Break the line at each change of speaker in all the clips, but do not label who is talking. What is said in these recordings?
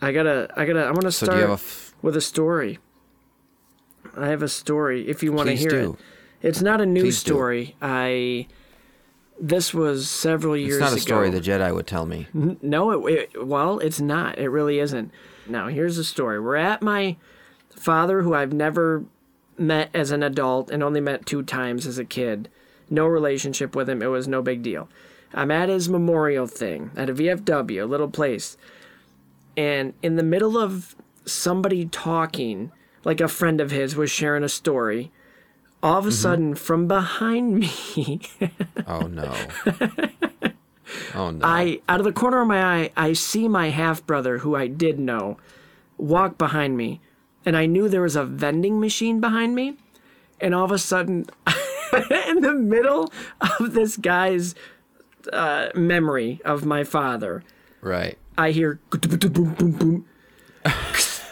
I gotta, I gotta, I want to
So
start
do you have a? F-
with a story. I have a story. If you want to
Please
hear
do.
it, it's not a new
Please do.
story. I this was several years
it's not
ago.
a story the Jedi would tell me.
N- No, it, it well, it's not. It really isn't. Now, here's the story. We're at my father, who I've never met as an adult and only met two times as a kid. No relationship with him. It was no big deal. I'm at his memorial thing at a VFW, a little place, and in the middle of somebody talking, like a friend of his was sharing a story. All of a sudden, from behind me.
Oh no. Oh no.
I out of the corner of my eye, I see my half brother, who I did know, walk behind me, and I knew there was a vending machine behind me, and all of a sudden, in the middle of this guy's uh, memory of my father,
right.
I hear boom boom boom.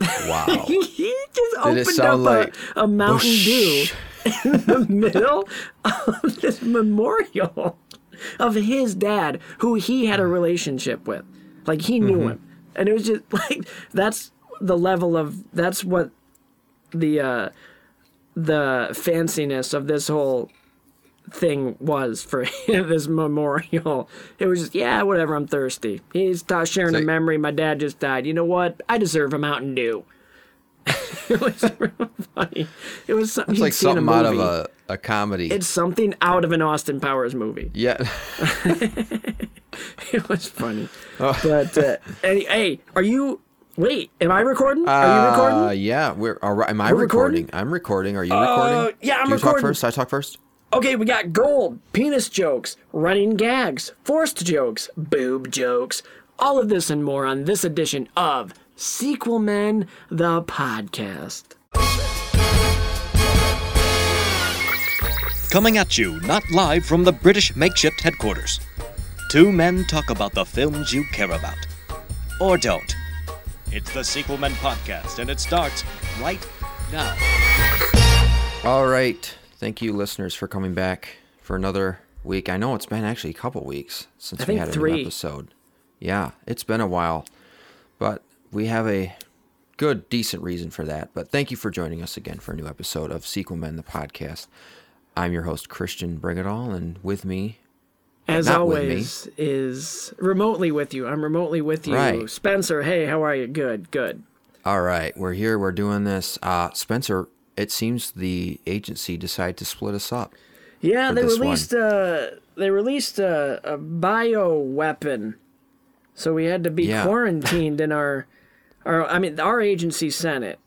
Wow.
He just
it
opened up
sound like
a, a Mountain Dew
Whoosh.
in the middle of this memorial of his dad, who he had a relationship with. Like he
Mm-hmm.
knew him. And it was just like that's the level of that's what the uh the fanciness of this whole thing was for this memorial. It was just, yeah, whatever, I'm thirsty. He's ta- sharing a
So-
memory. My dad just died. You know what? I deserve a Mountain Dew. it was really funny. It was something
It's
you'd
like
see in
something out of
movie.
a, a comedy.
It's something out of an Austin Powers movie.
yeah.
It was funny.
Oh.
But uh, hey, hey, are you? Wait, am I recording? Are you recording?
Uh, yeah. We're. All right, am I
We're recording? Oh,
recording? I'm recording. Are you recording?
yeah, I'm
Do you
recording.
talk first. I talk first.
Okay, we got gold, penis jokes, running gags, forced jokes, boob jokes, all of this and more on this edition of Sequel Men, the podcast.
Coming at you, not live from the British makeshift headquarters. Two men talk about the films you care about. Or don't. It's the Sequel Men Podcast, and it starts right now.
All right. Thank you, listeners, for coming back for another week. I know it's been actually a couple weeks since
I
we
think
had an
three.
episode. Yeah, it's been a while, but we have a good, decent reason for that. But thank you for joining us again for a new episode of Sequel Men, the podcast. I'm your host, Christian Brigadall, and with me,
As
Not with me.
always, is remotely with you. I'm remotely with you.
Right.
Spencer, hey, how are you? Good, good.
all right, we're here, we're doing this. Uh, Spencer, it seems the agency decided to split us up.
Yeah, they
this one.
released, uh, they released uh, a a bio weapon, so we had to be
Yeah.
quarantined in our, our. I mean, our agency sent it.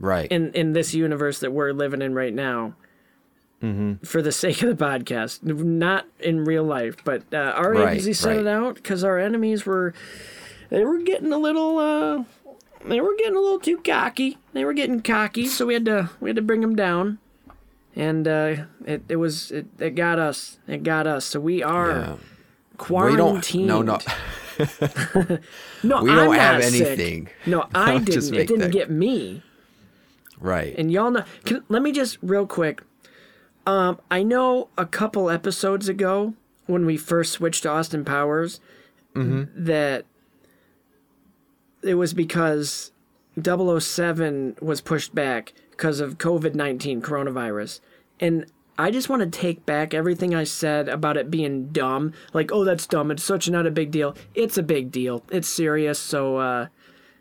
Right.
in in this universe that we're living in right now
Mm-hmm.
for the sake of the podcast not in real life but uh, our
Right,
agency sent it
right.
out because our enemies were they were getting a little uh they were getting a little too cocky they were getting cocky so we had to we had to bring them down and uh it, it was it, it got us it got us so we are
Yeah. we don't.
quarantined
No, no.
no
we
I'm
don't
not
have
sick.
anything.
no i
Just
didn't it
make
didn't
that-
get me
right.
and y'all know. Can, let me just real quick. Um, I know a couple episodes ago when we first switched to Austin Powers that it was because 007 was pushed back because of COVID 19 coronavirus. And I just want to take back everything I said about it being dumb. Like, oh, that's dumb. It's such not a big deal. It's a big deal. It's serious. So, uh,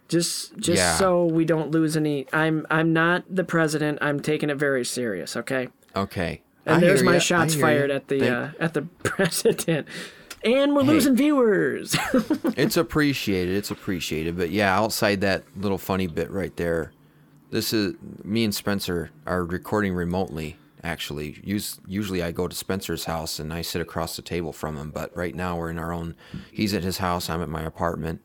just just
Yeah.
so we don't lose any I'm I'm not the president. I'm taking it very serious, okay?
Okay.
And
I
there's
hear
my
ya. I
shots
hear ya.
fired at the
Thank-
uh, at the president. And we're losing viewers.
it's appreciated. It's appreciated. But yeah, outside that little funny bit right there, this is me and Spencer are recording remotely. Actually, Us- usually I go to Spencer's house and I sit across the table from him. But right now we're in our own. He's at his house. I'm at my apartment.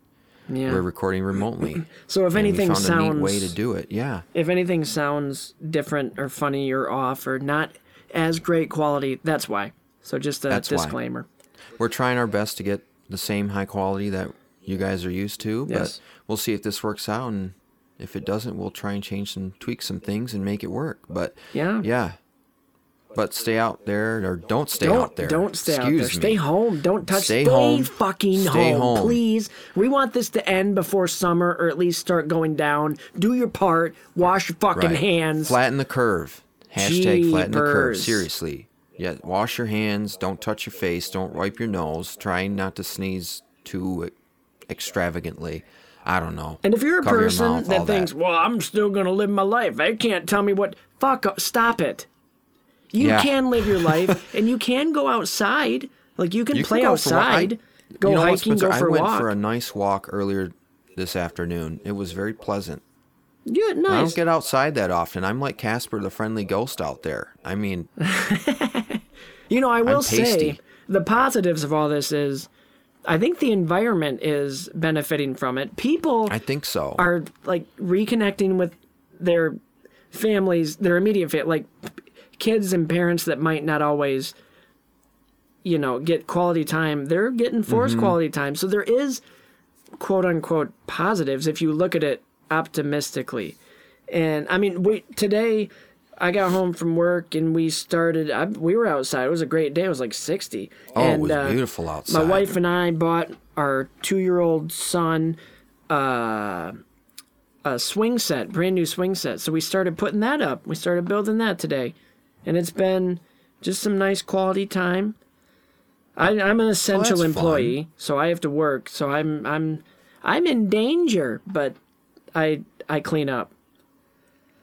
yeah.
We're recording remotely.
So if
And we
anything
found a
sounds
neat way to do it. Yeah.
if anything sounds different or funny or off or not as great quality, that's why. So just a
That's why.
disclaimer.
We're trying our best to get the same high quality that you guys are used to,
Yes.
but we'll see if this works out and if it doesn't, we'll try and change some tweak some things and make it work. But
Yeah.
yeah. But stay out there, or don't stay
don't,
out there.
Don't stay
Excuse
out there.
Me.
Stay home. Don't touch.
Stay
Stay,
home.
fucking
Stay
home,
home.
please. We want this to end before summer, or at least start going down. Do your part. Wash your fucking
Right.
hands.
Flatten the curve. Hashtag flatten the curve.
Jeepers.
Seriously. Yeah, wash your hands. Don't touch your face. Don't wipe your nose. Try not to sneeze too extravagantly. I don't know.
And if you're a
Cover your
person
mouth, all
that thinks, well, I'm still going to live my life, they can't tell me what. Fuck, o- stop it. You
Yeah.
can live your life and you can go outside. Like, you can
You can
play
go for a walk. I-
outside, go
you know what,
hiking,
Spencer?
go for
I
a
went
walk.
for a nice walk earlier this afternoon. It was very pleasant.
yeah,
I don't
nice.
get outside that often. I'm like Casper the friendly ghost out there. I mean,
You know, I will say
tasty.
the positives of all this is I think the environment is benefiting from it. People
I think so.
are like reconnecting with their families, their immediate family, like kids and parents that might not always, you know, get quality time. They're getting forced
Mm-hmm.
quality time. So there is quote unquote positives if you look at it optimistically. And I mean, we today I got home from work and we started. I, we were outside. It was a great day. It was like sixty.
oh,
and,
it was
uh,
beautiful outside.
my wife and I bought our two-year-old son uh, a swing set, brand new swing set. So we started putting that up. We started building that today, and it's been just some nice quality time. I, I'm an essential
fun.
employee, so I have to work. So I'm I'm I'm in danger, but I I clean up.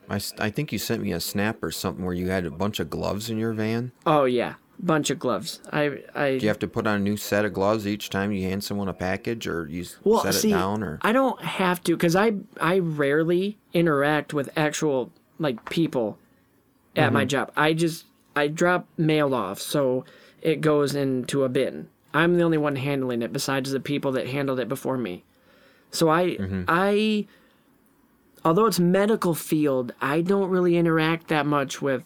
I, s- I think you sent me a snap or something where you had a bunch of gloves in your van.
Oh yeah, bunch of gloves. I I
Do you have to put on a new set of gloves each time you hand someone a package, or you s-
well,
set
see,
it down, or
I don't have to because I I rarely interact with actual like people at
Mm-hmm.
my job. I just I drop mail off, so it goes into a bin. I'm the only one handling it besides the people that handled it before me. So I
Mm-hmm.
I although it's medical field, I don't really interact that much with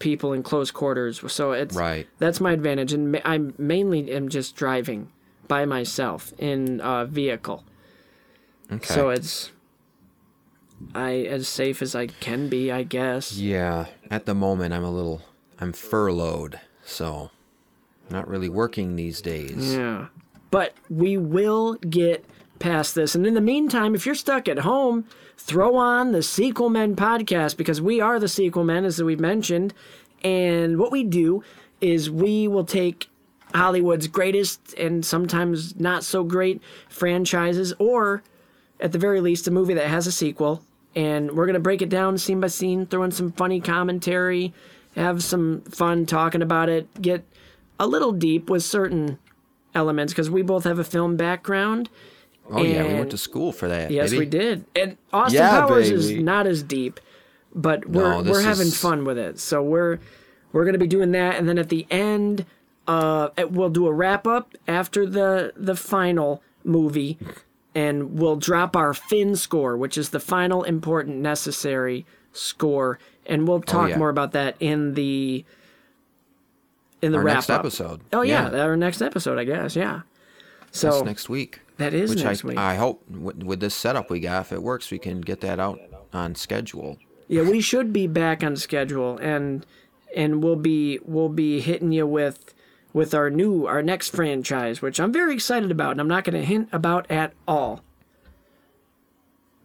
people in close quarters. So it's
Right.
That's my advantage, and ma- I mainly am just driving by myself in a vehicle.
okay.
So it's I as safe as I can be, I guess.
yeah. At the moment, I'm a little I'm furloughed, so not really working these days.
Yeah. But we will get past this. And in the meantime, if you're stuck at home, throw on the Sequel Men podcast because we are the Sequel Men, as we've mentioned. And what we do is we will take Hollywood's greatest and sometimes not so great franchises, or at the very least, a movie that has a sequel. And we're going to break it down scene by scene, throw in some funny commentary, have some fun talking about it, get a little deep with certain elements because we both have a film background.
Oh yeah, we went
And-
to school for that.
Yes,
baby.
we did. And Austin
Yeah,
Powers is
baby.
not as deep, but we're
No, this
we're having
is-
fun with it. So we're we're gonna be doing that, and then at the end, uh, it- we'll do a wrap up after the the final movie, and we'll drop our Finn score, which is the final important necessary score, and we'll talk
Oh, yeah.
more about that in the in the
Our
wrap
next
up.
episode.
Oh yeah,
Yeah.
our next episode, I guess. Yeah. So
That's next week.
that is
Which
next
I,
week.
I hope with, with this setup we got, if it works, we can get that out on schedule.
Yeah, we should be back on schedule and and we'll be we'll be hitting you with with our new our next franchise, which I'm very excited about and I'm not going to hint about at all.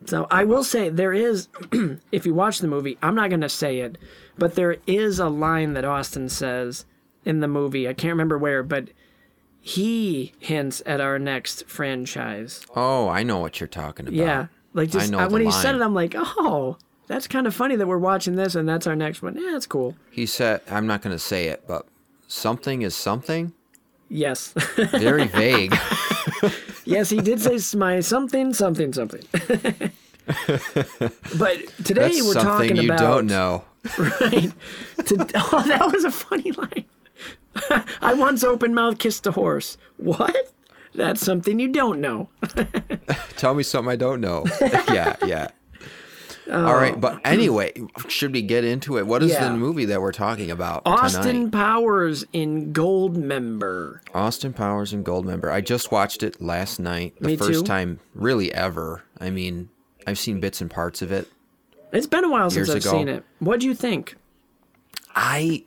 So I will say there is if you watch the movie, I'm not going to say it, but there is a line that Austin says in the movie. I can't remember where, but he hints at our next franchise.
Oh, I know what you're talking about.
Yeah, like just
know
I-
the
when he said
line.
it, I'm like, oh, that's kind of funny that we're watching this and that's our next one. Yeah, that's cool.
He said, I'm not going to say it, but something is something.
Yes,
Very vague.
yes, he did say s- my something, something, something. but today
That's
we're
something
talking
you
about.
don't know.
Right. To- oh, that was a funny line. I once open mouth kissed a horse. What? That's something you don't know.
Tell me something I don't know. yeah, yeah. All right, but anyway, should we get into it? What is
Oh. Yeah.
the movie that we're talking about
Austin
tonight?
Powers in Gold Member.
Austin Powers and Goldmember. I just watched it last night, the
Me
first
too.
time really ever. I mean, I've seen bits and parts of it.
It's been a while since
Years
I've
ago.
seen it. What do you think?
I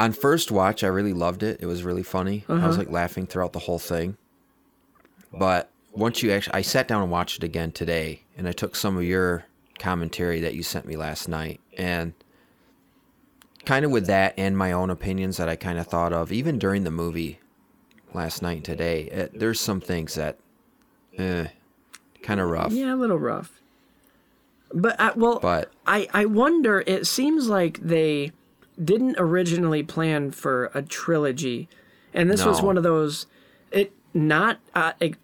on first watch, I really loved it. It was really funny. I
Uh-huh.
was like laughing throughout the whole thing. But once you actually, I sat down and watched it again today, and I took some of your commentary that you sent me last night, and kind of with that and my own opinions that I kind of thought of, even during the movie last night and today, eh, there's some things that, eh, kind of rough.
Yeah, a little rough. But I, well,
But-
I I wonder. It seems like they didn't originally plan for a trilogy, and this was
No.
one of those. It not uh, it,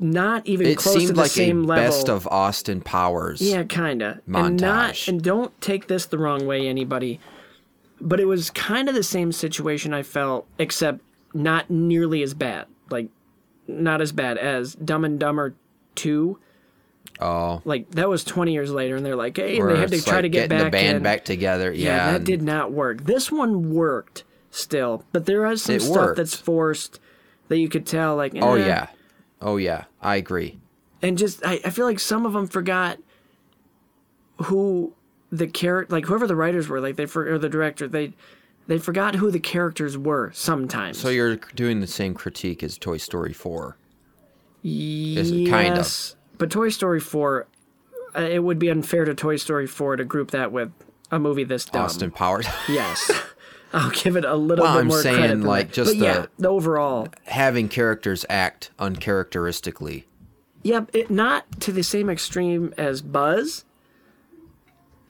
not even
It
close to
seemed
the
like a
same level.
best of Austin Powers.
Yeah, kinda. And not
Montage.
and don't take this the wrong way, anybody. But it was kind of the same situation I felt, except not nearly as bad. Like not as bad as Dumb and Dumber Two.
Oh.
Like that was twenty years later, and they're like, hey, and
where
they had to
it's
try
like
to get
getting
back
the band
in.
back together. Yeah,
Yeah, that
and-
did not work. This one worked still, but there is some
It
stuff
worked.
that's forced that you could tell. Like,
Oh
eh,
yeah, oh yeah, I agree.
and just I, I feel like some of them forgot who the character like whoever the writers were like they for or the director they they forgot who the characters were sometimes
So you're doing the same critique as Toy Story Four.
yes,
kind of.
but toy story 4 uh, it would be unfair to toy story 4 to group that with a movie this dumb
Austin Powers
yes i'll give it a little
Well,
bit
I'm
more
saying,
credit than
like,
that.
just
but yeah
the-
the overall
having characters act uncharacteristically.
Yep, it not to the same extreme as Buzz,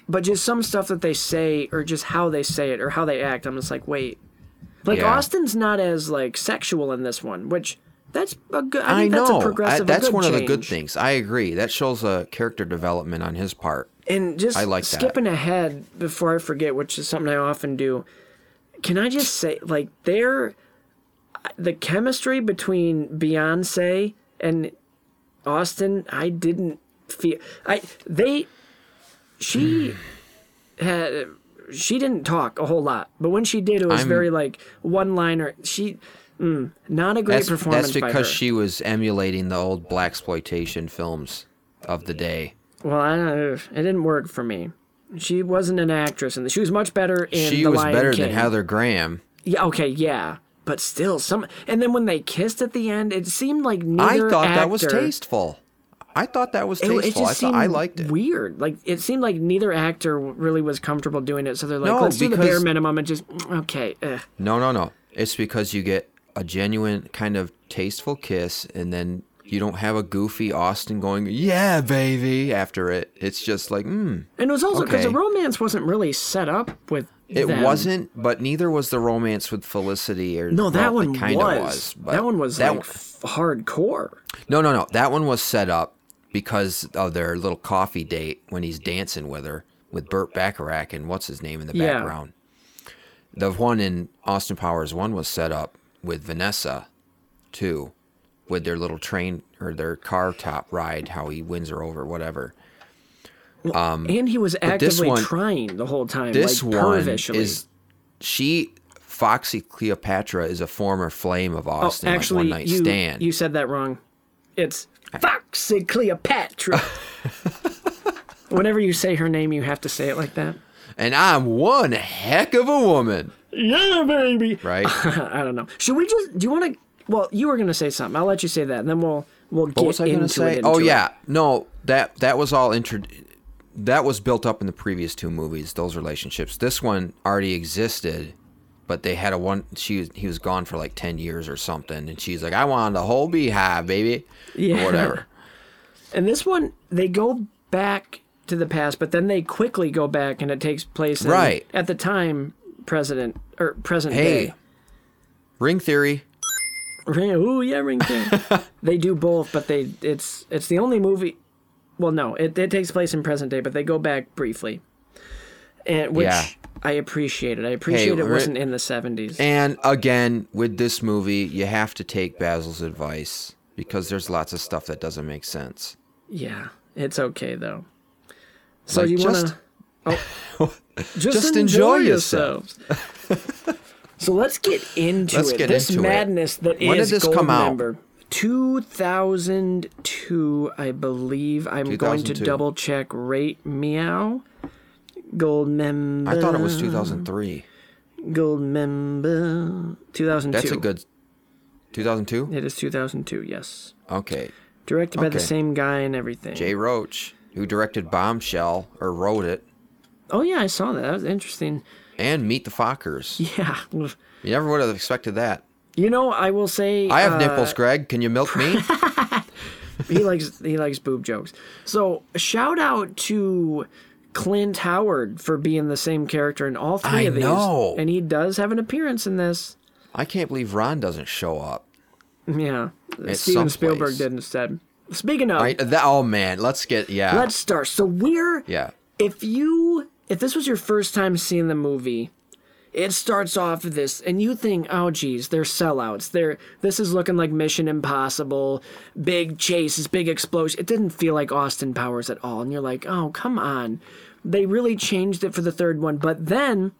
but just some stuff that they say or just how they say it or how they act. I'm just like, wait. Like
Yeah.
Austin's not as like sexual in this one, which that's a good. I,
I,
think
know
that's a
I-
progressive. a
that's
good
one of the good
change.
things. I agree. That shows a character development on his part.
And just
I like that.
skipping ahead before I forget, which is something I often do. Can I just say, like, there, the chemistry between Beyonce and Austin, I didn't feel. I they, she had. She didn't talk a whole lot, but when she did, it was
I'm-
very like one liner. She, mm, not a great
That's,
performance
that's
by
because
her.
she was emulating the old black exploitation films of the day.
Well, I don't, it didn't work for me. She wasn't an actress, and she was much better in.
she
the
was
Lion
better
King.
than Heather Graham.
Yeah, okay, yeah. But still, some. And then when they kissed at the end, it seemed like neither
I thought that was
actor-
tasteful. I thought that was
It,
tasteful.
it just
I, thought,
seemed
I liked it.
weird. Like it seemed like neither actor really was comfortable doing it. So they're like,
No,
let's do the bare
because-
minimum and just okay. eh.
No, no, no. It's because you get a genuine kind of tasteful kiss and then you don't have a goofy Austin going, "Yeah, baby" after it. It's just like, "Hmm."
And it was also because
Okay.
the romance wasn't really set up with.
It
them.
wasn't, but neither was the romance with Felicity or
No, that
well, it
one
kinda
was.
but
that one was
that
like f- hardcore.
No, no, no. That one was set up because of their little coffee date when he's dancing with her with Burt Bacharach and what's his name in the
Yeah.
background. The one in Austin Powers one was set up with Vanessa, too, with their little train or their car top ride, how he wins her over, whatever.
and he was
this
actively
one-
trying the whole time.
This
like,
one
pervishly.
is she. Foxy Cleopatra is a former flame of
Oh,
Austin,
actually,
like one night
you,
stand.
You said that wrong. It's Foxy Cleopatra. Whenever you say her name, you have to say it like that.
and I'm one heck of a woman,
Yeah, baby.
right?
I don't know. Should we just? Do you want to? Well, you were gonna say something. I'll let you say that, and then we'll we'll get
What was I
into
gonna
it.
say?
into
Oh
it.
yeah, no that that was all intro. That was built up in the previous two movies. Those relationships. This one already existed, but they had a one. She was- he was gone for like ten years or something, and she's like, "I want the whole beehive, baby."
Yeah.
Or whatever.
And this one, they go back to the past, but then they quickly go back, and it takes place in,
Right.
at the time president or present
Hey,
day.
Ring Theory.
Ring, ooh, yeah, Ring King. they do both, but they it's it's the only movie. Well, no, it, it takes place in present day, but they go back briefly, and which
Yeah.
I appreciated. I appreciate it
we're-
wasn't in the seventies.
And again, with this movie, you have to take Basil's advice because there's lots of stuff that doesn't make sense.
Yeah, it's okay though. So
Like,
you wanna
just-
oh, just,
just enjoy yourselves.
so let's get into
Let's
it.
get
this
into it.
madness that is
When did this
Gold
come out?
Member. 2002, I believe. I'm going to
2002.
double check. Rate meow. Gold member.
I thought it was 2003.
Gold member. 2002.
That's a good. 2002.
It is 2002, yes.
Okay.
Directed by the
Okay.
same guy and everything.
Jay Roach, who directed Bombshell or wrote it,
oh, yeah, I saw that. That was interesting.
and Meet the Fockers.
Yeah.
You never would have expected that.
You know, I will say.
I have
uh,
nipples, Greg. Can you milk me?
he likes he likes boob jokes. So shout out to Clint Howard for being the same character in all three
I
of these.
know.
And he does have an appearance in this.
I can't believe Ron doesn't show up.
Yeah.
It's
Steven
someplace.
Spielberg did instead. Speaking of,
I, that, oh man, let's get yeah,
let's start. So we're
yeah.
if you if this was your first time seeing the movie it starts off with this and you think oh geez they're sellouts they're this is looking like mission impossible big chases big explosion it didn't feel like austin powers at all and you're like oh come on they really changed it for the third one but then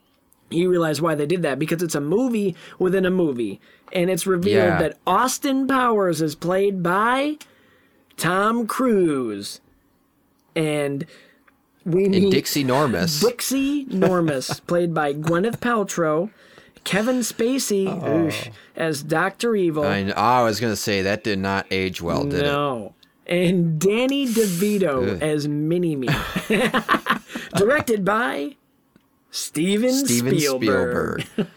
you realize why they did that because it's a movie within a movie and it's revealed
Yeah.
that austin powers is played by tom cruise and we
And
need
Dixie Normus.
Dixie Normus, played by Gwyneth Paltrow, Kevin Spacey oosh, as Doctor Evil.
Oh. I, kn- oh, I was gonna say that did not age well, did it?
no. And Danny DeVito as Mini Me. Directed by Steven,
Steven
Spielberg. Uh,
Spielberg.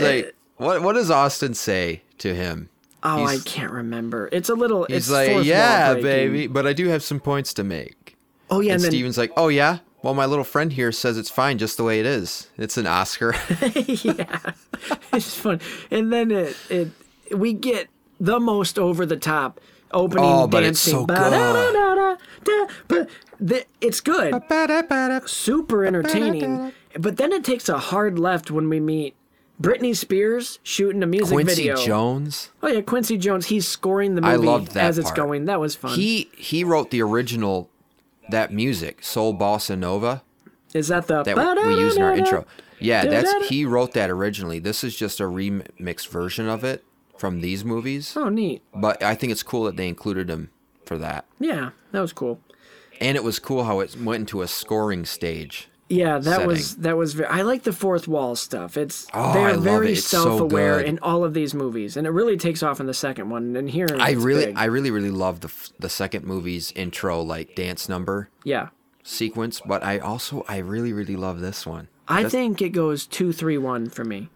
like, what? What does Austin say to him?
Oh, I
He's-
can't remember. It's a little. it's
He's
fourth wall
like, yeah,
breaking."
baby, but I do have some points to make.
Oh yeah,
and
and, then
Steven's like, oh yeah. Well, my little friend here says it's fine just the way it is. It's an Oscar.
yeah, it's fun. And then it, it we get the most over the top opening
Oh, but it's
dancing.
so
Ba-da-da-da-da, da- but the, it's good,
Ba-da-ba-da.
super entertaining. But then it takes a hard left when we meet Britney Spears shooting a music
Quincy
video.
Jones.
Oh yeah, Quincy Jones. He's scoring the movie
I loved that
as it's
part.
going. That was fun.
He he wrote the original that music, Soul Bossa Nova.
Is that the
that we- we use in our intro. Yeah,
Da-da-da.
that's he wrote that originally. This is just a remix version of it from these movies,
Oh neat.
but I think it's cool that they included him for that.
Yeah, that was cool.
And it was cool how it went into a scoring stage.
Yeah, that
setting.
was that was. Very, I like the fourth wall stuff. It's
Oh,
they're
I love
very
it. It's so
self-aware
good.
in all of these movies, and it really takes off in the second one. And here,
I
it's
really
big.
I really really love the f- the second movie's intro like dance number
yeah,
sequence, but I also I really really love this one.
I
That's-
think it goes two, three, one for me.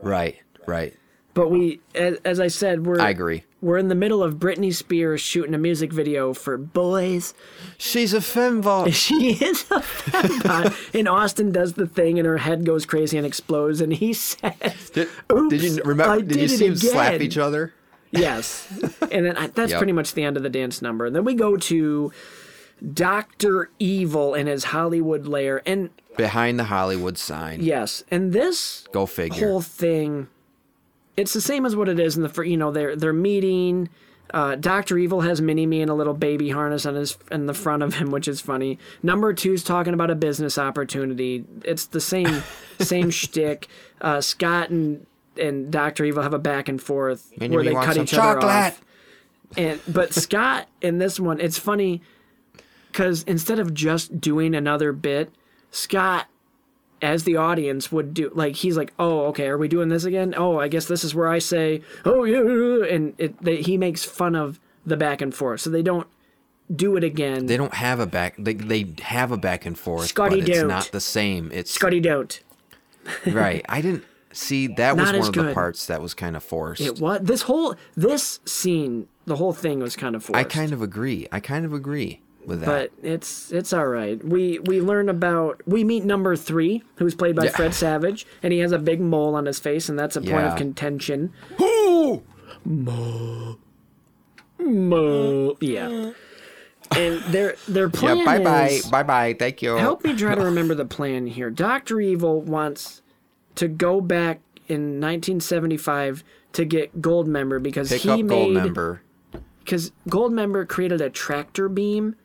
right, right.
But we, as, as I said, we're
I agree.
We're in the middle of Britney Spears shooting a music video for "Boys."
She's a femvot.
She is a fembot, and Austin does the thing, and her head goes crazy and explodes, and he says,
Did, did
Oops,
you remember?
I
did, you
did it
see them slap
again.
each other?
Yes. And then I, that's
Yep.
pretty much the end of the dance number. And then we go to Dr. Evil in his Hollywood lair. And
Behind the Hollywood sign.
yes, and this
Go figure.
whole thing it's the same as what it is in the fir- you know they're they're meeting uh, Dr. Evil has Mini Me in a little baby harness on his in the front of him, which is funny. Number two's talking about a business opportunity. It's the same same shtick. Uh, Scott and and Dr. Evil have a back and forth
Mini
where
Me
they
wants
cut
some
each other
chocolate.
off. And but Scott in this one, it's funny because instead of just doing another bit, Scott, as the audience, would do like he's like, "Oh, okay, are we doing this again? Oh, I guess this is where I say, oh yeah," and it they, he makes fun of the back and forth, so they don't do it again.
They don't have a back. They, they have a back and forth,
Scotty
but it's
don't.
not the same. It's
Scotty don't.
right. I didn't see that was
Not
one
as
of the
good.
parts that was kind of forced.
It what this whole this scene, the whole thing was kind of forced.
I kind of agree. I kind of agree with that.
but it's it's all right. We we learn about we meet number three, who's played by
Yeah.
Fred Savage, and he has a big mole on his face, and that's a point of
Yeah.
contention.
Ooh!
Mo, yeah. And their their plan
Yeah. Bye bye.
is
Bye bye. Thank you.
help me try to remember the plan here. Doctor Evil wants to go back in 1975 to get Goldmember because
Pick
he
up
made
Goldmember.
because Goldmember created a tractor beam,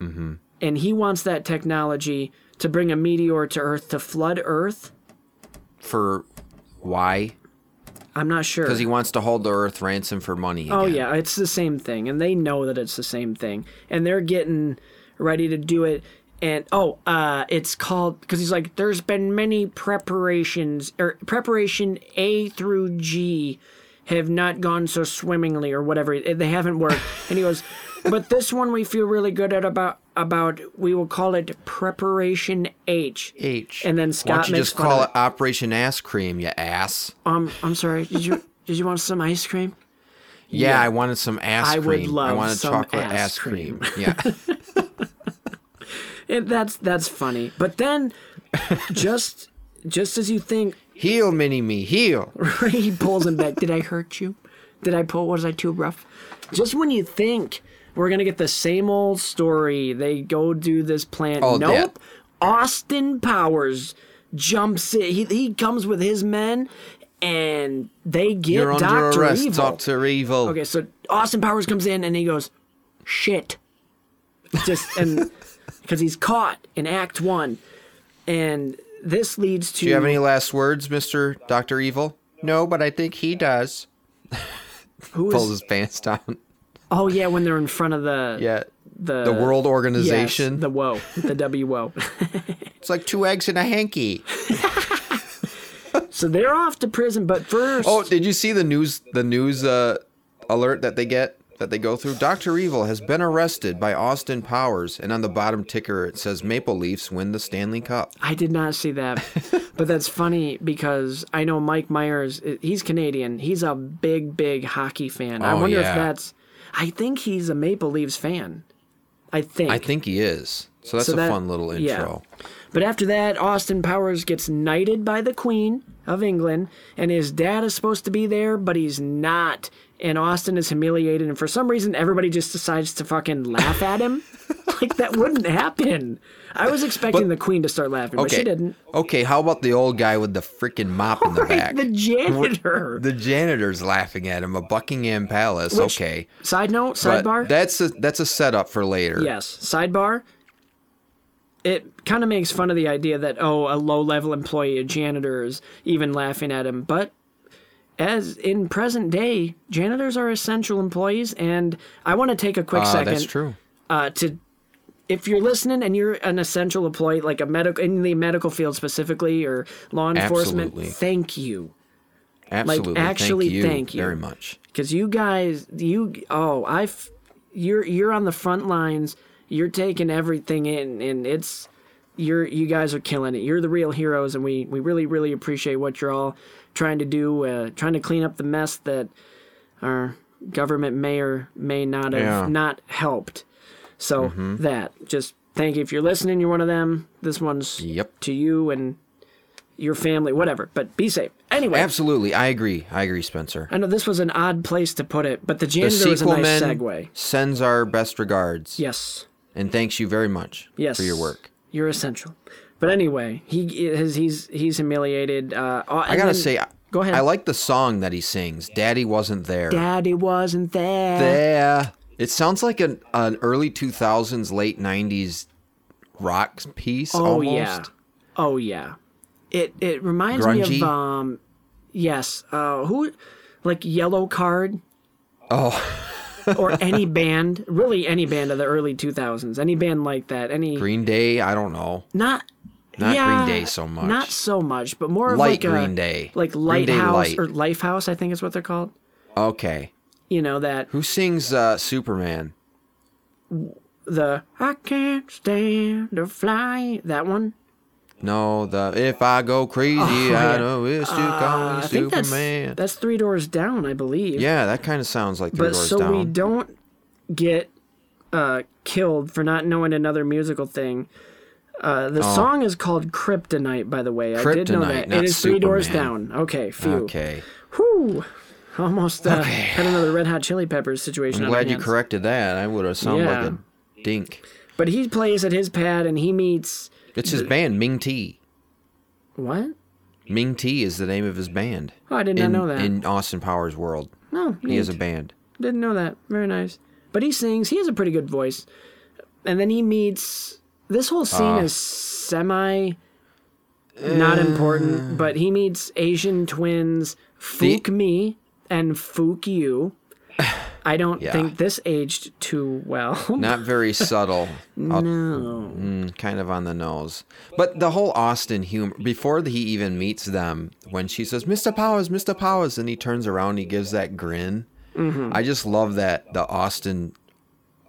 Mm-hmm.
and he wants that technology to bring a meteor to Earth to flood Earth.
for why?
I'm not sure.
Because he wants to hold the Earth ransom for money.
oh
again.
yeah, it's the same thing, and they know that it's the same thing, and they're getting ready to do it. and oh, uh, it's called because he's like, there's been many preparations or preparation A through G have not gone so swimmingly or whatever eh, they haven't worked, and he goes, but this one we feel really good at about about we will call it preparation H.
H.
And then
Why
Scott
don't you
makes
just
fun
call
of
it Operation Ass Cream, you ass?
Um, I'm sorry. Did you did you want some ice cream?
Yeah, I wanted some ass
I would
cream. I
love
wanted
some
chocolate
ass
ass
cream.
cream. Yeah.
And that's that's funny. But then, just just as you think,
heal, mini me, heal.
he pulls him back. Did I hurt you? Did I pull? Was I too rough? Just when you think we're gonna get the same old story, they go do this plant.
Oh,
nope.
yeah.
Austin Powers jumps it. He he comes with his men, and they get
You're under
Doctor
arrest,
Evil.
Doctor Evil.
Okay, so Austin Powers comes in and he goes, "Shit," just and because he's caught in Act One, and this leads to
Do you have any last words, Mister Doctor Evil? No, but I think he does.
who is-
Pulls his pants down.
oh yeah when they're in front of the
Yeah.
the
The World
yes,
Organization.
the woe the W woe.
it's like two eggs in a hanky.
so they're off to prison, but first
Oh, did you see the news? The news uh, alert that they get that they go through. Doctor Evil has been arrested by Austin Powers, and on the bottom ticker it says Maple Leafs win the Stanley Cup.
I did not see that, but that's funny because I know Mike Myers. He's Canadian. He's a big, big hockey fan. I
Oh,
wonder if
yeah.
that's. I think he's a Maple Leafs fan. I think.
I think he is. So that's
So
a
that-
fun little
yeah.
intro.
But after that, Austin Powers gets knighted by the Queen of England, and his dad is supposed to be there, but he's not. And Austin is humiliated, and for some reason, everybody just decides to fucking laugh at him. like, that wouldn't happen. I was expecting the Queen to start laughing, but
Okay.
she didn't.
Okay, how about the old guy with the freaking mop in the back?
The janitor.
The janitor's laughing at him, a Buckingham Palace.
Which-
okay.
Side note,
But
sidebar.
that's a that's a setup for later.
yes, sidebar. It kind of makes fun of the idea that oh, a low-level employee, a janitor, is even laughing at him. But as in present day, janitors are essential employees, and I want to take a quick
Uh,
second
that's true.
uh, to if you're listening and you're an essential employee like a medical in the medical field specifically or law enforcement
Absolutely.
thank you
Absolutely.
actually,
thank you,
thank you.
very much.
because you guys you oh i f- you're you're on the front lines you're taking everything in and it's you're you guys are killing it you're the real heroes and we we really really appreciate what you're all trying to do uh, trying to clean up the mess that our government may or may not have
Yeah.
not helped so that just thank you if you're listening you're one of them this one's
Yep.
to you and your family whatever but be safe anyway
Absolutely, I agree. I agree, Spencer.
I know this was an odd place to put it, but the
The
janitor was a
sequel
nice
men
segue.
sends our best regards
Yes,
and thanks you very much
yes.
for your work.
You're essential. But anyway, he is he's he's humiliated. Uh,
I gotta say, I-
go ahead.
I like the song that he sings. Daddy wasn't there.
Daddy wasn't there.
there. It sounds like an an early two thousands, late nineties rock piece.
oh
almost.
yeah, oh yeah. It it reminds me
Grungy?
of um, yes. Uh, who like Yellow Card? Oh. or any band, really any band of the early 2000s, any band like that, any
Green Day. I don't know.
not
Not
yeah,
Green Day so much.
Not so much, but more of like
Light
a-
Green Day.
like
Green Day
lighthouse
light.
or lifehouse. I think is what they're called.
Okay.
You know that
Who sings uh, Superman?
the I can't stand a fly that one.
No, the if I go crazy, I know it's you call me
Oh, Uh, I think that's
Superman.
that's Three Doors Down, I believe.
yeah, that kind of sounds like Three
but
Doors
so
Down.
we don't get uh, killed for not knowing another musical thing. Uh, the song is called Kryptonite, by the way. I did know
Oh. Kryptonite,
that. It
not
is Three Doors
Superman.
Down. Okay, phew.
okay,
Whew. Almost uh, had another Red Hot Chili Peppers situation.
I'm
on my
glad you
hands.
corrected that. I would have sounded like
Yeah.
a dink.
But he plays at his pad and he meets
It's his band, Ming T.
what?
Ming T is the name of his band.
Oh, I did not
in,
know that.
In Austin Powers world,
no,
he has a band.
Didn't know that. Very nice. But he sings. He has a pretty good voice. And then he meets. This whole
Ah.
scene is semi. Not
Uh.
important, but he meets Asian twins Fook
The-
me and Fook you. I don't
Yeah.
think this aged too well.
Not very subtle. I'll- Mm, kind of on the nose. But the whole Austin humor, before he even meets them, when she says, Mr. Powers, Mr. Powers, and he turns around and he gives that grin. I just love that, the Austin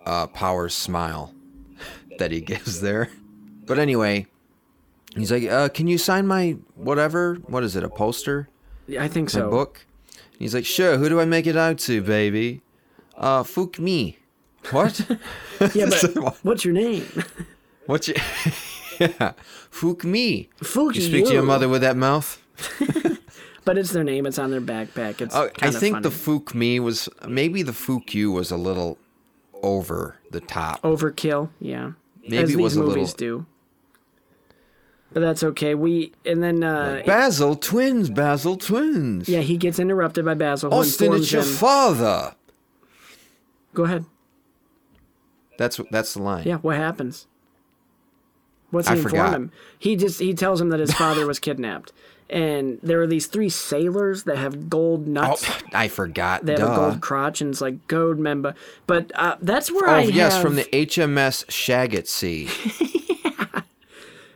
uh, Powers smile that he gives there. But anyway, he's like, uh, Can you sign my whatever? What is it, a poster?
I think
my
so.
book? And he's like, Sure, who do I make it out to, baby? Uh, fuck me. What?
Yeah, but what's your name?
What you? yeah, fuck me.
Fuck
you speak to your
you.
mother with that mouth.
But it's their name. It's on their backpack. It's
Oh, I
kind of
think
funny.
the fuck me was maybe the fuck you was a little over the top.
Oh, overkill. Yeah,
Maybe
as
it
these
was a little-
movies do. But that's okay. We and then uh,
Basil twins, Basil twins.
yeah, he gets interrupted by Basil. who
Austin,
informs
it's your
him-
father.
Go ahead.
That's that's the line.
Yeah, what happens? What's
I
he inform
forgot.
him? He just he tells him that his father was kidnapped, and there are these three sailors that have gold
Oh,
nuts.
I forgot.
They have a
Duh.
gold crotch and it's like gold member. But uh, that's where
Oh
I
yes,
have,
from the HMS Shaggett Sea.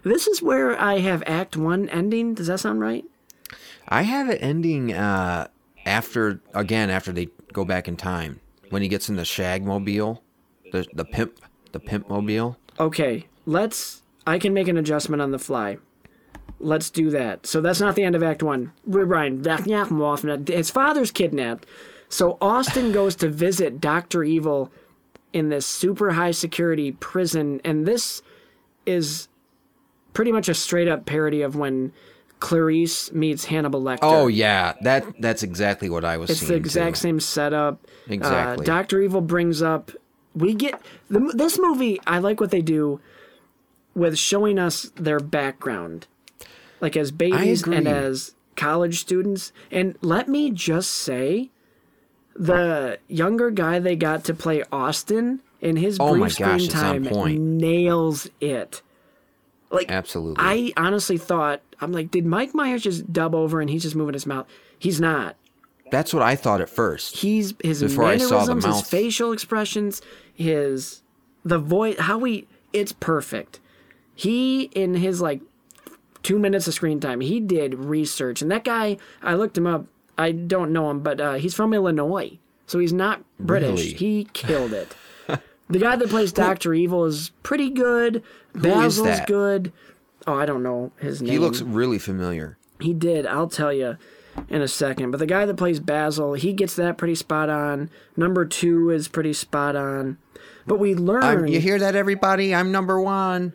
This is where I have Act One ending. Does that sound right?
I have it ending uh, after again after they go back in time when he gets in the shagmobile, the the pimp the pimp mobile.
Okay, let's. I can make an adjustment on the fly. Let's do that. So that's not the end of Act One. Rewind. His father's kidnapped. So Austin goes to visit Doctor Evil in this super high security prison, and this is pretty much a straight up parody of when Clarice meets Hannibal Lecter.
Oh yeah, that that's exactly what I was.
It's the
seeing,
exact
too.
same setup. Uh,
Exactly.
Doctor Evil brings up. We get the, this movie. I like what they do with showing us their background, like as babies and
agree.
as college students. And let me just say, the younger guy they got to play Austin in his
Oh
brief
my gosh,
screen
it's on
time
point.
nails it. Like
Absolutely.
I honestly thought I'm like, did Mike Myers just dub over and he's just moving his mouth? He's not
that's what I thought at first.
he's his
Before I saw the
mannerisms, his
mouth.
facial expressions, his the voice, how he it's perfect. He in his like two minutes of screen time, he did research, and that guy I looked him up. I don't know him, but uh, he's from Illinois, so he's not British.
Really?
He killed it. the guy that plays Doctor Evil is pretty good. Basil's
that?
good. Oh, I don't know his name.
He looks really familiar.
He did. I'll tell you in a second. But the guy that plays Basil, he gets that pretty spot on. Number two is pretty spot on. But we learn.
I'm, you hear that, everybody? I'm number one.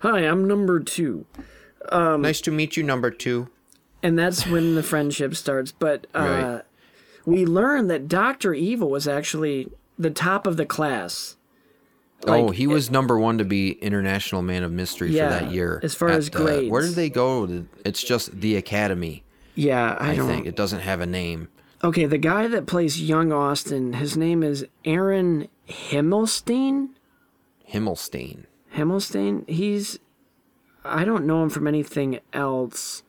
Hi, I'm number two, Um,
nice to meet you, number two.
and that's when the friendship starts. But uh,
Right.
we learn that Doctor Evil was actually the top of the class.
oh,
like,
he was number one to be International Man of Mystery
Yeah,
for that year.
as far
at
as
the- Where
grades.
did they go? It's just the Academy,
Yeah, I,
I
don't.
think. It doesn't have a name.
Okay, the guy that plays young Austin, his name is Aaron Himmelstein.
Himmelstein.
Himmelstein, he's I don't know him from anything else.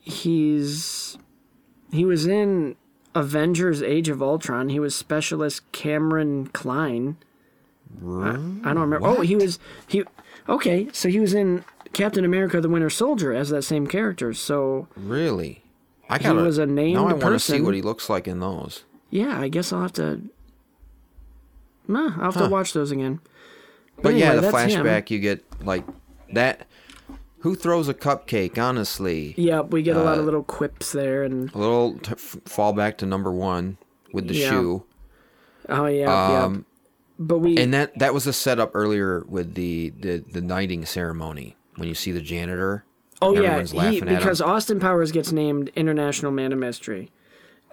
He's he was in Avengers Age of Ultron. He was specialist Cameron Klein. I, I don't remember. Oh, he was he Okay, so he was in Captain America the Winter Soldier as that same character. So,
Really? I got
was a named
Now I wanna see
person.
what he looks like in those.
yeah, I guess I'll have to Nah, I'll have to watch those again.
But yeah,
anyway,
the
that's him.
flashback you get like that. Who throws a cupcake? Honestly,
Yep, we get a lot of little quips there and
a little t- f- fall back to number one with the
Yeah.
shoe,
oh yeah, yep. But we
and that that was a setup earlier with the the the knighting ceremony when you see the janitor.
Oh yeah,
everyone's
he,
laughing at
because
him.
Austin Powers gets named International Man of Mystery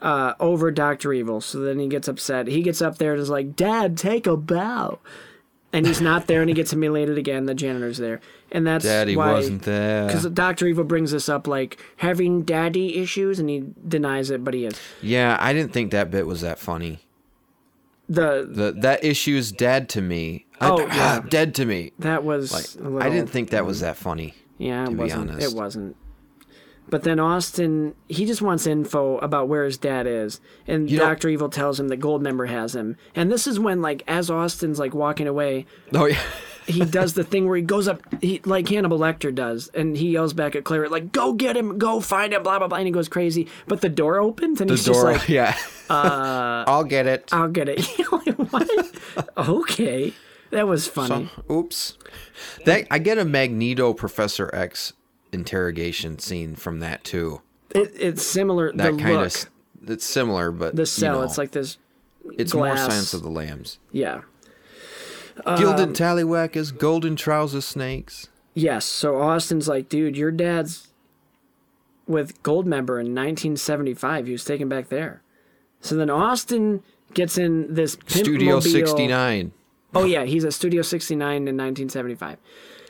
uh, over Doctor Evil. So then he gets upset. He gets up there and is like, "Dad, take a bow," and he's not there, and he gets humiliated again. The janitor's there, and that's
Daddy
why,
wasn't there.
Because Doctor Evil brings this up, like having daddy issues, and he denies it, but he is
Yeah, I didn't think that bit was that funny.
the
The that issue's dead to me.
Oh,
I, ah,
yeah.
dead to me.
that was
Like
a little,
I didn't think that was that funny.
yeah, it
to be
wasn't. It
honest.
wasn't. But then Austin, he just wants info about where his dad is, and
You know-
Doctor Evil tells him that Goldmember has him. And this is when, like, as Austin's like walking away,
Oh yeah.
he does the thing where he goes up, he like Hannibal Lecter does, and he yells back at Claire like, "Go get him, go find him," blah blah blah, and he goes crazy. But the door Uh, opens, and
The
he's
door.
just like,
yeah. I'll get it.
"I'll get it." Like, what? okay, that was funny.
Oops. That I get a Magneto Professor X interrogation scene from that too.
It, it's similar.
That
the
kind
look,
of it's similar, but
the cell.
You know,
It's like this.
it's
glass. Um,
more Science of the Lambs.
Yeah.
Gilded tallywhackers, golden trouser snakes.
Yes. So Austin's like, dude, your dad's with Goldmember in 1975. He was taken back there. So then Austin gets in this pimp
Studio
mobile-
sixty nine.
Oh yeah, he's at Studio 69 in 1975.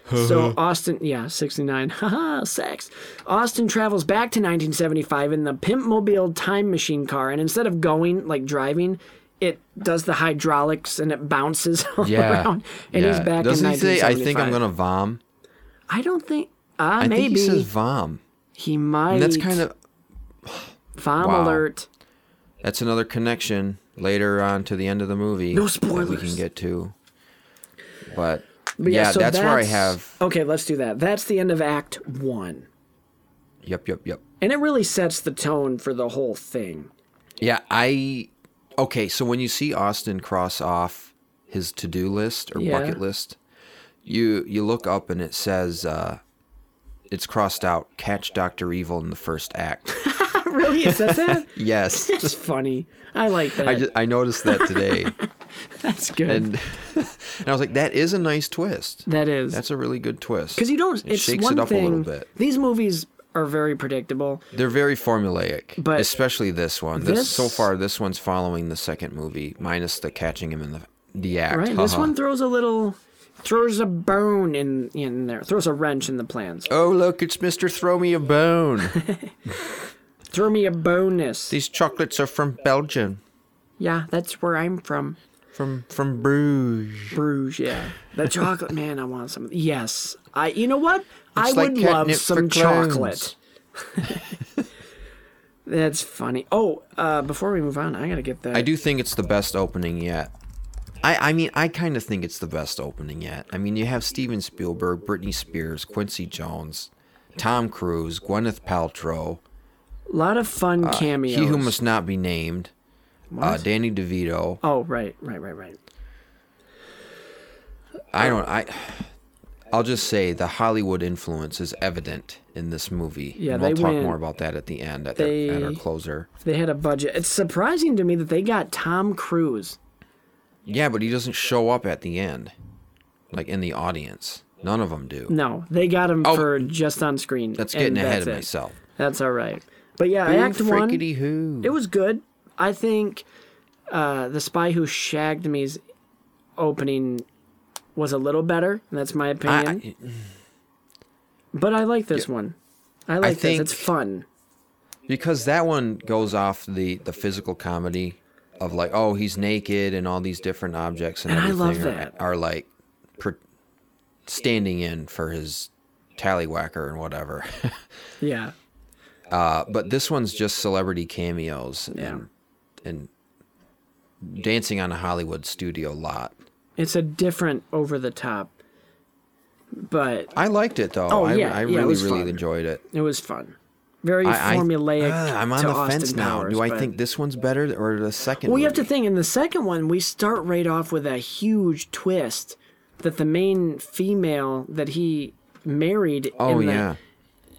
so Austin, yeah, 69. Haha, sex. Austin travels back to 1975 in the pimp mobile time machine car, and instead of going like driving. It does the hydraulics and it bounces all
Yeah.
around, and
yeah.
he's back
Doesn't
in
he say? I
1975.
think I'm gonna vom.
I don't think. Uh,
I
maybe
think he says vom.
He might.
And that's kind of
Vom
Wow.
alert.
that's another connection later on to the end of the movie.
No
That we can
spoilers.
get to. But,
But
yeah,
so
that's, where I
that's-
have.
Okay, let's do that. That's the end of Act One,
Yep, yep, yep.
and it really sets the tone for the whole thing.
Yeah, I. Okay, so when you see Austin cross off his to-do list or
Yeah.
bucket list, you you look up and it says uh, it's crossed out. Catch Doctor Evil in the first act.
really, is that that?
yes,
That's funny. I like that.
I ju- I noticed that today,
that's good.
and and I was like, that is a nice twist.
that is
That's a really good twist.
because you don't.
It
it's
shakes
one
it up
thing.
a little bit.
These movies are very predictable.
They're very formulaic,
But
especially this one. This, so
this-
far, this one's following the second movie, minus the catching him in the the act. Uh-huh.
Right. This
Haha.
one throws a little, throws a bone in in there, throws a wrench in the plans.
Oh look, it's Mister Throw Me a Bone.
Throw me a bonus.
These chocolates are from Belgium,
Yeah, that's where I'm from.
from from Bruges.
Bruges, yeah. The chocolate man, I want some. Yes, I. You know what? I
It's like
would love
catnip for
some
clowns.
chocolate. That's funny. Oh, uh, before we move on, I gotta get that.
I do think it's the best opening yet. I I mean, I kind of think it's the best opening yet. I mean, you have Steven Spielberg, Britney Spears, Quincy Jones, Tom Cruise, Gwyneth Paltrow,
a lot of fun cameos.
Uh, He Who Must Not Be Named, uh, Danny DeVito.
Oh, right, right, right, right.
I don't. I. I'll just say the Hollywood influence is evident in this movie.
Yeah,
and we'll
they
talk
went-
more about that at the end at,
they-
the, at our closer.
They had a budget. It's surprising to me that they got Tom Cruise.
Yeah, but he doesn't show up at the end, like in the audience. None of them do.
No, they got him
Oh.
for just on screen.
That's
and
getting ahead of
it.
myself.
That's all right. But yeah,
Who
Act One.
frickety who?
It was good. I think uh, the spy who shagged me's opening was a little better. That's my
I,
opinion.
I,
but I like this one. I like
think-
this. It's fun.
because that one goes off the the physical comedy of like, oh, he's naked and all these different objects and,
And I
everything
love
are,
that.
are like pre- standing in for his tallywhacker and whatever.
Yeah.
Uh, but this one's just celebrity cameos
Yeah.
and and dancing on a Hollywood studio lot.
It's a different over the top, but
I liked it though.
Oh,
I,
yeah, yeah,
I
it
really,
was
really
fun.
enjoyed it.
it was fun. Very
I- I-
formulaic.
Ah, I'm on
to
the
Austin
fence now.
Powers,
Do I
but-
think this one's better or the second?
Well,
one?
you have to think. In the second one, we start right off with a huge twist that the main female that he married.
Oh
in the,
yeah.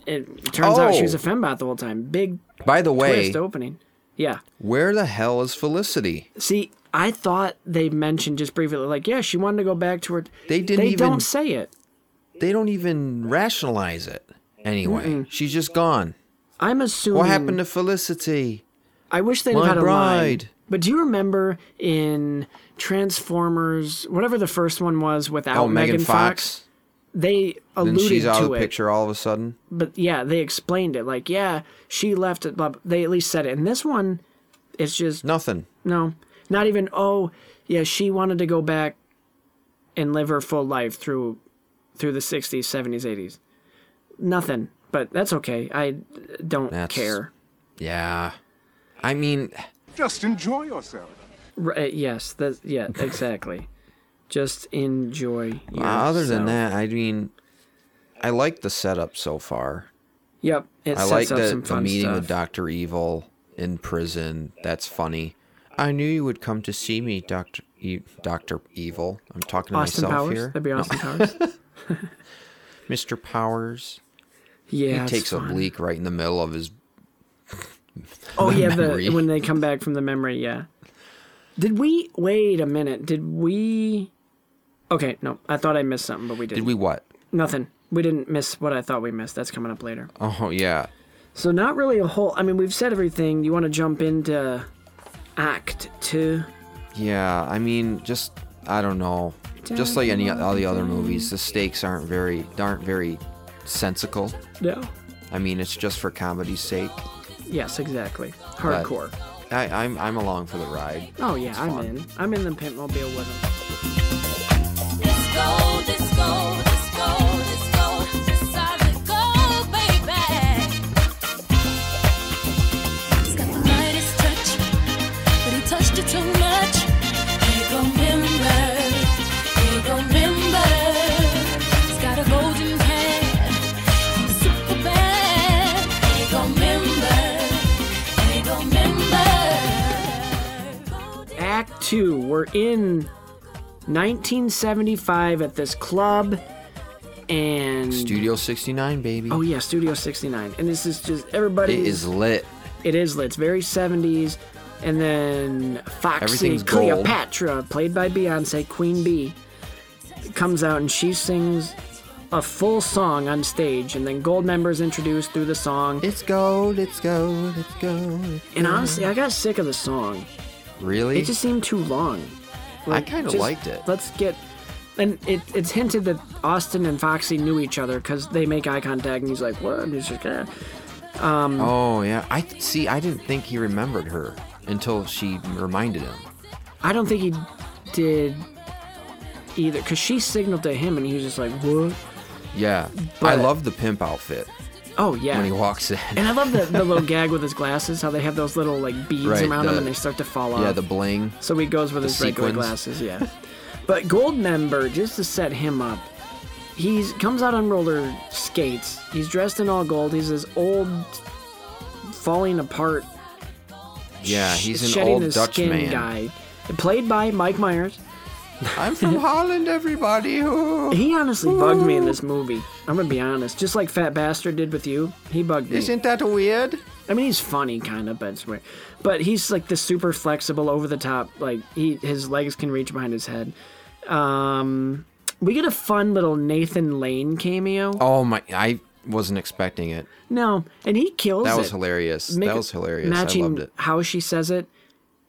it turns out she was a
Oh.
fembot the whole time. Big
By the way,
twist opening. Yeah.
where the hell is Felicity?
See, I thought they mentioned just briefly, like, yeah, she wanted to go back to her.
They didn't
They
even-
don't say it.
They don't even rationalize it. Anyway, she's just gone.
I'm assuming.
What happened to Felicity?
I wish they'd
my
have had a line.
bride?
But do you remember in Transformers, whatever the first one was without
Oh,
Megan,
Megan Fox.
They
Then
alluded
she's out
to
of the
it,
picture all of a sudden.
but yeah, they explained it. Like, yeah, she left it. Blah, blah. They at least said it. And this one, it's just
Nothing.
No, not even. Oh, yeah, she wanted to go back and live her full life through through the 60s, 70s, 80s. Nothing. but that's okay. I don't
That's-
care.
Yeah. I mean,
Just enjoy yourself.
Right, uh, yes, that's yeah, exactly. Just enjoy.
other than
yourself.
that, I mean, I like the setup so far.
yep, it
I
sets
like
up
the,
some
the
fun
meeting
stuff.
with Dr. Evil in prison. That's funny. I knew you would come to see me, Dr. E- Dr. Evil. I'm talking to
Austin
myself
Powers.
here.
That'd be Austin Powers.
Mr. Powers.
Yeah,
he
it's
takes
fun.
a leak right in the middle of his.
Oh yeah,
memory.
the when they come back from the memory, yeah. Did we wait a minute? Did we? Okay, no, I thought I missed something, but we didn't.
Did we what?
Nothing. We didn't miss what I thought we missed. That's coming up later.
Oh, yeah.
So not really a whole. I mean, we've said everything. You want to jump into Act Two?
Yeah, I mean, just I don't know. Just like any all the other movies, the stakes aren't very aren't very sensical.
No.
I mean, it's just for comedy's sake.
Yes, exactly.
but
Hardcore.
I, I'm I'm along for the ride.
oh yeah, I'm
fun.
in. I'm in the Pimpmobile with him.
Disco, disco, disco, disco, solid gold, baby. He's got the lightest touch, but he touched it too much. He gon' remember, he gon' remember. He's got a golden hand, he's super bad. He gon' remember, he gon' remember.
Act Two. We're in 1975 at this club, and
Studio 69, baby.
oh yeah, Studio 69. And this is just everybody.
it is lit.
It is lit. It's very 70s. And then Foxy
Everything's gold.
Cleopatra, played by Beyonce, Queen Bee, comes out and she sings a full song on stage. And then Gold members introduced through the song.
It's gold. It's gold. It's gold.
And honestly, I got sick of the song.
Really?
It just seemed too long.
I kind of
just
liked it.
Let's get. And it, it's hinted that Austin and Foxy knew each other because they make eye contact, and he's like, "What?" And he's just, "Eh."
Oh yeah. I see. I didn't think he remembered her until she reminded him.
I don't think he did either because she signaled to him, and he was just like, "What?"
Yeah. I
But-
love the pimp outfit
Oh yeah.
when he walks in.
and I love the, the little gag with his glasses, how they have those little like beads
Right,
around them
the-
and they start to fall off.
yeah, the bling.
so he goes with his regular
sequins.
glasses, yeah. but Goldmember, just to set him up, he's comes out on roller skates. He's dressed in all gold. He's this old, falling apart.
Yeah,
sh-
he's an
shedding
old
his
Dutch
skin
man.
guy, played by Mike Myers.
I'm from Holland, everybody. Who
He honestly bugged me in this movie. I'm gonna be honest, just like Fat Bastard did with you, he bugged me.
isn't that weird?
I mean, he's funny, kind of, but it's weird. But he's like the super flexible, over the top. Like he, his legs can reach behind his head. Um, we get a fun little Nathan Lane cameo.
Oh my! I wasn't expecting it.
No, and he kills
That
it.
was hilarious.
Make-
that was hilarious. I
Matching
loved it.
how she says it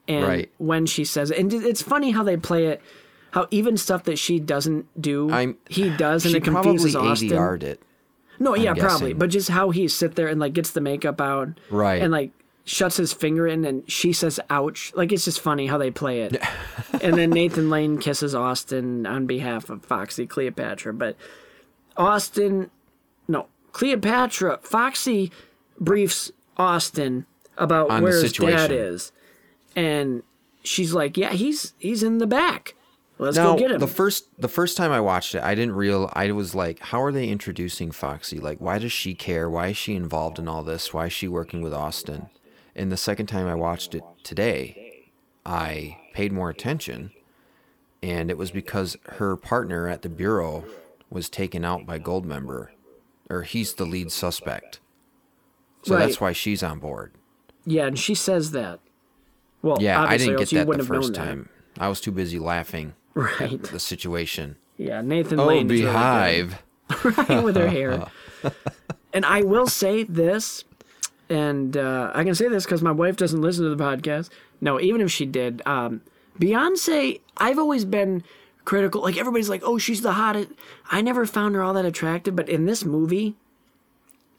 and
Right.
when she says it, and it's funny how they play it. How even stuff that she doesn't do,
I'm.
he does, and
she
it confuses
probably
Austin.
ADR'd it.
No, yeah, probably.
guessing.
But just how he sit there and like gets the makeup out,
Right.
And like shuts his finger in, and she says "ouch." Like it's just funny how they play it. and then Nathan Lane kisses Austin on behalf of Foxy Cleopatra, but Austin, no, Cleopatra, Foxy briefs Austin about
On the
where his
situation.
dad is, and she's like, "Yeah, he's he's in the back. Let's
Now
go get him."
the first the first time I watched it, I didn't real. I was like, how are they introducing Foxy? Like, why does she care? Why is she involved in all this? Why is she working with Austin? And the second time I watched it today, I paid more attention, and it was because her partner at the bureau was taken out by Goldmember, or he's the lead suspect. So that's
Right.
why she's on board.
yeah, and she says that. Well,
Yeah, I
obviously, or
didn't get
else you
that the
wouldn't have known
first
that.
time. I was too busy laughing
Right.
at the situation.
Yeah, Nathan
Oh,
Lane. is really
beehive.
good with her hair. and I will say this, and uh, I can say this because my wife doesn't listen to the podcast. No, even if she did, um, Beyonce, I've always been critical. Like everybody's like, "Oh, she's the hottest." I never found her all that attractive, but in this movie,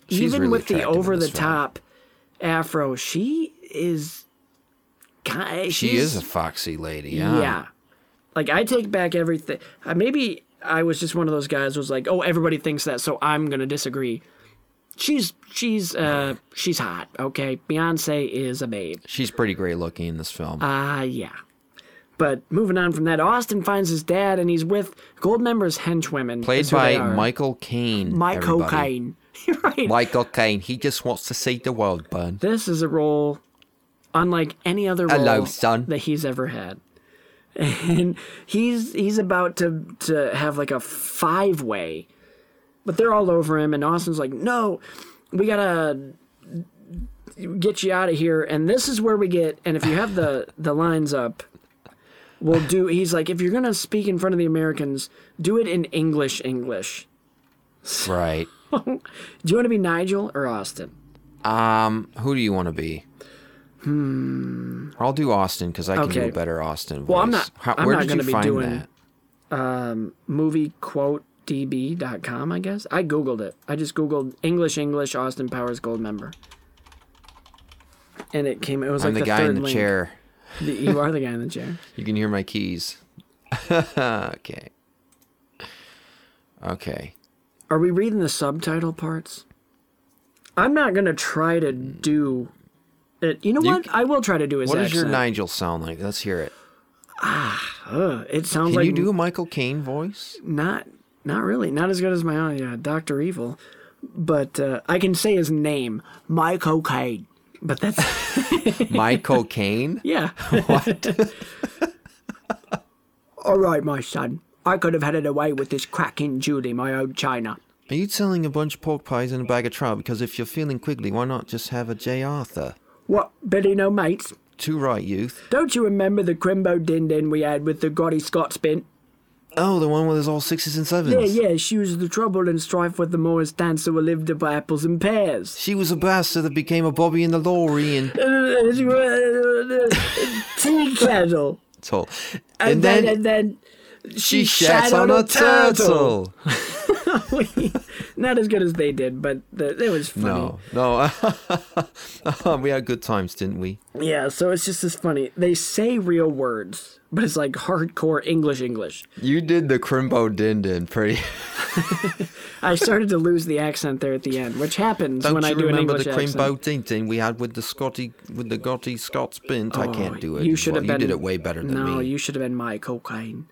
She's
even
really
with the
attractive in
over the
this film.
top afro, she is. ki-
She
she's-
is a foxy lady.
yeah.
Yeah.
Like I take back everything. Uh, maybe I was just one of those guys who was like, "Oh, everybody thinks that, so I'm going to disagree." she's she's uh she's hot. Okay, Beyonce is a babe.
She's pretty great looking in this film.
Ah, yeah. But moving on from that, Austin finds his dad, and he's with Goldmember's henchwomen.
Played
is who they
by
are.
Michael Caine.
Mike
everybody.
Cocaine. right.
Michael Caine. He just wants to see the world, bud.
This is a role unlike any other role
Hello, son.
that he's ever had. And he's he's about to to have like a five way, but they're all over him. And Austin's like, "No, we gotta get you out of here." And this is where we get. And if you have the the lines up, we'll do. He's like, "If you're gonna speak in front of the Americans, do it in English. English.
Right.
Do you want to be Nigel or Austin?"
Um, who do you want to be? Hmm. I'll do Austin because I can do
Okay.
a better Austin.
Well, I'm
voice.
not- I'm
where
not
did
gonna
you
be
find
doing-
that?
movie quote db.com i guess i googled it i just googled english english austin powers gold member and it came it was
I'm
like
the,
the,
guy
third
in the
link.
chair.
The- you are the guy in the chair
You can hear my keys. okay. Okay.
are we reading the subtitle parts i'm not gonna try to do it you know
You
what
c-
i will try to do his
What does your
accent.
Nigel sound like? Let's hear it.
Ugh, it sounds
Can
like
you do a Michael Caine voice?
not not really not as good as my own yeah dr evil but uh, i can say his name my cocaine but that's
Michael Caine?
Yeah. What? All right, my son. I could have had it away with this cracking Julie, my own China.
Are you selling a bunch of pork pies and a bag of trout? Because if you're feeling quiggly, why not just have a J. Arthur?
What, Billy no mates?
Too right, youth.
Don't you remember the crimbo din din we had with the gaudy Scots bin?
Oh, the one where there's all sixes and sevens.
Yeah, yeah, she was the trouble and strife with the Morris dancer who lived by apples and pears.
She was a bastard that became a bobby in the lorry and
Tea kettle.
so.
And,
And
then,
then
and then
she shats on a turtle.
Not as good as they did, but the, it was funny.
No, no. we had good times, didn't we?
Yeah, so it's just this funny. They say real words, but it's like hardcore English English.
You did the crimbo din din pretty.
I started to lose the accent there at the end, which happens
Don't
when
you
I do an
remember
English
the
accent.
crimbo din din we had with the Scotty with the Gotti Scots bint? I can't do it.
Oh, You
as
should
well.
have been.
You did it way better than
no,
me,
you should have been my cocaine.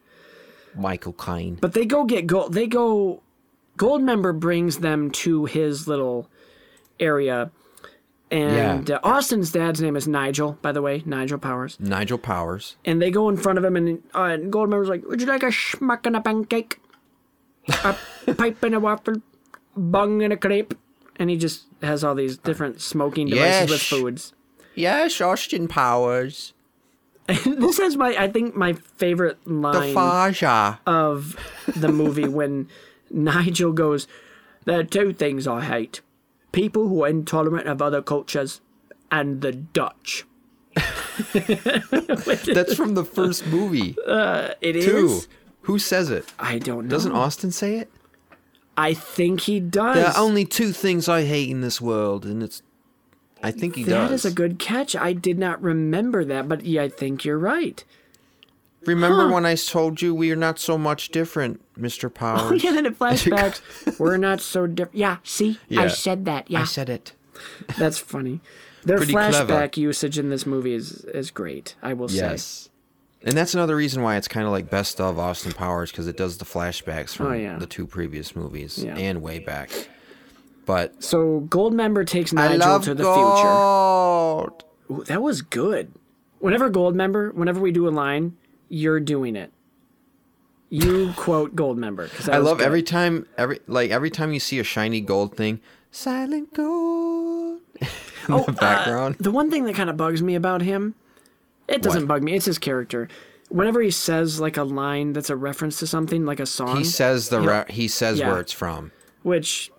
Michael Caine.
But they go get gold. They go. Goldmember brings them to his little area, and
Yeah.
uh, Austin's dad's name is Nigel, by the way, Nigel Powers.
Nigel Powers.
and they go in front of him, and, uh, and Goldmember's like, "Would you like a schmuck and a pancake, a pipe and a waffle, bung and a crepe?" And he just has all these different smoking devices with
Yes.
foods.
Yes, Austin Powers.
this is my, I think, my favorite line
Faja.
of the movie when Nigel goes, "There are two things I hate: people who are intolerant of other cultures, and the Dutch."
That's from the first movie.
Uh, It is.
Two. Who says it?
I don't know.
Doesn't Austin say it?
I think he does.
Oh. There are only two things I hate in this world, and it's. I think he
That
does.
is a good catch. I did not remember that, but yeah, I think you're right.
Remember when I told you we are not so much different, Mr.
Oh
Powers?
yeah, then it flashbacks. We're not so different. Yeah, see,
Yeah.
I said that. Yeah,
I said it.
that's funny. Their
Pretty
flashback
clever.
usage in this movie is is great. I will say.
Yes. And that's another reason why it's kind of like best of Austin Powers because it does the flashbacks from
Oh, yeah.
the two previous movies
Yeah.
and way back. But
So Goldmember takes Nigel to the
gold.
future. Ooh, that was good. Whenever Goldmember, whenever we do a line, you're doing it. You quote Goldmember. 'cause that
I
was
love
good.
every time every like every time you see a shiny gold thing, silent gold in
Oh, uh,
the background.
The one thing that kind of bugs me about him, it doesn't
What?
bug me. It's his character. Whenever he says like a line that's a reference to something, like a song,
he says the ra- he says
Yeah.
where it's from.
which,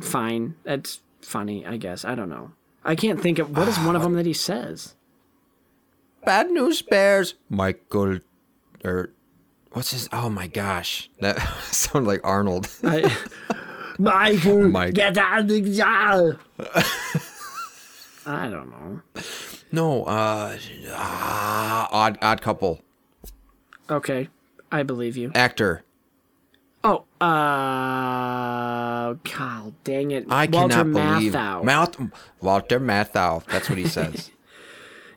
fine, that's funny, I guess. I don't know. I can't think of what is one of
Ah.
them that he says.
Bad news bears. Michael or what's his oh my gosh. That sounded like Arnold.
I, Michael,
Mike.
get out of the jar. I don't know.
no, uh ah, odd odd couple.
Okay, I believe you.
Actor.
Oh, uh, God, dang it!
I
Walter
cannot believe
Matthau.
Mouth, Walter Matthau. That's what he says.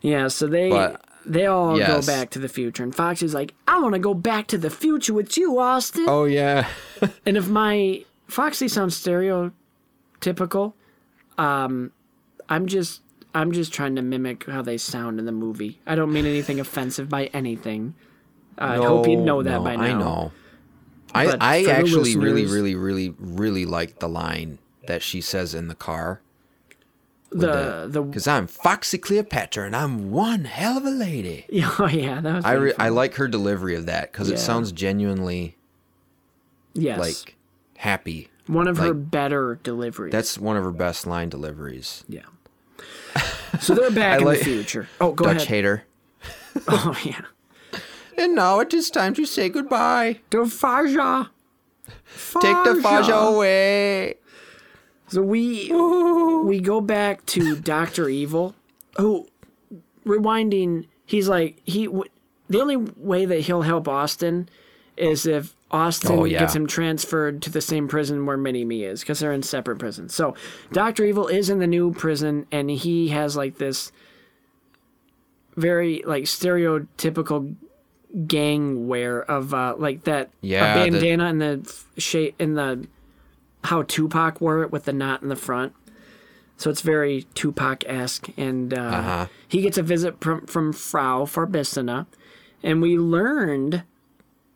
yeah, so they
But-
they all
Yes.
go back to the future, and Fox is like, "I want to go back to the future with you, Austin."
oh yeah,
And if my Foxy sounds stereotypical, um, I'm just I'm just trying to mimic how they sound in the movie. I don't mean anything offensive by anything. I hope you know that
Oh, no,
by now.
I know.
But
I I
for the
actually really
listeners-
really really really like the line that she says in the car
The the
because I'm Foxy Cleopatra and I'm one hell of a lady.
yeah oh, yeah that was
I,
pretty
re-
fun.
I like her delivery of that because
Yeah.
it sounds genuinely
yes
like happy.
one of her
like-
better deliveries.
That's one of her best line deliveries.
yeah. So they're back in
like-
the future. Oh, go
Dutch
ahead.
hater.
Oh yeah.
And now it is time to say goodbye.
The Faja.
Take the Faja away.
So we we go back to Doctor Evil, who rewinding. He's like he. w- The only way that he'll help Austin is if Austin
Oh, yeah.
gets him transferred to the same prison where Mini Me is, because they're in separate prisons. So Doctor Evil is in the new prison, and he has like this very like stereotypical gang wear of uh like that
Yeah,
a
the-
bandana in the f- shape in the how Tupac wore it with the knot in the front. So it's very Tupac esque. And uh,
Uh-huh.
he gets a visit from, from Frau Farbissina. And we learned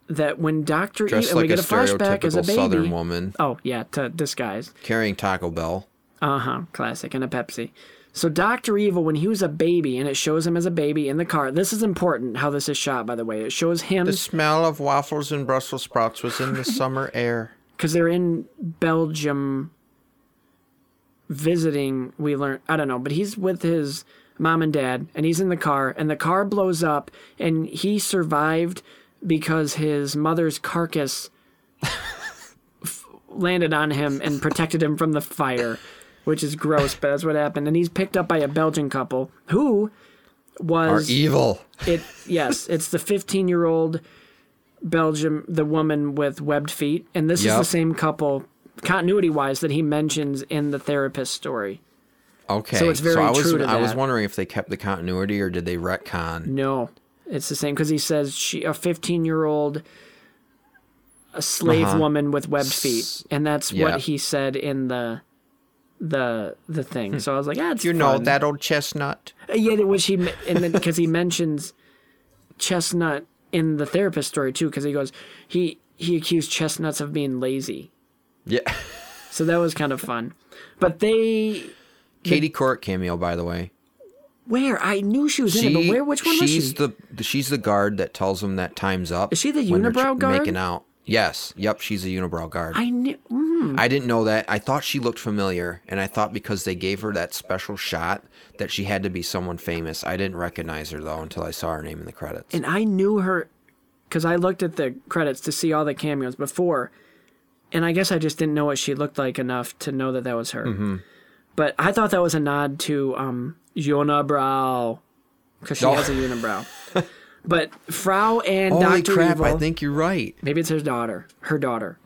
that when Dr.
Dressed
and we
like a
get a flashback as a
stereotypical
baby.
Southern woman
Oh, yeah, to disguise.
carrying Taco Bell.
Uh huh. Classic and a Pepsi. So Doctor Evil, when he was a baby, and it shows him as a baby in the car. This is important how this is shot, by the way. It shows him
The smell of waffles and Brussels sprouts was in the summer air.
because they're in Belgium visiting. We learn I don't know, but he's with his mom and dad, and he's in the car, and the car blows up, and he survived because his mother's carcass f- landed on him and protected him from the fire, which is gross, but that's what happened. And he's picked up by a Belgian couple who
Are
was
evil.
it yes it's the 15 year old belgium the woman with webbed feet and this is the
Yep.
same couple continuity wise that he mentions in the therapist story
Okay.
So it's very
I was
true to
I was
that.
wondering if they kept the continuity or did they retcon?
no it's the same because he says she a 15 year old a slave woman with webbed feet and that's
Uh-huh. yeah.
what he said in the the the thing so i was like ah, it's
Hmm. You know
fun.
that old chestnut.
Uh, Yeah, which he and then because he mentions Chestnut in the therapist story too, because he goes he he accused Chestnuts of being lazy,
Yeah.
so that was kind of fun. But they
Katie Couric cameo, by the way.
where I knew she was in it, but where which one
she's
was she?
the she's the guard that tells them that time's up.
Is she the
when they're tr-
unibrow guard?
Making out. Yes. Yep. She's a unibrow guard. I,
I knew. Mm,
didn't know that. I thought she looked familiar, and I thought because they gave her that special shot that she had to be someone famous. I didn't recognize her though until I saw her name in the credits.
and I knew her because I looked at the credits to see all the cameos before, and I guess I just didn't know what she looked like enough to know that that was her.
Mm-hmm.
But I thought that was a nod to um, Yona Brow because she
Oh.
has a unibrow. but Frau and
Holy
Doctor
crap!
Evil,
I think you're right.
maybe it's her daughter, her daughter.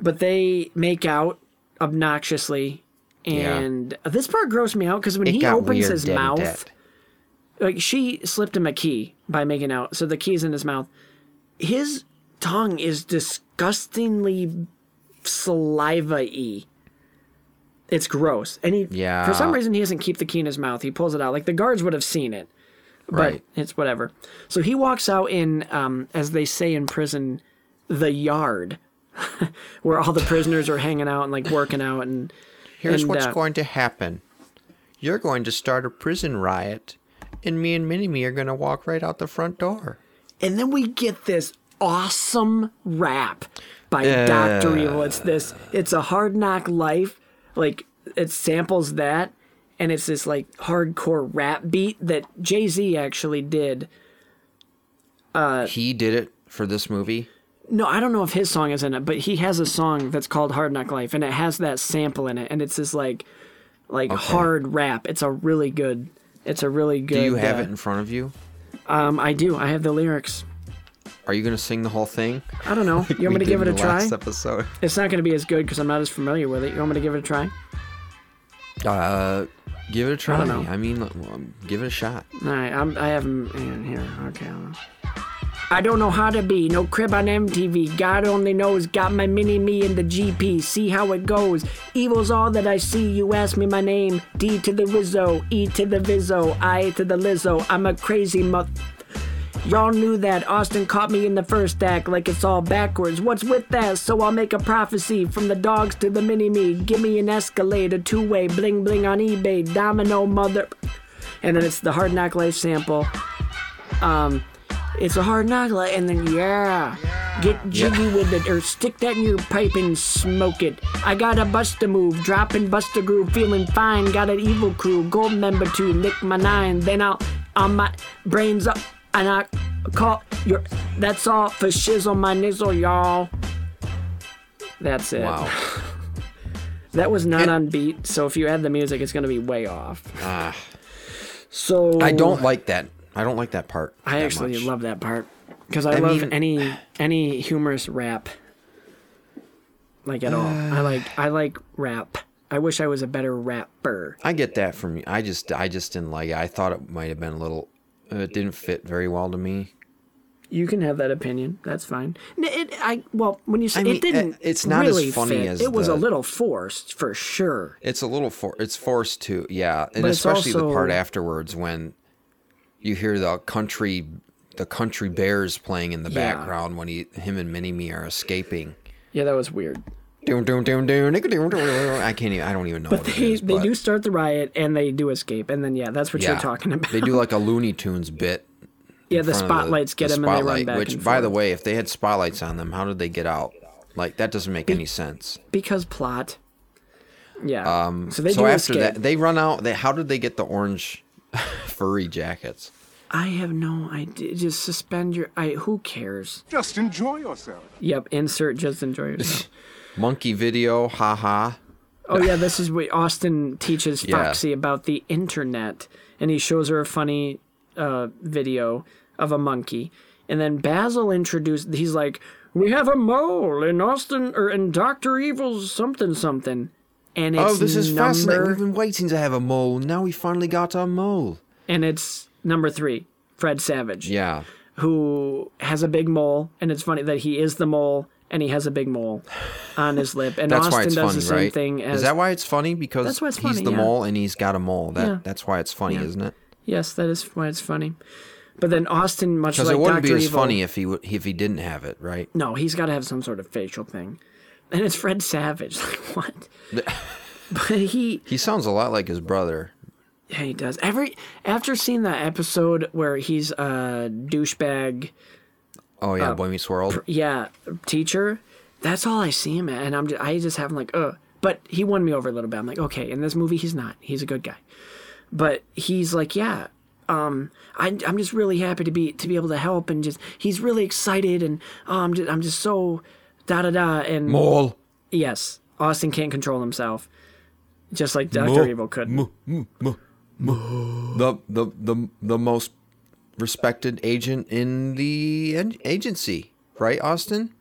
But they make out obnoxiously,
Yeah.
and this part grossed me out because when
It
he
got
opens
weird,
his
Daddy
mouth
Dad.
like she slipped him a key by making out so the key's in his mouth his tongue is disgustingly saliva-y it's gross and he
Yeah.
for some reason he doesn't keep the key in his mouth he pulls it out like the guards would have seen it but
Right.
it's whatever so he walks out in um, as they say in prison the yard where all the prisoners are hanging out and like working out and
Here's
And,
what's
uh,
going to happen. You're going to start a prison riot, and me and Minnie Me are going to walk right out the front door.
And then we get this awesome rap by Dr. Evil. It's this it's a hard knock life. Like it samples that and it's this like hardcore rap beat that Jay-Z actually did. Uh,
he did it for this movie.
No, I don't know if his song is in it, but he has a song that's called Hard Knock Life and it has that sample in it and it's this like like hard rap. It's a really good it's a really good
Do you have
uh,
it in front of you?
Um I do. I have the lyrics.
Are you gonna sing the whole thing?
I don't know. You want me
We
to give it
did
a
in the
try?
Last episode.
It's not going to be as good because I'm not as familiar with it. You want me to give it a try?
Uh, give it a try. I,
don't know.
mean, um, give it a shot.
All right, I'm, I have them in here. Okay. hold on. I don't know how to be, no crib on MTV. God only knows, got my mini me in the GP. See how it goes. Evil's all that I see. You ask me my name. D to the Rizzo, E to the Vizzo, I to the Lizzo. I'm a crazy mutt. Y'all knew that. Austin caught me in the first act like it's all backwards. What's with that? So I'll make a prophecy from the dogs to the mini me. Give me an Escalade, a two way, bling bling on eBay. Domino mother and then it's the hard knock life sample. Um, it's a hard knock life, and then yeah, get jiggy with it, or stick that in your pipe and smoke it. I got a bust a move, drop and bust a groove, feeling fine. Got an evil crew, gold member two, lick my nine. Then I'll on my brains up, and I call your. That's all for shizzle my nizzle, y'all. That's it.
Wow.
That was not
And-
on beat, so if you add the music, it's gonna be way off. so
Ah. I don't like that. I don't like that part.
I
that
actually
much.
love that part because I,
I
love
mean-
any any humorous rap, like at all. I like I like rap. I wish I was a better rapper.
I get that from you. I just, I just didn't like it. I thought it might have been a little. uh, It didn't fit very well to me.
You can have that opinion. That's fine. N- It, I well, when you say
I mean,
it didn't,
uh, it's not as
really
funny
fit.
as
it was a
the-
little forced for sure.
It's a little for. It's forced to. Yeah, and
But it's
especially the part
also-
afterwards when you hear the country, the country bears playing in the
Yeah.
background when he, him and Minnie Me are escaping.
Yeah, that was weird.
Doom, doom, doom, doom, nicka, doom, doom, doom. I can't even. I don't even know.
But
what it
they
is,
they
but-
do start the riot and they do escape and then yeah, that's what you're talking about.
They do like a Looney Tunes bit.
yeah, the
in front of
spotlights get
the
them and they run
spotlight,
back.
Which,
and
by
forth.
the way, if they had spotlights on them, how did they get out? Like that doesn't make any sense.
because plot. Yeah. Um, so they
so
do
after
escape.
that, they run out. They, how did they get the orange furry jackets?
I have no idea. Just suspend your. I who cares?
Just enjoy yourself.
Yep. Insert. Just enjoy yourself.
Monkey video, haha.
oh yeah, this is what Austin teaches
Yeah.
Foxy about the internet, and he shows her a funny uh, video of a monkey, and then Basil introduced. He's like, "We have a mole in Austin or in Doctor Evil's something something." And it's
Oh, this is
number,
fascinating. We've been waiting to have a mole. Now we finally got our mole.
And it's number three, Fred Savage.
Yeah.
who has a big mole, and it's funny that he is the mole and he has a big mole on his lip. And
That's
Austin
why it's
does
funny,
the same
right?
thing as
is that why it's funny? Because
That's why it's
he's
funny,
the
yeah.
mole and he's got a mole. That
Yeah.
that's why it's funny, isn't it?
yes, that is why it's funny. But then Austin, much
Because
like
it wouldn't
Dr.
be as
Evil, Mm.
funny if he w- if he didn't have it, right?
no, he's got to have some sort of facial thing, and it's Fred Savage. Like what? but he
He sounds a lot like his brother.
Yeah, he does. Every after seeing that episode where he's a douchebag,
Oh yeah, Boy Meets World.
yeah, teacher, that's all I see him at, and I'm just, I just have like, uh. But he won me over a little bit. I'm like, okay, in this movie, he's not. He's a good guy, but he's like, yeah, um, I, I'm just really happy to be to be able to help, and just he's really excited, and oh, I'm just I'm just so da da da, and
mole.
yes, Austin can't control himself, just like Doctor
Mo-
Evil could.
Mo- mo- mo- mo- The the the the most respected agent in the en- agency, right, Austin?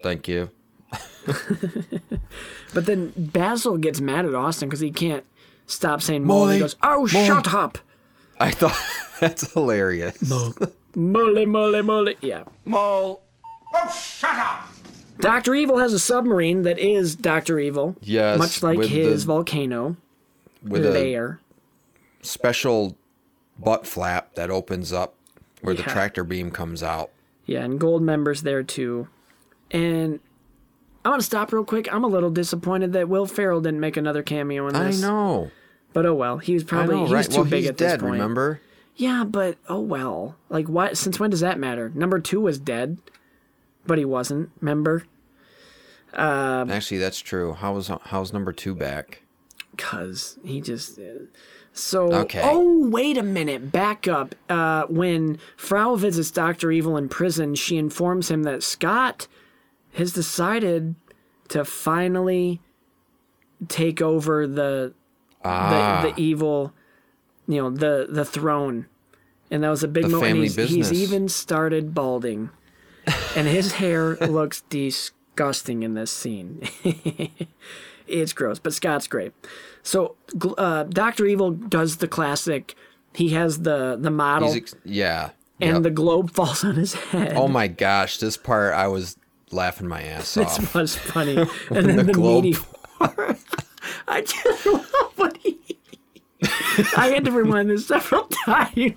Thank you.
But then Basil gets mad at Austin because he can't stop saying mole. and He
Mole.
goes, oh,
Mole.
shut up,
I thought that's hilarious.
mole, mole, mole. Yeah.
Mole. Oh, shut up!
Doctor Evil has a submarine that is Doctor Evil.
Yes,
Much like
with
his
the-
volcano
With a
lair.
special butt flap that opens up where the
Yeah.
tractor beam comes out.
Yeah, and gold members there too. And I'm gonna stop real quick. I'm a little disappointed that Will Ferrell didn't make another cameo in
I
this.
know.
But oh well, he was
I
probably
know,
he's
right?
too
well,
big
he's
at
dead.
this point.
Remember?
Yeah, but oh well. Like what? Since when does that matter? Number two was dead, but he wasn't. Remember? Um,
Actually, that's true. How was how's number two back?
Cause he just. So
Okay.
oh wait a minute, back up. Uh, when Frau visits Doctor Evil in prison, she informs him that Scott has decided to finally take over the
Ah.
the, the evil, you know the the throne, and that was a big
The
moment. and
family
he's, he's
business.
even started balding. and his hair looks disgusting in this scene. it's gross, but Scott's great. So gl- uh, Doctor Evil does the classic. He has the the model,
He's ex- yeah.
Oh. and
Yep.
the globe falls on his head.
oh my gosh, this part I was laughing my ass off.
This was funny. And then the,
the globe-
meteor. I just love what he. I had to rewind this several times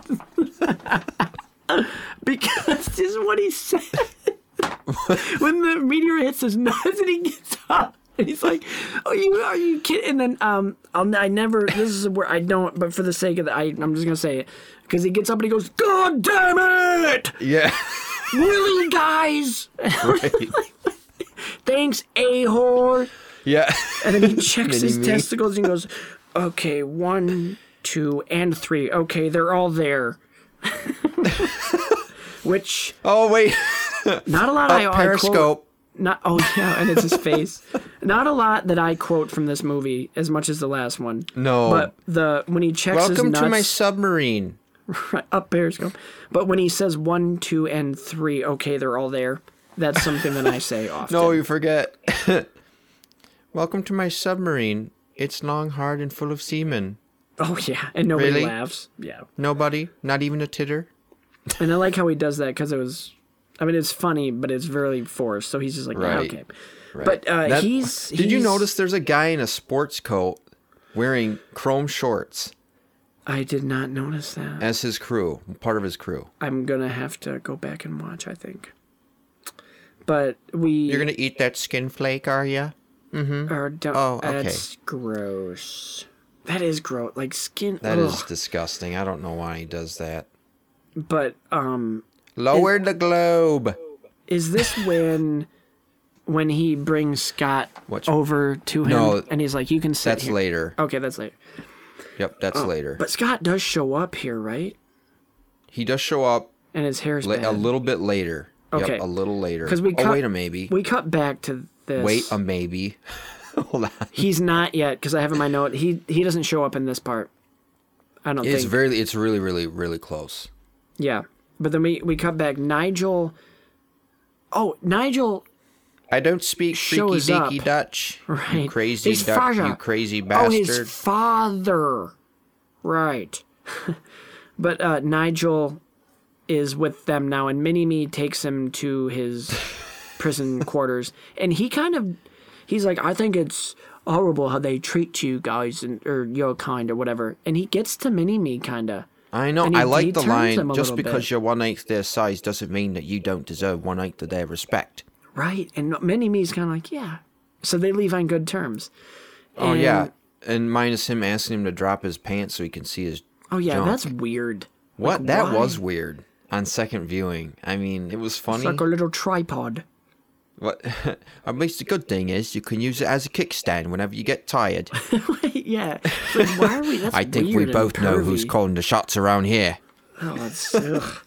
because this is what he said. when the meteor hits his nose and he gets up. And he's like, "Oh, you are you kidding?" And then um, I'll, I never. This is where I don't. But for the sake of the, I, I'm just gonna say it because he gets up and he goes, "God damn it,
Yeah.
really, guys? Thanks, a whore."
Yeah.
And then he checks his
Mini-me.
testicles and goes, okay, one, two, and three. Okay, they're all there. Which
Oh wait.
not a lot I, I quote-
Periscope.
not oh yeah, and it's his face. not a lot that I quote from this movie as much as the last one.
No.
But the when he checks his
Welcome
nuts
to my submarine.
up Periscope, but when he says one, two, and three, okay, they're all there. That's something that I say often.
No, you forget. Welcome to my submarine. It's long, hard, and full of semen.
oh yeah, and nobody
Really?
laughs. Yeah.
Nobody, not even a titter.
And I like how he does that because it was, I mean, it's funny, but it's really forced. So he's just like, "Yeah,
Right.
okay. But uh,
That-
he's.
Did you
he's-
notice there's a guy in a sports coat wearing chrome shorts
I did not notice that.
as his crew, part of his crew?
I'm gonna have to go back and watch. I think. But we
You're gonna eat that skin flake, are ya?
are. Don't,
Oh, okay.
That's gross. That is gross. Like skin.
That is
ugh.
disgusting. I don't know why he does that.
But um,
Lower the globe.
is this when? When he brings Scott
What's-
over to him,
No,
and he's like, "You can sit
That's
here."
later.
Okay, that's later.
Yep, that's later.
But Scott does show up here, right?
He does show up
And his hair's
la-
bad.
a little bit later.
Okay.
Yep, a little later.
'Cause we
oh,
cut-
wait a maybe.
We cut back to this.
Wait a maybe. Hold on.
he's not yet because I have in my note he he doesn't show up in this part. I don't
It's
think.
very, it's really, really, really close.
yeah, but then we we cut back. Nigel. Oh, Nigel.
I don't speak freaky
Shows up.
deaky Dutch. you
Right.
crazy
His
Dutch,
father.
you crazy
Oh,
bastard.
his father. Right. but uh, Nigel is with them now, and Mini Me takes him to his prison quarters, and he kind of he's like, I think it's horrible how they treat you guys and or your kind or whatever, and he gets to Mini Me kind of.
I know.
And he-
I
he
like the
turns them a
line.
little
Just because
bit."
you're one eighth their size doesn't mean that you don't deserve one eighth of their respect.
Right. And Mini Me's kind of like, yeah. So they leave on good terms.
Oh
And-
yeah, and minus him asking him to drop his pants so he can see his.
Oh, yeah.
junk.
That's weird.
what
like,
that
why?
was weird on second viewing. I mean, it was funny.
It's like a little tripod.
What? At least the good thing is you can use it as a kickstand whenever you get tired.
yeah. It's Like, why are we? That's
I think we
weird and
both know who's
pervy.
calling the shots around here.
Oh, it's, ugh.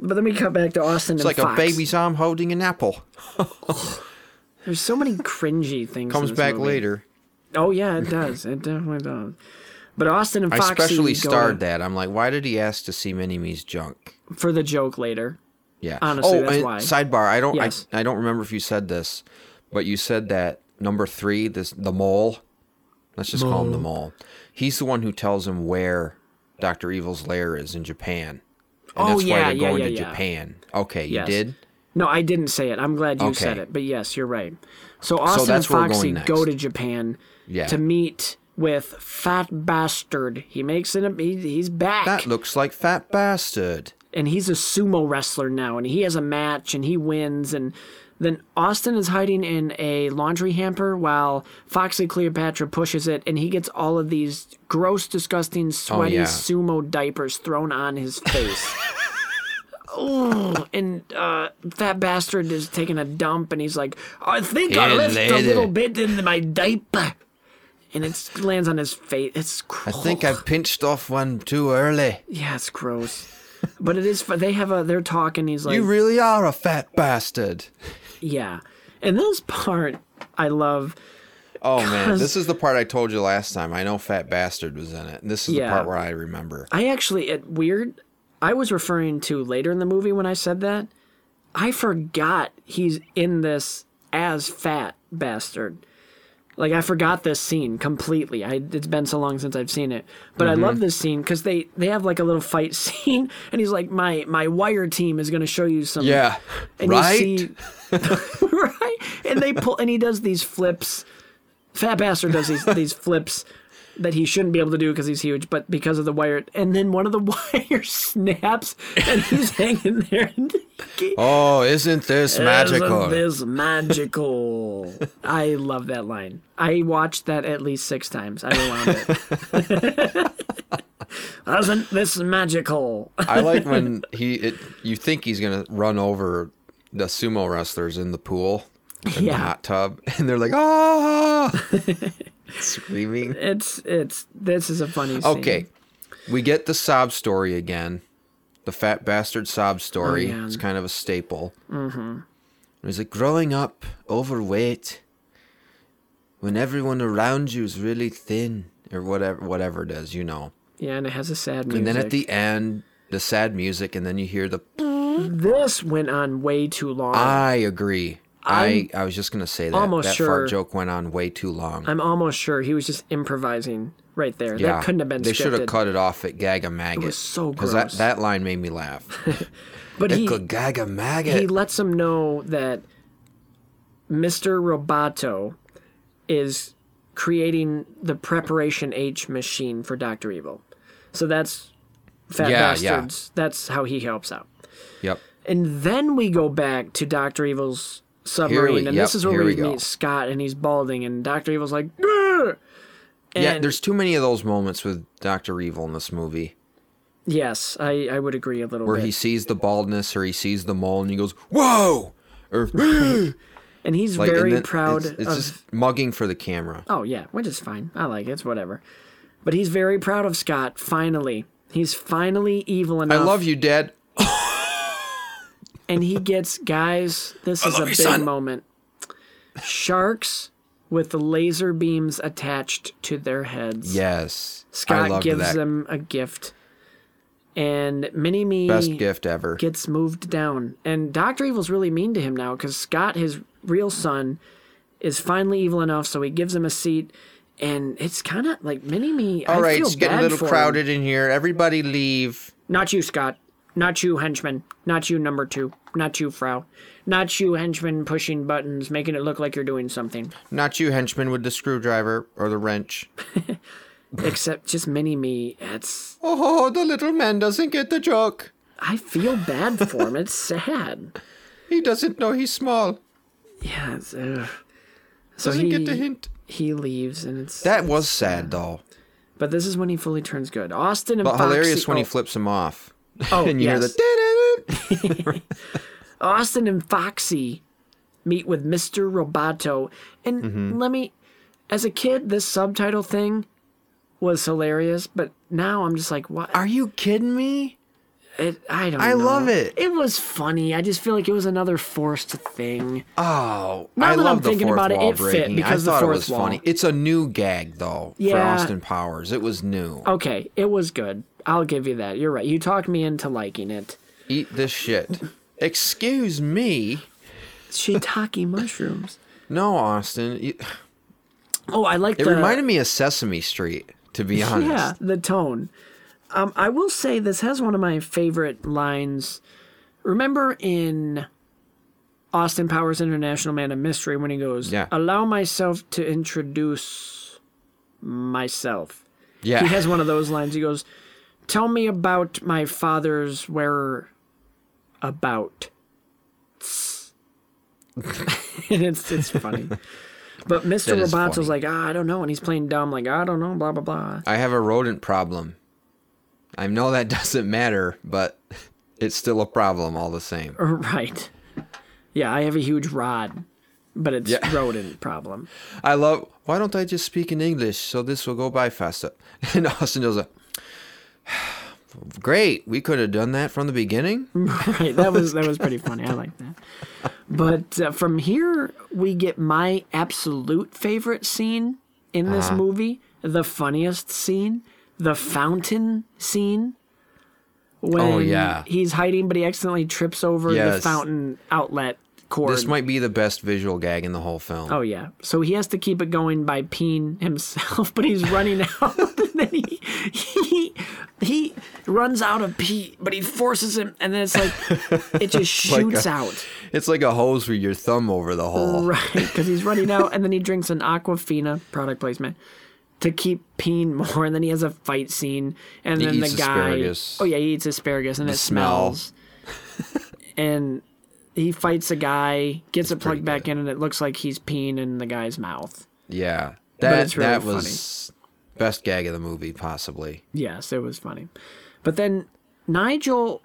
but then we cut back to Austin
It's
and
like
Fox.
a baby's arm holding an apple.
There's so many cringy things. in
Comes
this
back
movie.
later.
Oh yeah, it does. It definitely does. But Austin and Foxy
I especially
go
starred that. I'm like, why did he ask to see Minnie Me's junk?
for the joke later.
Yeah.
Honestly,
oh,
that's
and
why.
sidebar. I don't.
Yes.
I, I don't remember if you said this, but you said that number three, this the mole. Let's just call him the mole. He's the one who tells him where Doctor Evil's lair is in Japan, and
Oh,
that's
yeah,
why they're
yeah,
going
yeah,
to
yeah.
Japan. Okay, you
Yes.
did.
No, I didn't say it. I'm glad you
Okay.
said it. But yes, you're right. So Austin and
that's where we're
Foxy
going
go
next.
to Japan
Yeah.
to meet with Fat Bastard. He makes it. He, he's back,
That looks like fat bastard.
and he's a sumo wrestler now, and he has a match, and he wins, and. Then Austin is hiding in a laundry hamper while Foxy Cleopatra pushes it, and he gets all of these gross, disgusting, sweaty
Oh, yeah.
sumo diapers thrown on his face. Ooh, and uh, that bastard is taking a dump, and he's like, "I think I
Here,
left a
lady."
little bit in my diaper," and it lands on his face. It's
I
gross.
think I pinched off one too early.
yeah, it's gross. But it is. fu- They have a. They're talking. He's like,
You really are a fat bastard.
"Yeah," and this part I love.
Oh man, this is the part I told you last time. I know fat bastard was in it. and This is
Yeah.
the part where I remember.
I actually, it weird. I was referring to later in the movie when I said that. I forgot he's in this as fat bastard. Like I forgot this scene completely. I it's been so long since I've seen it, but I love this scene because they they have like a little fight scene, and he's like, "My my wire team is gonna show you some."
Yeah.
and
right?
You see, right, and they pull, and he does these flips. Fat bastard does these these flips that he shouldn't be able to do because he's huge, but because of the wire, and then one of the wires snaps, and he's hanging there. And he-
oh, isn't this magical?
isn't this magical? I love that line. I watched that at least six times. I rewound it. Isn't this magical?
I like when he it, you think he's gonna run over the sumo wrestlers in the pool, in the
Yeah.
hot tub, and they're like, ah, screaming.
It's it's this is a funny. Scene.
Okay, we get the sob story again, the fat bastard sob story.
Oh, yeah.
It's kind of a staple. Mm-hmm. He's like growing up overweight, when everyone around you is really thin or whatever, whatever it is, you know.
Yeah, and it has a sad music. Mm.
And then at the end, the sad music, and then you hear the
this went on way too long.
I agree. I, I was just gonna say that
almost
that
sure-
fart joke went on way too long.
I'm almost sure he was just improvising right there.
yeah,
That couldn't have been.
They should have
scripted.
cut it off at Gaga Maggot.
was so
that
gross.
that line made me laugh.
But he
Nickel Gaga Maggot.
he lets him know that Mr. Roboto is creating the Preparation H machine for Doctor Evil. So that's Fat
Yeah, yeah.
Bastards. That's how he helps out.
yep.
And then we go back to Doctor Evil's submarine, and
yep,
this is where
here
we,
we go.
meet Scott, and he's balding, and Doctor Evil's like, "Grr!"
yeah,
And-
there's too many of those moments with Doctor Evil in this movie
yes, I, I would agree a little
where
bit.
he sees the baldness or he sees the mole and he goes, "Whoa!" Or like,
and he's
and
very
then
proud
It's, it's
of
just mugging for the camera.
Oh yeah, which is fine. I like it. It's whatever. But he's very proud of Scott. Finally, he's finally evil
I
enough.
love you, Dad.
And he gets guys. This is a
love you,
big
son.
moment. Sharks with the laser beams attached to their heads.
Yes, I
Scott
loved
gives
that.
them a gift, and Mini Me
best gift ever.
gets moved down. And Doctor Evil's really mean to him now because Scott, his real son, is finally evil enough, so he gives him a seat. And it's kind of like Mini Me.
All
I
right,
feel
it's getting a
bad
little
for him.
crowded in here. Everybody leave.
Not you, Scott. Not you, henchman. Not you, number two. Not you, Frau. Not you, henchman, pushing buttons, making it look like you're doing something.
Not you, henchman with the screwdriver or the wrench.
Except just Mini Me. It's.
Oh, the little man doesn't get the joke.
I feel bad for him. It's sad.
He doesn't know he's small.
Yeah. It's, ugh. So he, he leaves, and it's.
That was sad though,
But this is when he fully turns good. Austin and
but
Foxy.
hilarious when he
oh.
flips him off.
Oh,
and you hear
yes.
the
Austin and Foxy meet with Mr. Roboto. And
Mm-hmm.
let me, as a kid, this subtitle thing was hilarious, but now I'm just like, what?
Are you kidding me?
It, I don't
I
know.
love it.
It was funny. I just feel like it was another forced thing.
Oh,
Now
I
that I'm
love the
thinking
fourth
about it,
wall
it fit
breaking. I
because the
thought it
fourth
was
wall.
funny. It's a new gag though for
Yeah. Oh.
Austin Powers. It was new.
Okay, it was good. I'll give you that. You're right. You talked me into liking it.
Eat this shit. Excuse me.
Shiitake mushrooms.
No, Austin. you-
Oh, I like
It
the.
reminded me of Sesame Street, to be honest.
Yeah, the tone. Um, I will say this has one of my favorite lines. Remember in Austin Powers International Man of Mystery when he goes,
Yeah.
Allow myself to introduce myself.
Yeah.
He has one of those lines. He goes, Tell me about my father's where about. and it's it's funny. But Mr.
That is
Roboto's
funny.
like, ah, I don't know. And he's playing dumb, like, I don't know, blah, blah, blah.
I have a rodent problem. I know that doesn't matter, but it's still a problem all the same.
Right. Yeah, I have a huge rod, but it's
Yeah.
rodent problem.
I love. Why don't I just speak in English so this will go by faster? And Austin goes, like, "Great, we could have done that from the beginning."
Right. That was that was pretty funny. I like that. But uh, from here we get my absolute favorite scene in this
Uh-huh.
movie, the funniest scene, the fountain scene when
Oh, yeah.
he's hiding, but he accidentally trips over the
Yes.
fountain outlet cord.
This might be the best visual gag in the whole film.
Oh yeah. So he has to keep it going by peeing himself, but he's running out. and then he, he he runs out of pee, but he forces him, and then it's like it just shoots
a-
out.
It's like a hose with your thumb over the hole.
Right, because he's running out, and then he drinks an Aquafina product placement to keep peeing more, and then he has a fight scene, and
He
then
eats
the guy,
asparagus.
oh yeah, he eats asparagus, and it
smell.
smells, and he fights a guy, gets it plugged
pretty
back in, and it looks like he's peeing in the guy's mouth.
Yeah.
it's
That
really
that was best gag of the movie possibly.
Yes, it was funny, but then Nigel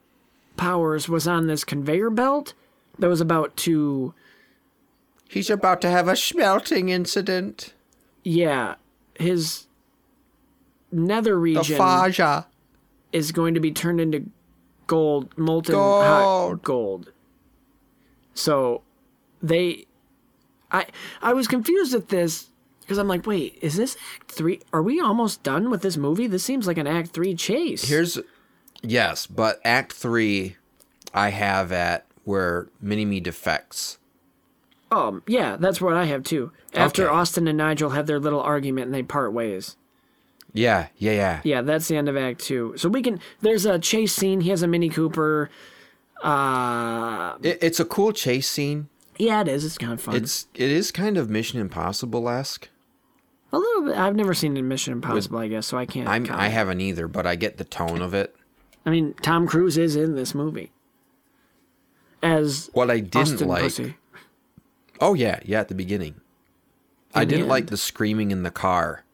Powers was on this conveyor belt that was about to
He's about to have a smelting incident.
yeah his nether
The
region.
Faja.
is going to be turned into gold, molten hot
Gold.
gold. So they I I was confused at this because I'm like, wait, is this act 3? Are we almost done with this movie? This seems like an act 3 chase.
Here's yes, but Act Three, I have at where Mini Me defects.
um, yeah, that's what I have too. After
Okay.
Austin and Nigel have their little argument and they part ways.
Yeah, yeah, yeah.
Yeah, that's the end of act 2. So we can there's a chase scene, he has a Mini Cooper. Uh,
It, it's a cool chase scene.
yeah, it is. It's kind of fun.
It's it is kind of Mission Impossible esque.
A little bit. I've never seen Mission Impossible, I guess, so I can't.
I'm
comment.
I haven't either, but I get the tone of it.
I mean, Tom Cruise is in this movie as
What I didn't
Austin
like.
Pussy.
Oh yeah, yeah. At the beginning, I
the
didn't like
end.
the screaming in the car.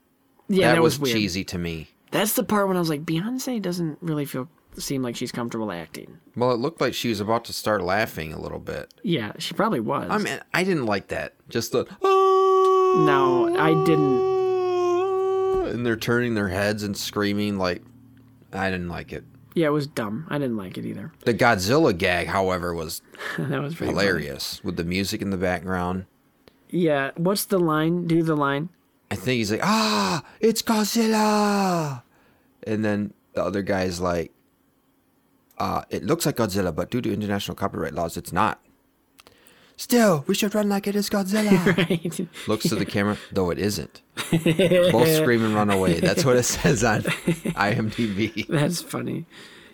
Yeah, that,
that
was,
was,
weird.
cheesy to me.
That's the part when I was like, Beyonce doesn't really feel seem like she's comfortable acting.
Well, it looked like she was about to start laughing a little bit.
Yeah, she probably was.
I mean, I didn't like that. Just the oh,
no, I didn't.
and they're turning their heads and screaming like I didn't like it.
Yeah, it was dumb. I didn't like it either.
The Godzilla gag, however, was
that was pretty
hilarious with the music in the background.
funny. Yeah, what's the line? Do the line?
I think he's like, "Ah, it's Godzilla," and then the other guy's like, "Uh, it looks like Godzilla, but due to international copyright laws, it's not." Still, we should run like it is Godzilla.
Right.
Looks to the camera, though it isn't. Both scream and run away. That's what it says on IMDb.
That's funny.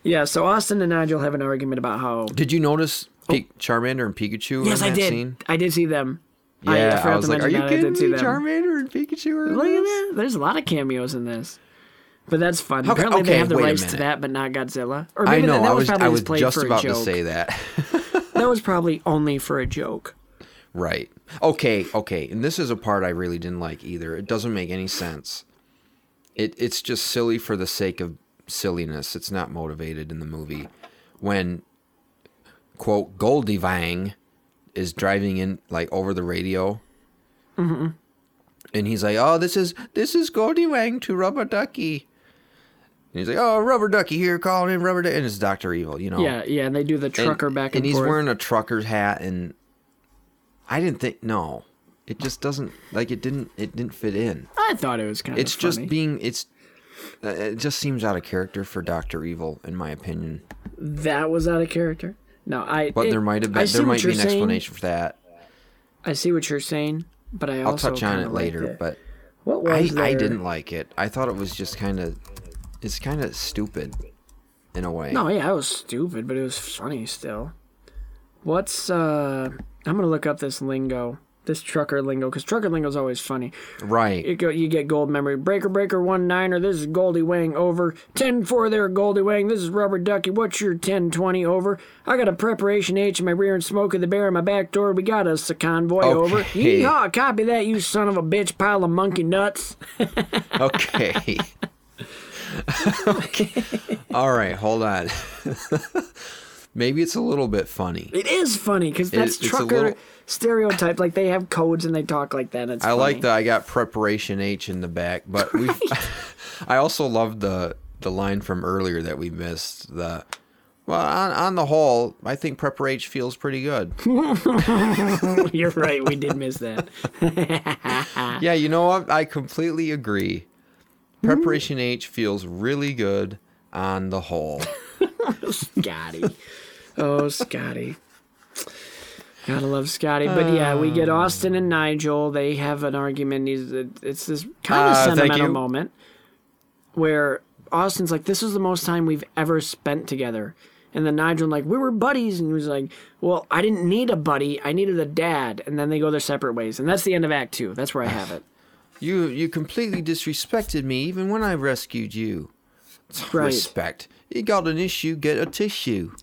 Yeah, so Austin and Nigel have an argument about how.
Did you notice Pi- Charmander and Pikachu?
Oh. Yes,
in
I
that
did.
Scene?
I did see them. I- I,
Yeah, I,
forgot
was
to
like, "Are
mention
you
that. I
kidding
did see
me?
them.
Charmander and Pikachu are in
Look at
this?"
that. There's a lot of cameos in this. But that's fun.
How-
Apparently they
okay,
have the
wait a
rights to
minute.
that, but not Godzilla. Or
I
maybe
know.
That, that
I
was,
was.
probably
I was
played
just
for a
about to
joke.
say that.
That was probably only for a joke.
Right. Okay, okay. And this is a part I really didn't like either. It doesn't make any sense. It it's just silly for the sake of silliness. It's not motivated in the movie. When quote Goldivang is driving in like over the radio.
Mm-hmm.
And he's like, "Oh, this is this is Goldywang to Rubber Ducky." And he's like, "Oh, Rubber Ducky here, calling in Rubber Ducky," and it's Doctor Evil, you know.
Yeah, yeah, and they do the trucker back and,
Oh. he's
forth.
wearing a trucker's hat and i didn't think no it just doesn't like it didn't it didn't fit in
I thought it was kind
it's
of
just
funny.
being it's uh, it just seems out of character for dr evil in my opinion
that was out of character. No, I.
but
it-
there might have
I
been
see
there
what
might be
you're
an
saying.
explanation for that
I see what you're saying, but I
i'll
also
touch on
kinda
it
liked
later but
what
I,
was
I
there?
didn't like it i thought it was just kind of it's kind of stupid in a way
No, yeah, I was stupid, but it was funny still. What's uh? I'm gonna look up this lingo, this trucker lingo, because trucker lingo's always funny.
right
you, go, you get gold memory. Breaker Breaker one niner. This is Goldie Wang over. 10 4 there, Goldie Wang. This is Rubber Ducky. What's your 10 20 over? I got a preparation H in my rear and smoke of the bear in my back door. We got us a convoy over.
Okay.
Yeehaw, copy that, you son of a bitch, pile of monkey nuts.
Okay. okay. All right, hold on. Maybe it's a little bit funny.
It is funny because that's
it's a
trucker
little-
stereotype. Like they have codes and they talk like that. It's
I like
funny.
that I got preparation H in the back, but we I also loved the the line from earlier that we missed. The well, on, on the whole, I think prepper H feels pretty good.
You're right. We did miss that.
yeah, you know what? I completely agree. Preparation H feels really good on the whole.
Scotty. Oh, Scotty. Gotta love Scotty. But yeah, we
Um.
get Austin and Nigel. They have an argument. He's, it- it's this kind
Uh,
of
thank
sentimental
you.
moment where Austin's like, This is the most time we've ever spent together. And then Nigel, like, we were buddies. And he was like, Well, I didn't need a buddy. I needed a dad. And then they go their separate ways. And that's the end of Act Two. That's where I have it.
You you completely disrespected me even when I rescued you.
Right.
Respect. You got an issue, get a tissue.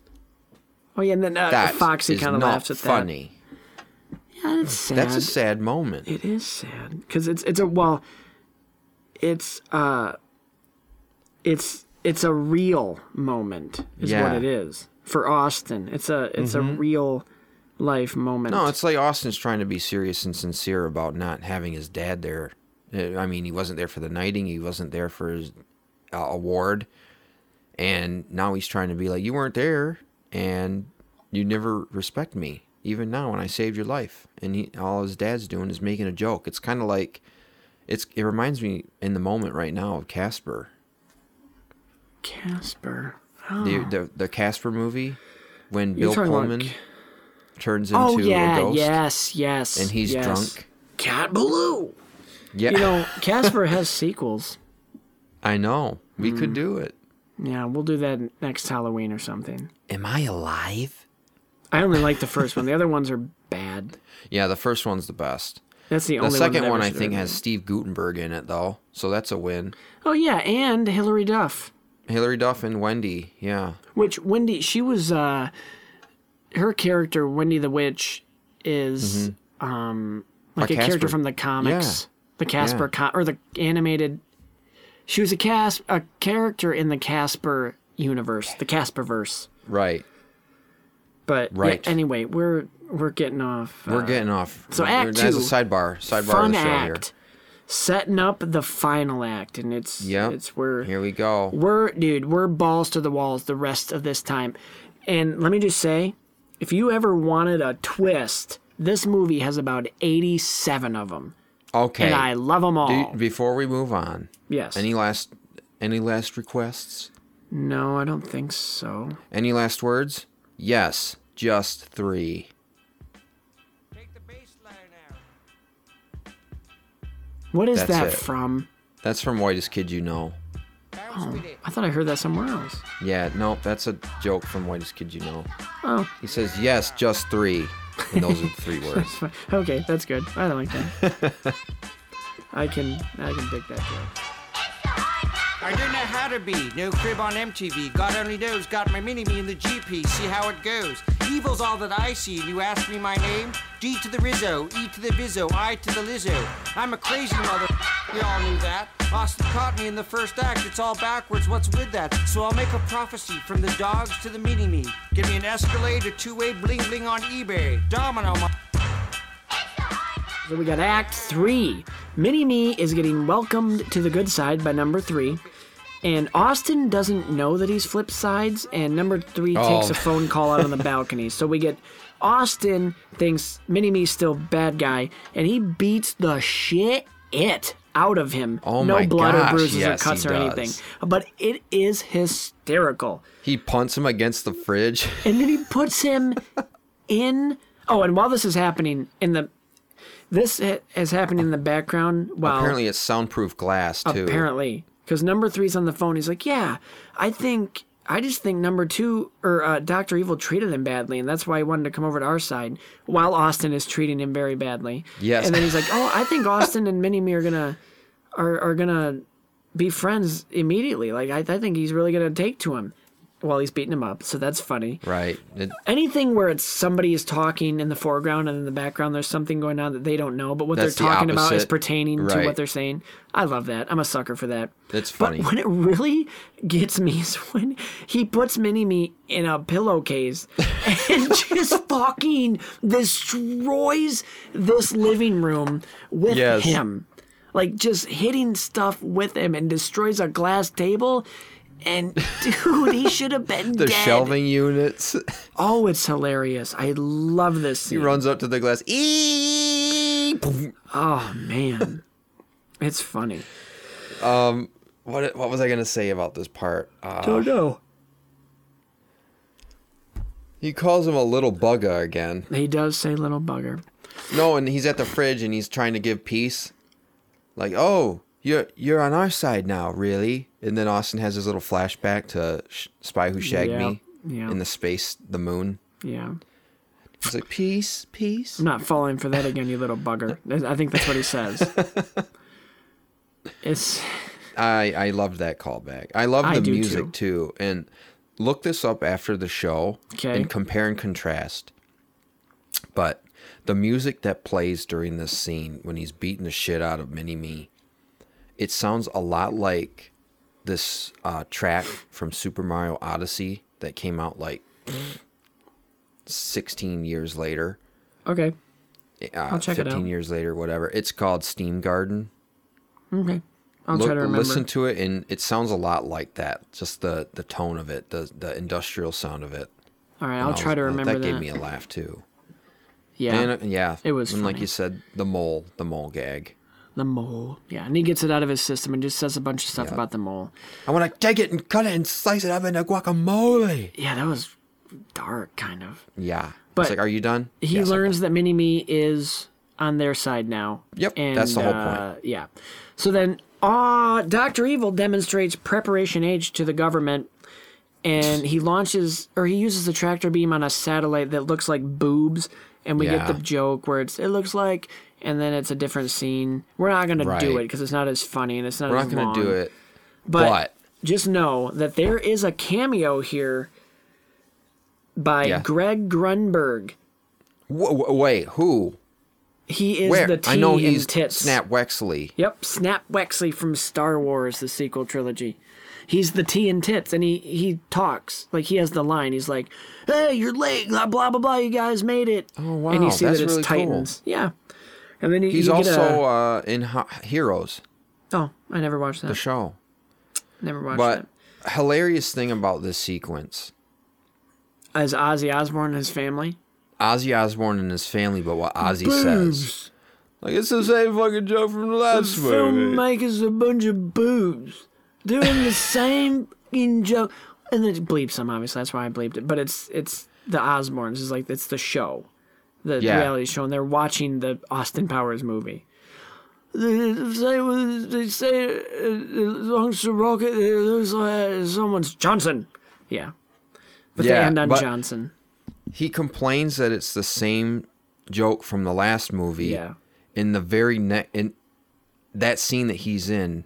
Oh, yeah. And then uh,
That
Foxy
is
kind of
not
laughs at that.
funny.
Yeah, it's sad.
That's a sad moment.
It is sad because it's it's a well, it's uh, it's it's a real moment is
Yeah. Mm-hmm.
what it is for Austin. It's a it's a real life moment.
No, it's like Austin's trying to be serious and sincere about not having his dad there. Uh, I mean, he wasn't there for the knighting, he wasn't there for his uh, award, and now he's trying to be like, "You weren't there, and you never respect me, even now when I saved your life." And he, all his dad's doing is making a joke. It's kind of like, it's it reminds me in the moment right now of Casper,
Casper.
the, the the Casper movie, when
Oh. You're
Bill
talking about
Pullman
Ca-
turns into
Oh
a
yeah,
ghost
yes, yes.
and he's
yes.
drunk.
Cat Baloo.
Yeah,
You know, Casper has sequels.
I know. We
Mm.
could do it.
Yeah, we'll do that next Halloween or something.
Am I alive?
I only like the first one. The other ones are bad.
Yeah, the first one's the best.
That's the,
The
only
second
one,
one,
that
I
ever-
think, has Steve Gutenberg in it, though. So that's a win.
Oh yeah, and Hilary Duff.
Hilary Duff and Wendy. Yeah.
Which Wendy, she was uh her character Wendy the Witch is um like
A
a, character
Mm-hmm. Casper.
from the comics, the Casper co- or the animated. She was a cas a character in the Casper universe, the Casper verse.
Right.
But yeah,
Right.
anyway, we're we're getting off.
We're
uh,
getting off.
so
We're-
Act
That's
Two,
a sidebar. Sidebar of
fun
the show
act, setting up the final act, and it's
here. Yep.
it's where
Here we go.
we're dude, we're balls to the walls the rest of this time. And let me just say, if you ever wanted a twist, this movie has about 87 of them,
Okay.
and I love them
Do-
all.
before we move on,
yes.
any last any last requests?
no, I don't think so.
Any last words? Yes. Just three.
Take the baseline out.
What is
That's
that
it.
from?
That's from Whitest Kid You Know.
Bounce with it.
I thought I heard that somewhere else.
Yeah, no, that's a joke from Whitest Kid You Know.
Oh,
He says, yes, just three. And those are the three words.
fu- okay, that's good. I like that. I can I can dig that joke.
I don't know how to be. No crib on MTV. God only knows. Got my mini me in the GP. See how it goes. Evil's all that I see. You ask me my name? D to the Rizzo, E to the Bizzo, I to the Lizzo. I'm a crazy mother. We all knew that. Austin caught me in the first act. It's all backwards. What's with that? So I'll make a prophecy from the dogs to the mini me. Give me an Escalade, a two-way bling bling on eBay. Domino. My-
So we got Act Three. Mini Me is getting welcomed to the good side by number three. And Austin doesn't know that he's flipped sides, and number three takes
Oh.
a phone call out on the balcony. So we get Austin thinks Mini Me's still bad guy, and he beats the shit it out of him.
Oh
no
my
blood
gosh,
or bruises
yes,
or cuts
he
or
does.
anything. But it is hysterical.
He punts him against the fridge.
And then he puts him in. Oh, and while this is happening in the, this ha- is happening in the background. While
Apparently, it's soundproof glass, too.
apparently because number three's on the phone he's like yeah i think i just think number two or uh, dr evil treated him badly and that's why he wanted to come over to our side while austin is treating him very badly
Yes.
and then he's like oh i think austin and minnie me are gonna are, are gonna be friends immediately like I, I think he's really gonna take to him while he's beating him up so that's funny
Right. It-
anything where it's somebody is talking in the foreground and in the background there's something going on that they don't know but what
That's the
they're talking about is
opposite.
pertaining to
Right.
what they're saying i love that i'm a sucker for that
It's funny.
but when it really gets me is when he puts mini me in a pillowcase and just fucking destroys this living room with
Yes.
him like just hitting stuff with him and destroys a glass table and dude he should have been
the
dead.
shelving units.
Oh, it's hilarious. I love this
he
scene.
runs up to the glass. Eee! Poof.
Oh, man. it's funny.
What, what was I going to say about this part? Uh,
oh, no.
He calls him a little bugger again.
He does say little bugger.
No, and he's at the fridge and he's trying to give peace. Like, oh, you're you're on our side now, really? And then Austin has his little flashback to Sh- Spy Who Shagged
Yeah,
Me
yeah.
in the space, the moon.
Yeah.
He's like, peace, peace.
I'm not falling for that again, you little bugger. I think that's what he says. It's
I I loved that callback. I love
I
the
do
music
too.
too. And look this up after the show
Okay.
and compare and contrast. But the music that plays during this scene when he's beating the shit out of Mini Me, it sounds a lot like this uh, track from Super Mario Odyssey that came out like 16 years later,
okay.
uh,
I'll check it
15
out.
years later, whatever. It's called Steam Garden.
Okay. I'll
Look-
try to remember.
listen to it and it sounds a lot like that just the the tone of it the the industrial sound of it
All right,
And
I'll
I
try
was- uh,
to remember that.
that gave me a laugh too
yeah.
and uh, yeah
It was
and like
funny.
you said the mole the mole gag
the mole. Yeah, and he gets it out of his system and just says a bunch of stuff about the mole.
i want to take it and cut it and slice it up into guacamole
Yeah, that was dark, kind of.
yeah
But
it's like are you done
He
Yes, I'm
learns that Mini Me is on their side now.
Yep,
and,
that's the whole
uh, Yeah. So then, ah, Doctor Evil demonstrates preparation H to the government, and he launches or he uses the tractor beam on a satellite that looks like boobs, and we get
Yeah.
the joke where it's it looks like, and then it's a different scene. We're not gonna do
Right.
it because it's not as funny and it's not
we're
as
not gonna do
long.
it
But,
But-
just know that there is a cameo here by
Yeah.
Greg Grunberg.
Wha- wha- wait who
He is
where
the T
i know
in
he's
tits.
snap wexley
Yep, Snap Wexley from Star Wars, the sequel trilogy. He's the T in tits, and he he talks like he has the line. He's like, "Hey, you're late. Blah blah blah. blah you guys made it."
Oh, wow,
And you see
that's
that it's
really cool.
Titans. Yeah. And then you,
he's
you
also
Get
uh, in Ho- heroes
a, oh, I never watched that.
the show
never watched
but hilarious thing about this sequence
that. As Ozzy Osbourne and his family.
Ozzy Osbourne and his family, but what Ozzy says. Like it's the same fucking joke from the last movie.
filmmakers a bunch of boobs doing the same fucking joke, and then it bleeps them. Obviously, that's why I bleeped it. But it's it's the Osbournes is like it's the show, the
Yeah.
reality show, and they're watching the Austin Powers movie. They say they say uh, belongs to Rocket. It looks like someone's Johnson. Yeah, but they
Yeah,
end on
but-
Johnson.
He complains that it's the same joke from the last movie.
Yeah.
In the very next, in that scene that he's in,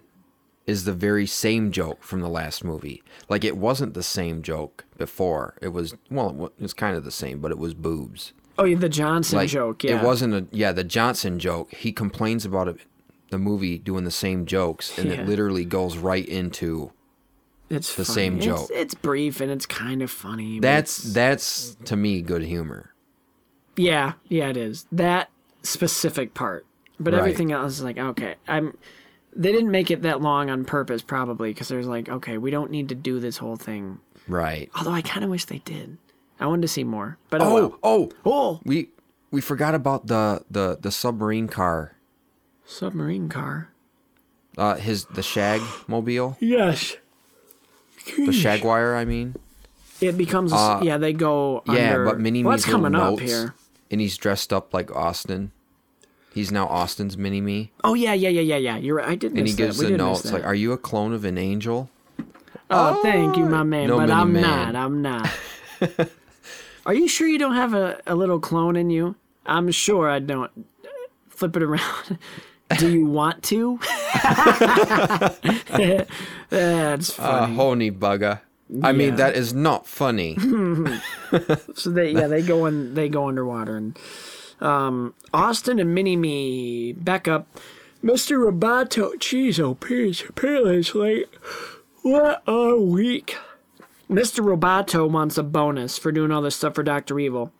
is the very same joke from the last movie. Like it wasn't the same joke before. It was well, it wa- it was kind of the same, but it was boobs.
Oh, yeah, the Johnson
like
joke. Yeah,
it wasn't a yeah the Johnson joke. He complains about it, the movie doing the same jokes, and
Yeah.
it literally goes right into
It's
the
funny.
same
It's-
joke.
It's, brief and it's kind of funny. but
That's
it's- Mm-hmm.
that's to me good humor.
Yeah, yeah, it is. That specific part. But
Right.
everything else is like, okay, I'm they didn't make it that long on purpose probably because there's like, okay, we don't need to do this whole thing.
Right.
Although I kind of wish they did. I wanted to see more. But oh,
Oh,
well.
oh,
oh,
we we forgot about the the the submarine car.
submarine car.
Uh his the shag mobile,
Yes.
the shagwire I mean.
It becomes a s yeah, they go
Uh, Yeah,
under-
but Mini Me's
well, that's
little
coming up
notes,
here.
and he's dressed up like Austin. He's now Austin's mini me,
Oh yeah, yeah, yeah, yeah, yeah. You're right. I did miss
and he gives
that. We
the
did miss
notes
that.
like, "Are you a clone of an angel?"
Oh, thank you, my man.
No
but
mini
I'm
man.
not. I'm not. Are you sure you don't have a, a little clone in you? I'm sure I don't. Flip it around. Do you want to? That's
A
funny.
Uh, honey bugger. I mean,
Yeah.
that is not funny.
So they yeah they go in they go underwater and um, Austin and Mini Me back up. Mr. Roboto, jeez, oh, please, please, like, what a week. Mr. Roboto wants a bonus for doing all this stuff for Doctor Evil,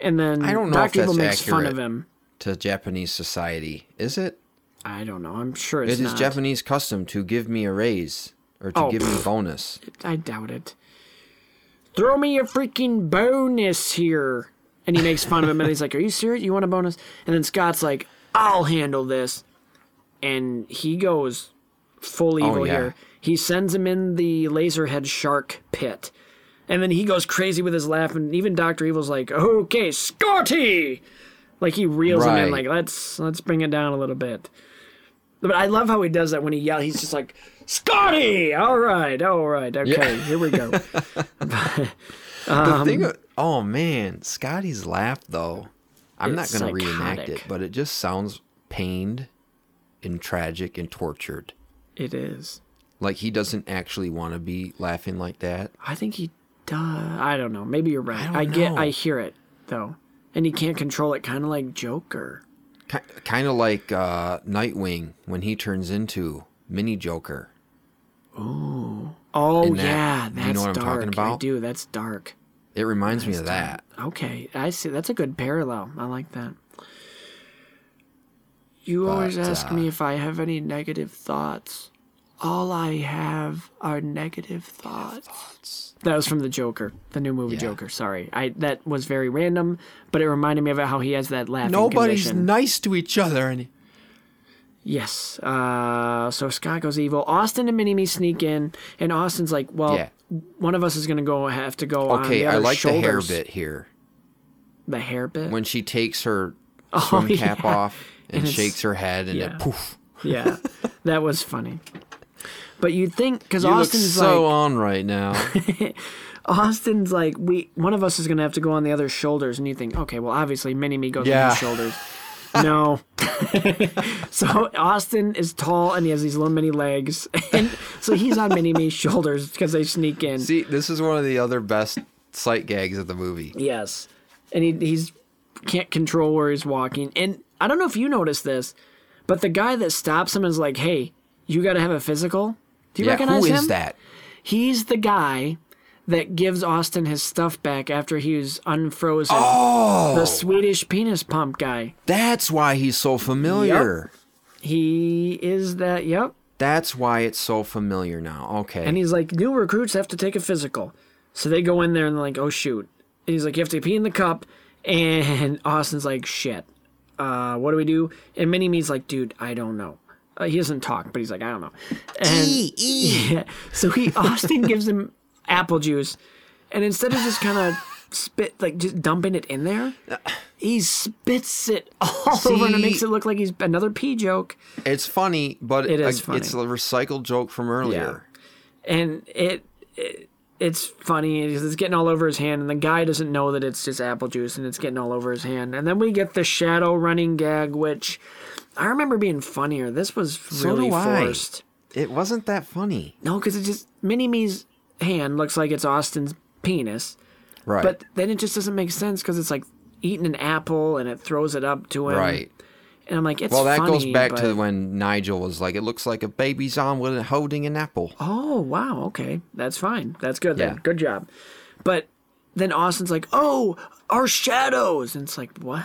and then
I don't know if
Doctor Evil
that's
makes fun of
accurate.
him.
to Japanese society, is it?
I don't know. I'm sure
It
it's
is
not.
Japanese custom to give me a raise or to
Oh,
give me
pfft.
bonus.
I doubt it. Throw me a freaking bonus here. And he makes fun of him and he's like, Are you serious? You want a bonus? And then Scott's like, I'll handle this. And he goes full evil
yeah.
here. He sends him in the laserhead shark pit. And then he goes crazy with his laugh, and even Doctor Evil's like, "Okay, Scotty," like he reels him in,
Right.
like let's let's bring it down a little bit. But I love how he does that when he yells. He's just like, "Scotty, all right, all right, okay, here we go."
The
Um,
thing, oh man, Scotty's laugh though. I'm not
It's
going to reenact
psychotic.
it, but it just sounds pained and tragic and tortured.
it is.
Like he doesn't actually want to be laughing like that.
I think he does. I don't know. Maybe you're right.
don't
I, get.
know.
I hear it though, and he can't control it, kind of like Joker.
Kind of like uh, Nightwing when he turns into Mini Joker.
Oh
In that-
yeah,
do
that's
you know what I'm
dark.
talking
I
about?
do. That's dark.
It reminds me of that.
Okay, I see. That's a good parallel. I like that. You always
But, uh,
ask me if I have any negative thoughts. All I have are negative thoughts. That was from the Joker, the new movie Joker. Sorry, I that was very random, but it reminded me of how he has that laughing condition.
nice to each other. And
Yes. Uh, so Scott goes evil. Austin and Minnie Me sneak in, and Austin's like, "Well,
Yeah.
one of us is gonna go have to go on
okay,
the
I
other
like the hair
shoulders."
bit here
The hair bit.
when she takes her
Oh,
swim cap
yeah.
off and,
And it's-
shakes her head and
yeah.
it poof.
yeah, that was funny. But you think because
You
Austin's
look so
like
on right now.
Austin's like we one of us is gonna have to go on the other's shoulders, and you think, okay, well obviously Minnie Me goes on
Yeah.
his shoulders. No. so Austin is tall and he has these little mini legs, and so he's on Minnie Me's shoulders because they sneak in.
See, this is one of the other best sight gags of the movie.
Yes, and he he's can't control where he's walking. And I don't know if you noticed this, but the guy that stops him is like, "Hey, you got to have a physical." Do you
yeah,
recognize
who
him?
is that?
He's the guy that gives Austin his stuff back after he was unfrozen.
Oh,
The Swedish penis pump guy.
that's why he's so familiar.
He is that. Yep.
That's why it's so familiar now. Okay.
And he's like, new recruits have to take a physical. So they go in there and they're like, oh shoot. And he's like, you have to pee in the cup. And Austin's like, shit. Uh, what do we do? And Minnie Me's like, dude, I don't know. Uh, he doesn't talk, but he's like, I don't know. And Yeah, so he Austin gives him apple juice, and instead of just kind of spit like just dumping it in there, he spits it
Oh,
all over and it
See?
makes it look like he's another pee joke.
it's funny, but
It is
uh,
funny.
it's a recycled joke from earlier.
and it, it it's funny it's it's getting all over his hand and the guy doesn't know that it's just apple juice and it's getting all over his hand and then we get the shadow running gag which i remember being funnier this was really
do I.
forced
It wasn't that funny.
no because it just mini me's hand looks like it's austin's penis
Right.
but then it just doesn't make sense because it's like eating an apple and it throws it up to him
right.
and i'm like it's
Well, that goes
funny,
back
but-
to when Nigel was like, "It looks like a baby's arm with holding an apple."
Oh, wow. Okay. That's fine. That's good then.
Yeah.
Good job. But then Austin's like, oh, our shadows. And it's like, what?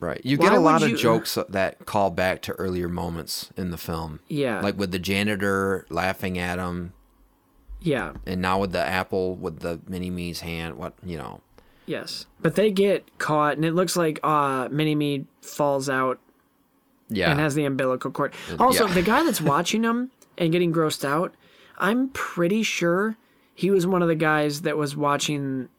Right. You
Why
get a
would
lot of
you-
jokes that call back to earlier moments in the film.
Yeah.
Like with the janitor laughing at him,
Yeah.
and now with the apple with the mini me's hand. What you know?
Yes. But they get caught, and it looks like uh, Mini Me falls out
Yeah.
and has the umbilical cord. Also,
yeah.
the guy that's watching him and getting grossed out, I'm pretty sure he was one of the guys that was watching.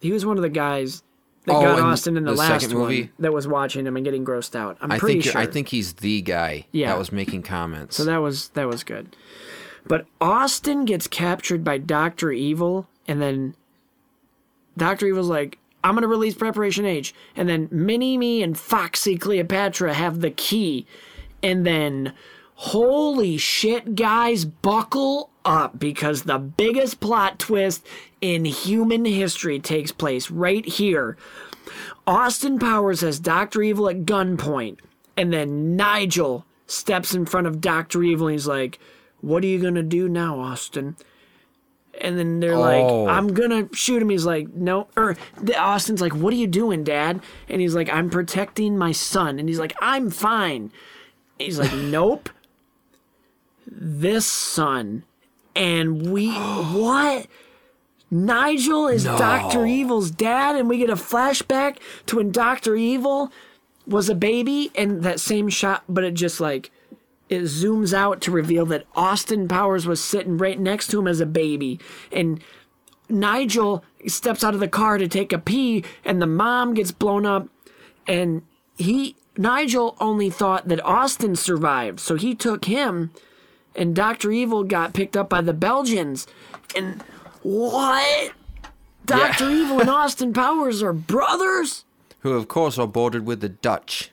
He was one of the guys that
Oh,
got
in
Austin in the,
the
last
second movie?
one that was watching him and getting grossed out. I'm
I
pretty
think
sure.
I think he's the guy
Yeah.
that was making comments.
So that was that was good. But Austin gets captured by Doctor Evil, and then Doctor Evil's like, "I'm gonna release Preparation H," and then Minnie Me and Foxy Cleopatra have the key, and then holy shit, guys, buckle up because the biggest plot twist in human history takes place right here. Austin Powers has Dr. Evil at gunpoint, and then Nigel steps in front of Dr. Evil and he's like, What are you gonna do now, Austin? And then they're
Oh.
like, I'm gonna shoot him. He's like, No. Or the, Austin's like, What are you doing, Dad? And he's like, I'm protecting my son. And he's like, I'm fine. He's like, Nope. This son. And we, what? Nigel is Dr. Evil's dad, and we get a flashback to when Dr. Evil was a baby, and that same shot, but it just like it zooms out to reveal that Austin Powers was sitting right next to him as a baby, and Nigel steps out of the car to take a pee, and the mom gets blown up. And he, Nigel, only thought that Austin survived, so he took him. And Doctor Evil got picked up by the Belgians. And what? Doctor Evil and Austin Powers are brothers.
Who, of course, are boarded with the Dutch.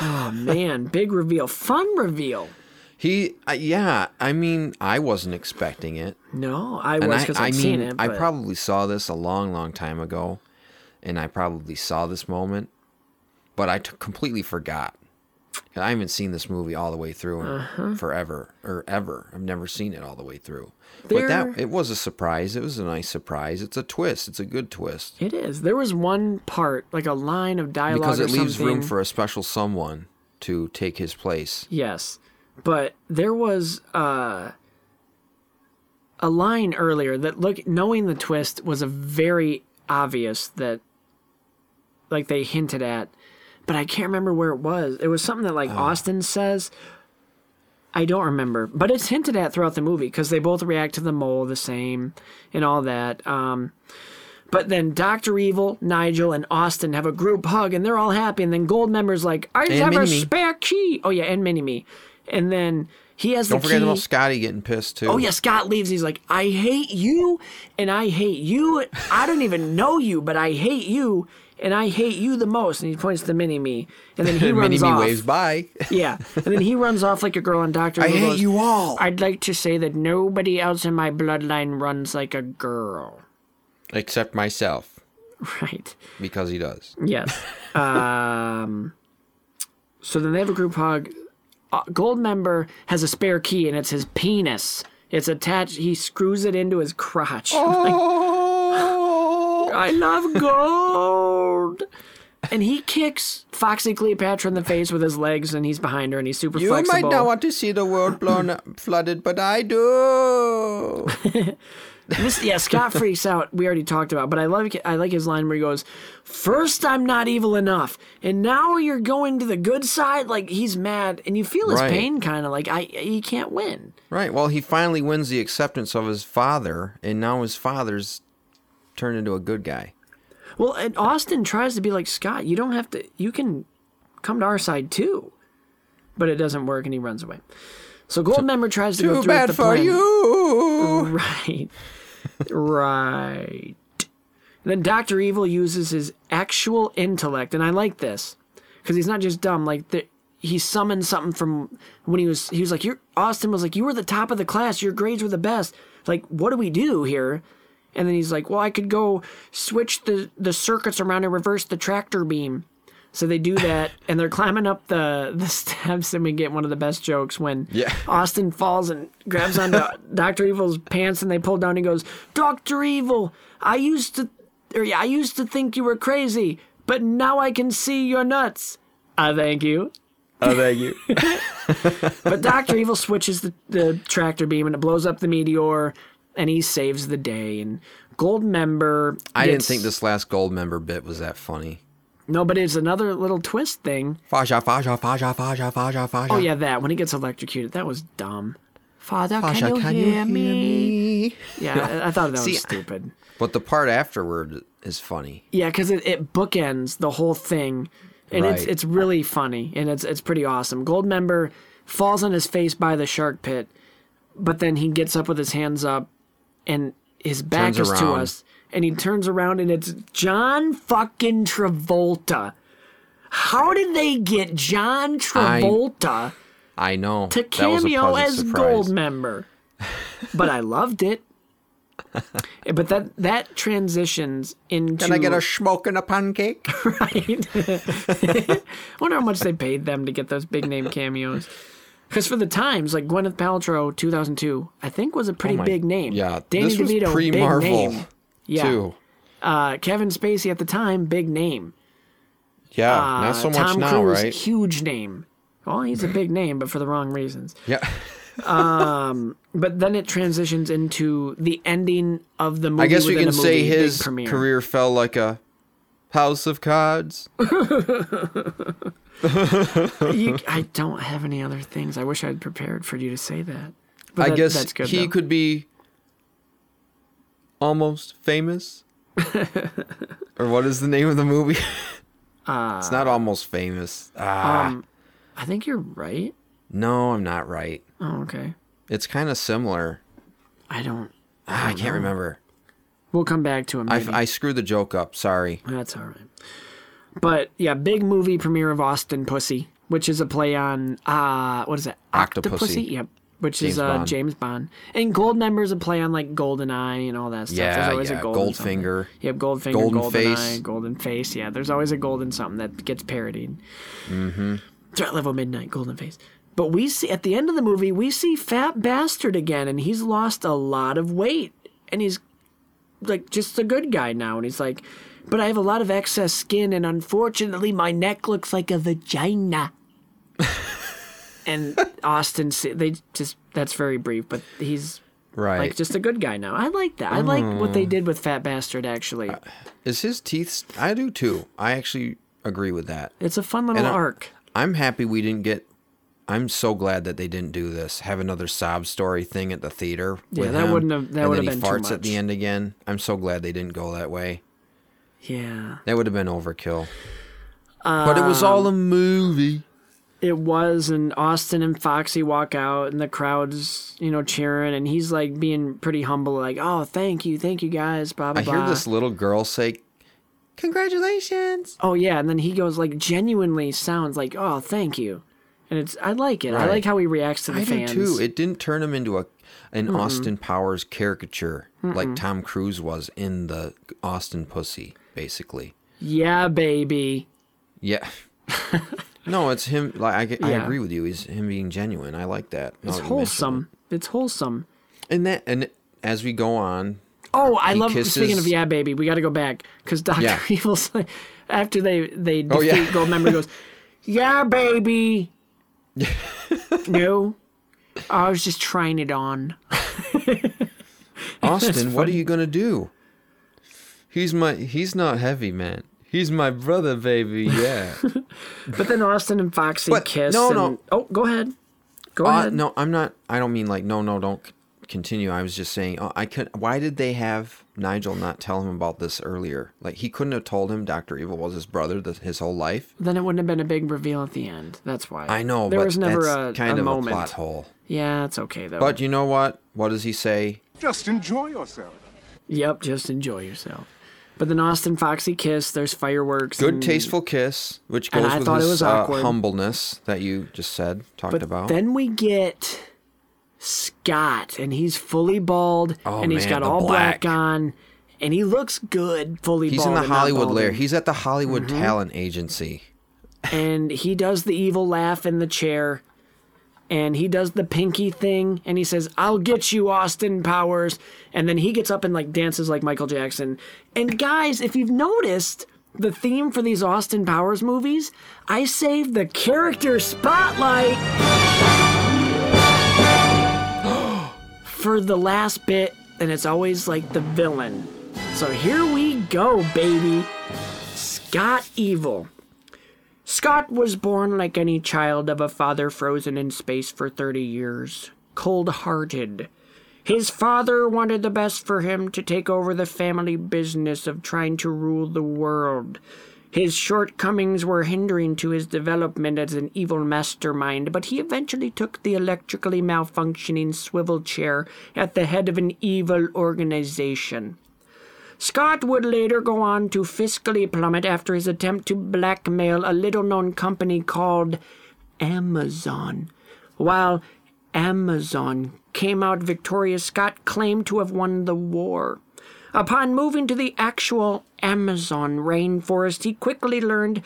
Man, big reveal, fun reveal.
He, uh, yeah, I mean, I wasn't expecting it.
No, I
And
was
I,
because
I
I've
mean,
seen it.
I
but-
probably saw this a long, long time ago, and I probably saw this moment, but I t- completely forgot. 'Cause I haven't seen this movie all the way through in
Uh-huh.
forever or ever. I've never seen it all the way through. But
There-
that it was a surprise. It was a nice surprise. It's a twist. It's a good twist
It is. There was one part, like a line of dialogue
because
or
it leaves
something.
room for a special someone to take his place.
Yes, but there was uh, a line earlier that look knowing the twist was a very obvious that, like they hinted at, but I can't remember where it was. It was something that like Austin says. I don't remember, but it's hinted at throughout the movie because they both react to the mole the same and all that. Um, but then Doctor Evil, Nigel, and Austin have a group hug, and they're all happy. And then Gold member's like, "I just
And
have a
Mini-Me.
spare key." Oh yeah, and Mini Me. And then he has
Don't
the
forget
key.
about Scotty getting pissed too.
Oh yeah, Scott leaves. He's like, "I hate you, and I hate you. I don't even know you, but I hate you, and I hate you the most." And he points to Mini Me, and then he
and
runs
Minnie
off.
waves by.
Yeah, and then he runs off like a girl on Doctor.
I
Who
hate
goes,
you all.
I'd like to say that nobody else in my bloodline runs like a girl.
Except myself,
Right.
because he does.
Yes. um, so then they have a group hug. Uh, Gold member has a spare key, and it's his penis. It's attached. He screws it into his crotch.
Oh.
Like, I love gold. and he kicks Foxy Cleopatra in the face with his legs, and he's behind her, and he's super
You
flexible.
might not want to see the world blown up, flooded, but I do.
This, yeah, Scott freaks out. We already talked about, but I like I like his line where he goes, First I'm not evil enough, and now you're going to the good side." Like he's mad, and you feel his
Right.
pain, kind of like I he can't win.
Right. Well, he finally wins the acceptance of his father, and now his father's turned into a good guy.
Well, and Austin tries to be like Scott. You don't have to. You can come to our side too, but it doesn't work, and he runs away. So Goldmember tries to go
Too
through with
bad
the
for
plan.
you.
Right. right. Then Dr. Evil uses his actual intellect, and I like this because he's not just dumb. Like, the, he summoned something from when he was, he was like, You're, Austin was like, You were the top of the class, your grades were the best. Like, what do we do here? And then he's like, Well, I could go switch the, the circuits around and reverse the tractor beam. So they do that, and they're climbing up the, the steps, and we get one of the best jokes when
Yeah.
Austin falls and grabs onto Doctor Evil's pants, and they pull down. And he goes, "Doctor Evil, I used to, or yeah, I used to think you were crazy, but now I can see you're nuts." I Ah, thank you.
Oh, thank you.
But Doctor Evil switches the, the tractor beam, and it blows up the meteor, and he saves the day. And Gold Member,
I didn't
gets-
think this last gold member bit was that funny.
No, but it's another little twist thing.
Faja, faja, faja, faja, faja, faja.
Oh yeah, that when he gets electrocuted, that was dumb. Father,
Faja,
can, you, hear, me?
me?
Yeah, I, I thought that was
See,
stupid.
But the part afterward is funny.
Yeah, because it, it bookends the whole thing, and it's
Right.
it's really funny and it's it's pretty awesome. Goldmember falls on his face by the shark pit, but then he gets up with his hands up, and his back
Turns
is to
around.
us, and he turns around and it's John fucking Travolta. How did they get John Travolta
I know.
to
that was a
cameo
pleasant
as
surprise.
Goldmember? But I loved it. but that that transitions into
Can I get a smoke and a pancake?
Wonder how much they paid them to get those big name cameos. Because for the times, like Gwyneth Paltrow, 2002, I think was a pretty
Oh my-
big name.
yeah,
Danny
this was
DeVito, big
pre-Marvel,
name. Yeah,
Too.
Uh, Kevin Spacey at the time, big name.
Yeah,
Uh,
not so much
Tom
now,
Cruise,
right?
Huge name. Well, he's a big name, but for the wrong reasons.
Yeah.
But then it transitions into the ending of the movie.
I guess we
within
can
a
say
movie, big
his
premiere.
career fell like a house of cards.
You- I don't have any other things. I wish I'd prepared for you to say that. But
I
that-
guess
that's good,
he
though.
could be Almost Famous? or what is the name of the movie?
Uh,
it's not Almost Famous. Ah,
I think you're right.
no, I'm not right.
Oh, okay.
It's kind of similar.
I don't.
Ah, I can't remember.
We'll come back to him.
I, I screwed the joke up. Sorry.
That's all right. But yeah, big movie premiere of Austin Pussy, which is a play on uh what is it?
Octopussy.
Yep. Which is
James
uh
Bond.
James Bond. And Goldmember is a play on like Golden Eye and all that stuff.
Yeah,
there's always
yeah,
a golden something.
Goldfinger,
Yep, Goldfinger,
Golden
Golden,
Face.
Eye, Golden Face. Yeah, there's always a golden something that gets parodied. Mm-hmm. Threat level midnight, Golden Face. But we see at the end of the movie, we see Fat Bastard again, and he's lost a lot of weight, and he's like just a good guy now and he's like but i have a lot of excess skin and unfortunately my neck looks like a vagina and austin sa- they just that's very brief but he's
Right.
like just a good guy now i like that i like what they did with fat bastard actually
Is his teeth? st- I do too. I actually agree with that.
it's a fun little
And I-
arc
I'm happy we didn't get. I'm so glad that they didn't do this. Have another sob story thing at the theater.
Yeah,
with
that
him,
wouldn't have- that
and
would
then
have
he
been too
farts at the
much.
end again. I'm so glad they didn't go that way.
yeah
That would have been overkill. but it was all a
Um,
movie.
it was and austin and foxy walk out and the crowd's you know cheering and he's like being pretty humble like oh thank you thank you guys blah blah
I
blah
hear this little girl say, "Congratulations."
Oh yeah, and then he goes like genuinely sounds like, "Oh, thank you," and it's I like it. I
Right.
like how he reacts to the
I
fans.
do too. It didn't turn him into a an Austin Powers caricature like Tom Cruise was in the Austin Pussy, basically.
yeah, baby.
Yeah. no, it's him. Like I, get- I
Yeah.
agree with you. He's him being genuine. I like that. Now
It's
that you mention
wholesome. It's wholesome.
it. And that and as we go on,
Oh, I love. Speaking
kisses-
of yeah, baby, we got to go back because Doctor
Yeah.
Evil's like, after they they defeat
Oh, yeah.
Goldmember he goes, yeah, baby. no, I was just trying it on.
Austin, what are you gonna do? He's my. He's not heavy, man. He's my brother, baby. Yeah.
But then Austin and Foxy
But-
kiss.
no,
and,
no.
Oh, go ahead. Go
Uh,
ahead.
no, I'm not. I don't mean like no, no, don't c- continue. I was just saying. Uh, I could. Why did they have Nigel not tell him about this earlier? Like he couldn't have told him Doctor Evil was his brother the, his whole life.
Then it wouldn't have been a big reveal at the end. That's why.
I know.
There
but
was never
that's
a
kind
a
of
moment.
a plot hole.
Yeah, it's okay though.
But you know what? What does he say?
Just enjoy yourself.
yep, just enjoy yourself. But then Austin Foxy kiss. There's fireworks.
Good
and-
tasteful kiss, which
Mm. And
goes
I
with
thought it
his
was
uh,
awkward.
humbleness that you just said talked
But
about.
then we get Scott, and he's fully bald,
Oh,
and he's
man,
got
the
all black.
black.
on, and he looks good, fully
He's
bald.
in the
and not Mm-hmm.
Hollywood lair.
balding.
He's at the Hollywood Talent Agency.
and he does the evil laugh in the chair and he does the pinky thing and he says i'll get you austin powers and then he gets up and like dances like michael jackson and guys if you've noticed the theme for these austin powers movies i saved the character spotlight for the last bit and it's always like the villain so here we go baby scott evil Scott was born like any child of a father frozen in space for 30 years, cold hearted. His father wanted the best for him to take over the family business of trying to rule the world. His shortcomings were hindering to his development as an evil mastermind, but he eventually took the electrically malfunctioning swivel chair at the head of an evil organization. Scott would later go on to fiscally plummet after his attempt to blackmail a little known company called Amazon. While Amazon came out victorious, Scott claimed to have won the war. Upon moving to the actual Amazon rainforest, he quickly learned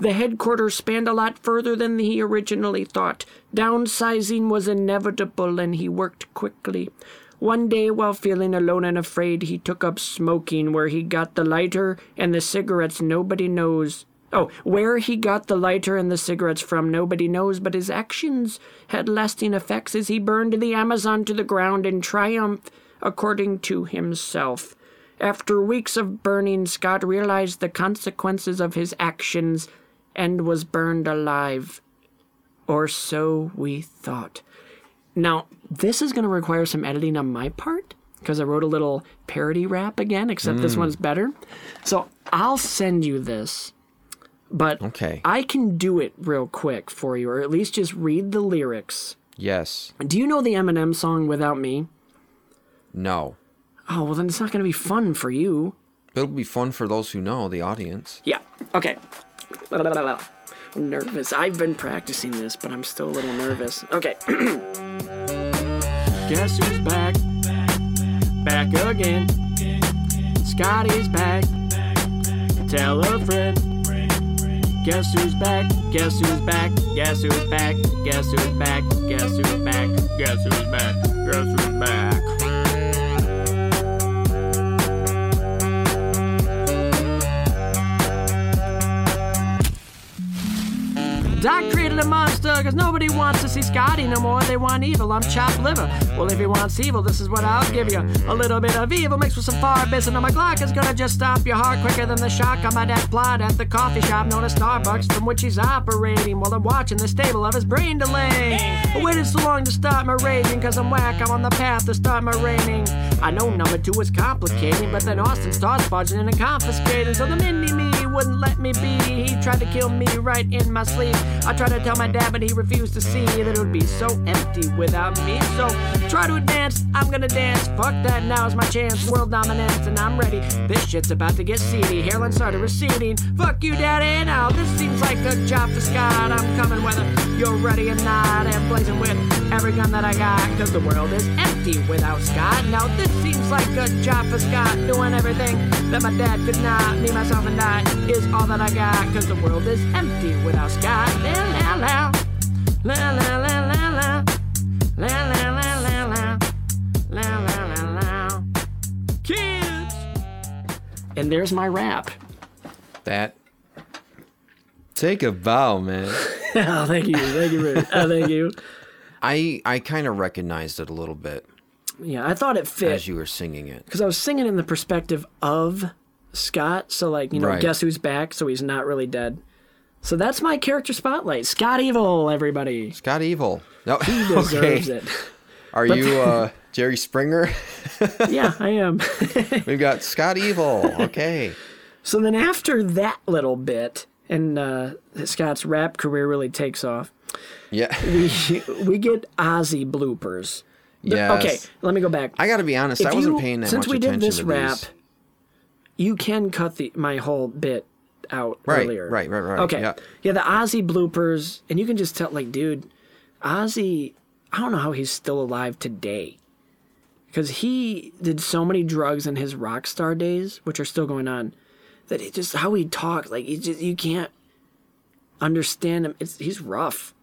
the headquarters spanned a lot further than he originally thought. Downsizing was inevitable, and he worked quickly. One day, while feeling alone and afraid, he took up smoking, where he got the lighter and the cigarettes nobody knows. Oh, where he got the lighter and the cigarettes from, nobody knows, but his actions had lasting effects as he burned the Amazon to the ground in triumph, according to himself. After weeks of burning, Scott realized the consequences of his actions and was burned alive. Or so we thought. Now, this is going to require some editing on my part because I wrote a little parody rap again, except this one's better. So I'll send you this, but
Okay.
I can do it real quick for you, or at least just read the lyrics.
Yes.
Do you know the Eminem song Without Me?
No.
Oh, well, then it's not going to be fun for you.
It'll be fun for those who know the audience.
Yeah, okay. I'm nervous. I've been practicing this, but I'm still a little nervous. Okay. Guess who's back? Back again. Scotty's back. Tell a friend. Guess who's back? Guess who's back? Guess who's back? Guess who's back? Guess who's back? Guess who's back? Guess who's back? Doc created a monster because nobody wants to see Scotty no more. They want evil. I'm chopped liver. Well, if he wants evil, this is what I'll give you. A little bit of evil mixed with some far bits, and on my Glock is gonna just stop your heart quicker than the shock on my dad plot at the coffee shop known as Starbucks from which he's operating while I'm watching the stable of his brain delay. I waited so long to start my raging because I'm whack. I'm on the path to start my reigning. I know number two is complicating, but then Austin starts budging and confiscating. So the mini me wouldn't let me be. He tried to kill me right in my sleep. I tried to tell my dad, but he refused to see that it would be so empty without me. So try to advance, I'm gonna dance. Fuck that, now's my chance. World dominance, and I'm ready. This shit's about to get seedy. Hairline started receding. Fuck you, daddy. Now this seems like a job for Scott. I'm coming whether you're ready or not, and blazing with every gun that I got. Cause the world is empty without Scott. Now this seems like a job for Scott. Doing everything that my dad could not. Me, myself, and I is all that I got. Cause the world is empty without Scott. La la la. La la la la la. La la la la la. La la la la. Kids! And there's my rap.
That. Take a bow, man.
Oh, thank you. Thank you, Rick. Oh, thank you.
I I kind of recognized it a little bit
Yeah, I thought it fit.
as you were singing it.
because I was singing in the perspective of Scott. So like, you know,
Right.
guess who's back? So he's not really dead. So that's my character spotlight. Scott Evil, everybody
Scott Evil. No,
deserves
okay.
it.
Are you uh, Jerry Springer?
Yeah, I am.
We've got Scott Evil. Okay.
so then after that little bit, and uh, Scott's rap career really takes off.
Yeah.
we get Ozzy bloopers.
Yes.
Okay, let me go back.
I got to be honest.
If
I wasn't
you-
paying that
since
much
we did
attention
this
to
rap,
these.
you can cut the my whole bit out
Right,
earlier.
right, right, right,
Okay.
yeah.
the Ozzy bloopers, and you can just tell, like, dude, Ozzy, I don't know how he's still alive today. Because he did so many drugs in his rock star days, which are still going on, that it just how he talked, like, you just you can't understand him. It's he's rough,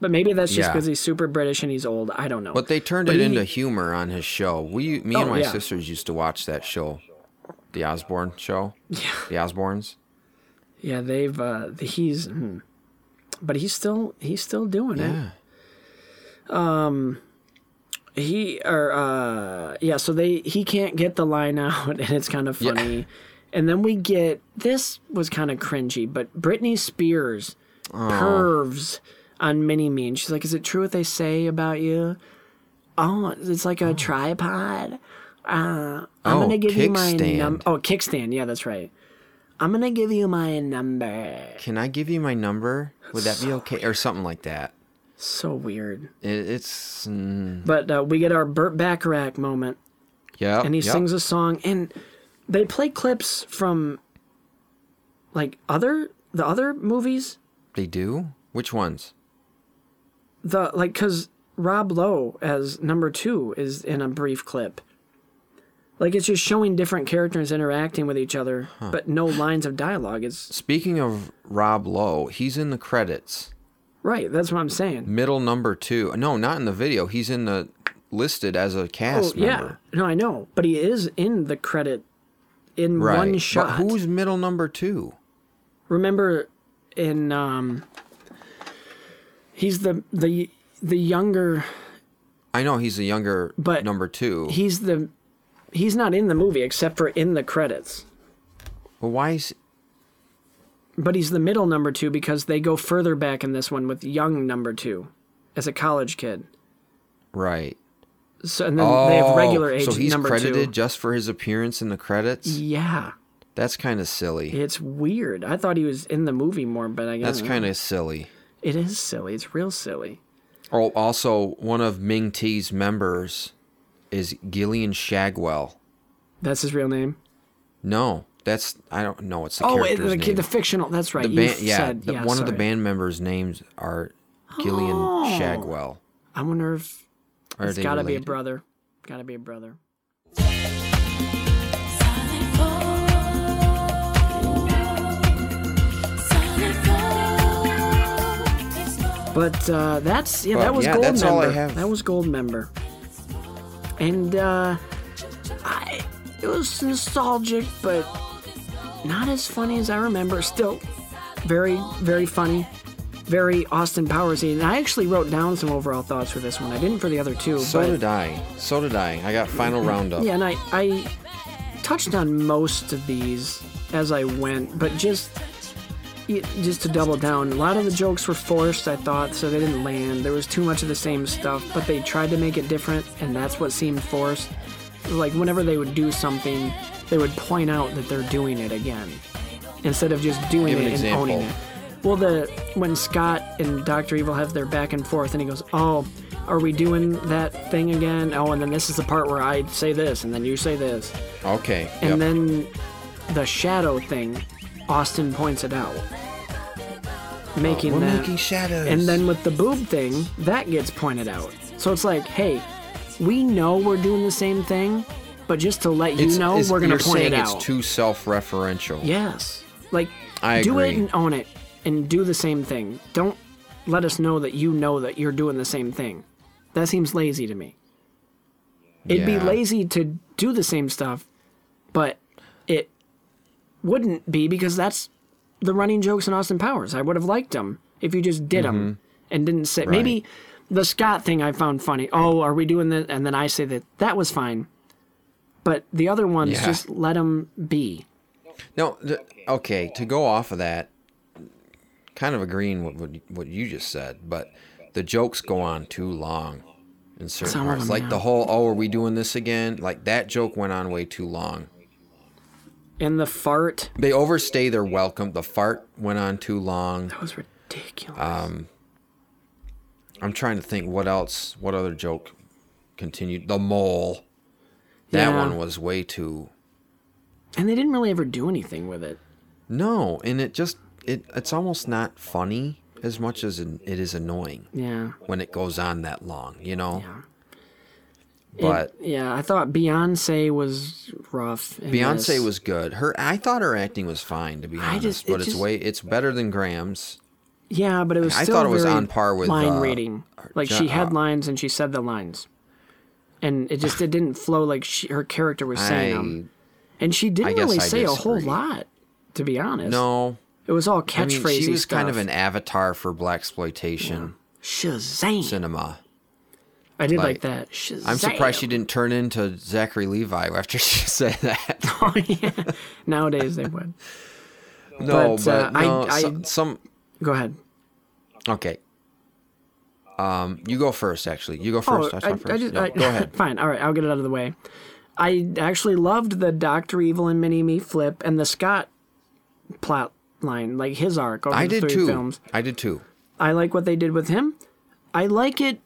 but maybe that's just
Yeah.
because he's super British and he's old. I don't know.
But they turned
But
it
he-
into humor on his show. We, me
Oh,
and my
yeah.
sisters used to watch that show, the Osborne show. Yeah. The Osbournes.
Yeah, they've uh he's hmm. but he's still he's still doing
Yeah.
it. He or uh yeah, so they he can't get the line out and it's kind of
Yeah.
funny. And then we get this was kind of cringy, but Britney Spears
Oh.
pervs on Mini Me and she's like, Is it true what they say about you? Oh, it's like a tripod. Uh I'm
Oh,
gonna give you my num
kickstand.
oh kickstand, yeah, that's right. I'm gonna give you my number.
Can I give you my number? Would that be okay? Or something like that.
So weird.
It, it's. Mm,
But uh, we get our Burt Bacharach moment,
Oh, yeah.
and he
yep.
sings a song, and they play clips from like other the other movies,
They do? Which ones?
the like because Rob Lowe as number two is in a brief clip. Like it's just showing different characters interacting with each other, but no lines of dialogue. It's
Speaking of Rob Lowe, he's in the credits.
right. That's what I'm saying.
Middle number two. No, not in the video. He's in the listed as a
Oh
cast
yeah,
member.
no, I know, but he is in the credit in
Right.
one
But
shot.
who's middle number two?
remember in um he's the the the younger
I know he's the younger
But
number two.
he's the he's not in the movie except for in the credits
But why is
but he's the middle number 2 because they go further back in this one with young number 2 as a college kid
right?
So and then they have regular
Oh,
agent
So he's
number
credited
two.
just for his appearance in the credits.
Yeah,
That's kind of silly.
it's weird. I thought he was in the movie more, but I guess
That's kind of silly.
it is silly. It's real silly.
Oh, also one of Ming T's members is Gillian Shagwell.
That's his real name.
No, that's I don't know. It's the
Oh, it,
character's
the,
name.
the fictional. That's right.
The
you
band, yeah,
said,
the-
yeah,
one of the
sorry.
band members' names are Gillian Shagwell.
I wonder if
Are
it's
they
got to be a
related?
brother. Got to be a brother.
Solid gold. Solid gold. It's gold.
But uh, that's yeah,
But,
that was
yeah,
gold
that's
member.
all I have.
That was gold member. And uh, I, it was nostalgic, but not as funny as I remember. Still, very very funny, very Austin Powersy. And I actually wrote down some overall thoughts for this one. I didn't for the other two,
So
but
did I. So did I. I got final roundup.
yeah, and I I touched on most of these as I went, but just y- just to double down, a lot of the jokes were forced. I thought so they didn't land. There was too much of the same stuff, but they tried to make it different, and that's what seemed forced. Like whenever they would do something, they would point out that they're doing it again instead of just doing
Give an
it and owning it.
example.
Well, the when Scott and Doctor Evil have their back and forth, and he goes, "Oh, are we doing that thing again? Oh, and then this is the part where I say this, and then you say this,
Okay.
and
yep.
then the shadow thing." Austin points it out, making
We're
that.
making shadows.
and then with the boob thing, that gets pointed out. So it's like, hey, we know we're doing the same thing, but just to let you
It's-
know,
it's-
we're gonna
you're
point
saying
it
it's
out.
too self-referential.
Yes. Like
I
do it
agree.
and own it and do the same thing. Don't let us know that you know that you're doing the same thing. That seems lazy to me. It'd be
Yeah.
lazy to do the same stuff, but it wouldn't be because that's the running jokes in Austin Powers. I would have liked them if you just did them
Mm-hmm.
and didn't say maybe the Scott thing I found funny. Oh, are we doing that? And then I say that that was fine. But the other ones
Yeah.
just let them be.
No. Th- okay. To go off of that, kind of agreeing with what, what you just said, but the jokes go on too long in certain
Some of
parts.
them,
Like
yeah.
the whole "Oh, are we doing this again?" Like that joke went on way too long.
And the fart
They overstay their welcome. The fart went on too long.
That was ridiculous.
Uh, I'm trying to think what else. What other joke continued? The mole. That
Yeah.
one was way too.
and they didn't really ever do anything with it.
No, and it just it it's almost not funny as much as it it is annoying
Yeah.
when it goes on that long. You know.
Yeah.
But
Yeah, I thought Beyonce was rough. in
Beyonce
this.
was good. Her I thought her acting was fine to be honest,
just- it
but it's
just-
way it's better than Graham's.
Yeah, but it was.
I
still
thought it was
very
on par with,
line
uh,
reading. Like
Jo-
she had
uh,
lines and she said the lines, and it just it didn't flow like she, her character was saying them. And she
I
didn't
guess
really
I
say a whole
disagree.
lot, to be honest.
No,
it was all
I mean
catchphrasy
she was
stuff.
kind of an avatar for black exploitation
Shazam!
cinema.
I did like,
like-
that. Shazam!
I'm surprised she didn't turn into Zachary Levi after she said that.
oh yeah. Nowadays they would.
no,
But,
but,
uh, I-
no,
I-
so- some
Go ahead.
okay. Um, you go first. Actually, you go first.
Oh,
saw
I, I
first.
just,
Yeah,
I-
go ahead.
Fine. All right. I'll get it out of the way. I actually loved the Doctor Evil and Mini Me flip and the Scott plot line, like his arc over
I
the
did
three
too.
films.
I did too.
I like what they did with him. I like it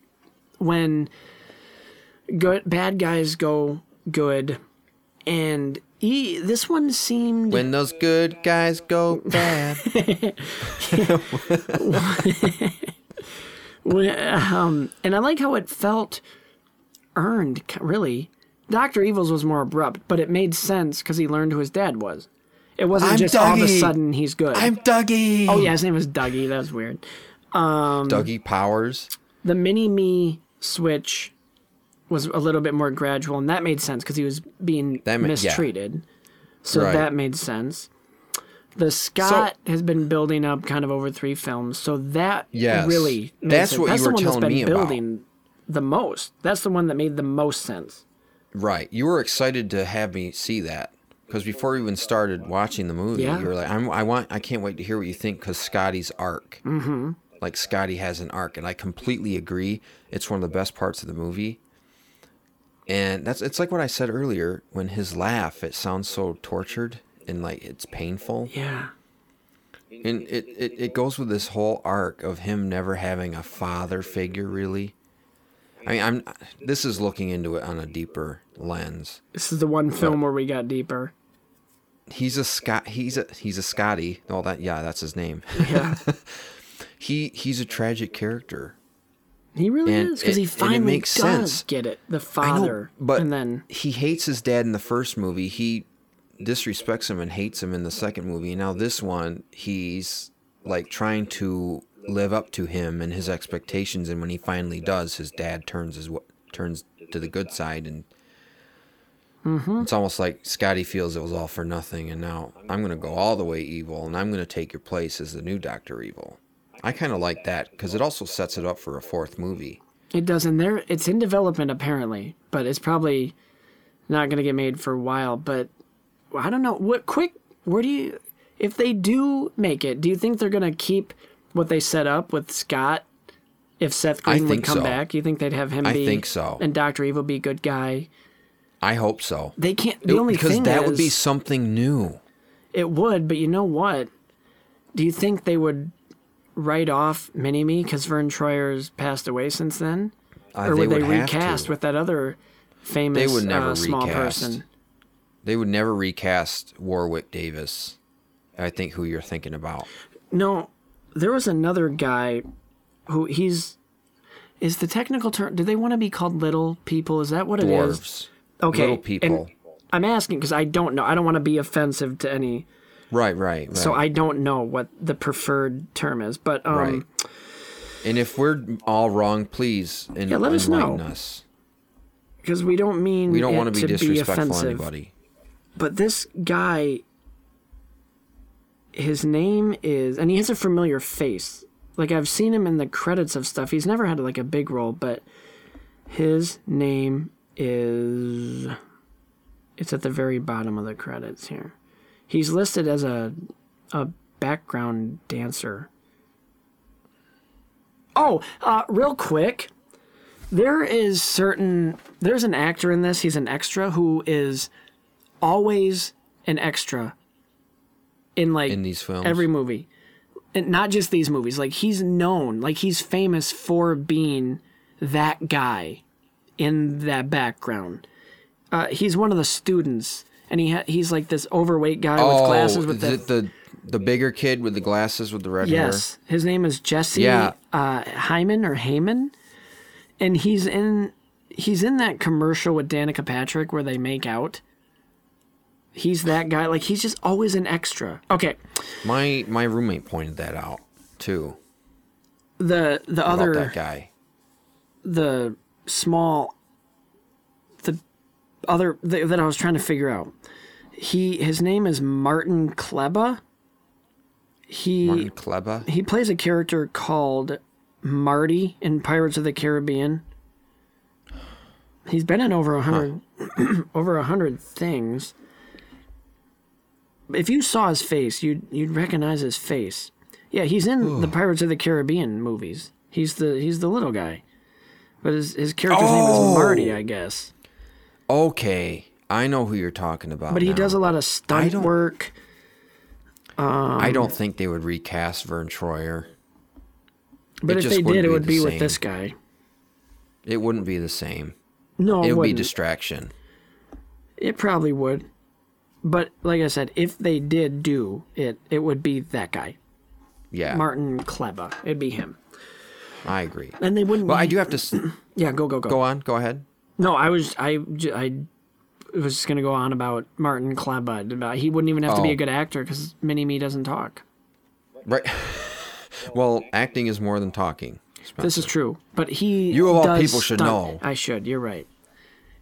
when good bad guys go good, and e this one seemed
When those good guys go bad.
um, and I like how it felt earned, c- really. Doctor Evil's was more abrupt, but it made sense because he learned who his dad was. It wasn't
I'm
just all of a
Dougie.
sudden he's good.
I'm Dougie.
oh yeah, his name was Dougie. That was weird.
Dougie Powers.
The mini me switch was a little bit more gradual, and that made sense because he was being
That ma- yeah.
mistreated. So
Right.
that made sense. The Scott has been building up kind of over three films, so that
Yes.
really made
That's
sense.
what
that's
you
the
were
one that's
telling
been
me about.
building the most. That's the one that made the most sense.
Right. You were excited to have me see that because before we even started watching the movie,
Yeah.
you were like, I'm, I want, I can't wait to hear what you think because Scotty's arc. Mm-hmm. Like Scotty has an arc, and I completely agree. It's one of the best parts of the movie. And that's it's like what I said earlier when his laugh it sounds so tortured and like it's painful.
Yeah.
And it, it, it goes with this whole arc of him never having a father figure really. I mean I'm this is looking into it on a deeper lens.
This is the one film where we got deeper.
He's a Scot he's a he's a Scotty. All that yeah, that's his name.
Yeah.
he he's a tragic character.
He really
And
is because
it-
he
and it
finally
makes
does
sense.
get it. The
I know,
father,
but
and then
he hates his dad in the first movie. He disrespects him and hates him in the second movie. Now this one, he's like trying to live up to him and his expectations. And when he finally does, his dad turns his wa- turns to the good side, and
Mm-hmm.
it's almost like Scotty feels it was all for nothing. And now I'm gonna go all the way evil, and I'm gonna take your place as the new Doctor Evil. I kind of like that because it also sets it up for a fourth movie.
it does. And there, it's in development apparently, but it's probably not going to get made for a while. But I don't know. What quick? Where do you? If they do make it, do you think they're going to keep what they set up with Scott? If Seth
I
Green would
think
come
so.
back, you think they'd have him?
I
be,
think so.
And Doctor Evil be good guy.
I hope so.
They can't. The
It-
only
because
thing
that would
is-
be something new.
It would, but you know what? Do you think they would write off Mini Me because Vern Troyer's passed away since then,
Uh,
or would they,
have
recast
to.
with that other famous
They would never
uh, small
recast.
person?
They would never recast Warwick Davis. I think who you're thinking about.
No, there was another guy who he's is the technical term. Do they want to be called little people? Is that what it is?
Dwarves.
Okay,
Little
and-
people.
I'm asking because I don't know. I don't want to be offensive to any,
Right, right, right.
so I don't know what the preferred term is. But um,
right. And if we're all wrong, please and
Yeah, let us
enlighten
know.
us.
because we don't mean
We don't
it
want to be disrespectful to
offensive.
anybody.
but this guy his name is and he has a familiar face like i've seen him in the credits of stuff he's never had like a big role but his name is it's at the very bottom of the credits here he's listed as a a background dancer oh uh real quick there is certain there's an actor in this he's an extra who is always an extra in like
In these films?
every movie and not just these movies like he's known like he's famous for being that guy in that background uh, he's one of the students and he ha- he's like this overweight guy with glasses with
the, Oh, the the bigger kid with the glasses with the red
Yes, his name is Jesse
Yeah.
uh, Hyman or Heyman, and he's in he's in that commercial with Danica Patrick where they make out. He's that guy. Like he's just always an extra. Okay,
hair. My my roommate pointed that out too.
the the
About
other
that guy.
the small the other the, that I was trying to figure out. He his name is Martin Kleba. He
Martin Kleba.
he plays a character called Marty in Pirates of the Caribbean. He's been in over a hundred, over a hundred things. If you saw his face, you'd you'd recognize his face. Yeah, he's in the Pirates of the Caribbean movies. He's the he's the little guy, but his his character's name is Marty,
Oh!
I guess.
Okay. I know who you're talking about.
But he
now.
does a lot of
I
stunt
don't-
work.
I don't think they would recast Vern Troyer.
But
it
if
just
they did,
wouldn't
it
be
would
the
be with
same.
this guy.
It wouldn't be the same.
No,
it would be
Oh, wouldn't.
distraction.
It probably would. But like I said, if they did do it, it would be that guy,
Yeah,
Martin Kleba. It'd be him.
I agree.
And they wouldn't.
Well, I do have to s-
Yeah, go go go.
go on. Go ahead.
No, I was I j- I was just gonna go on about Martin Kleba. About he wouldn't even have to be
Oh.
a good actor because Mini Me doesn't talk.
Right. well, acting is more than talking. Spencer.
This is true, but he
You of all
does
people should
stunt-
know.
I should. You're right.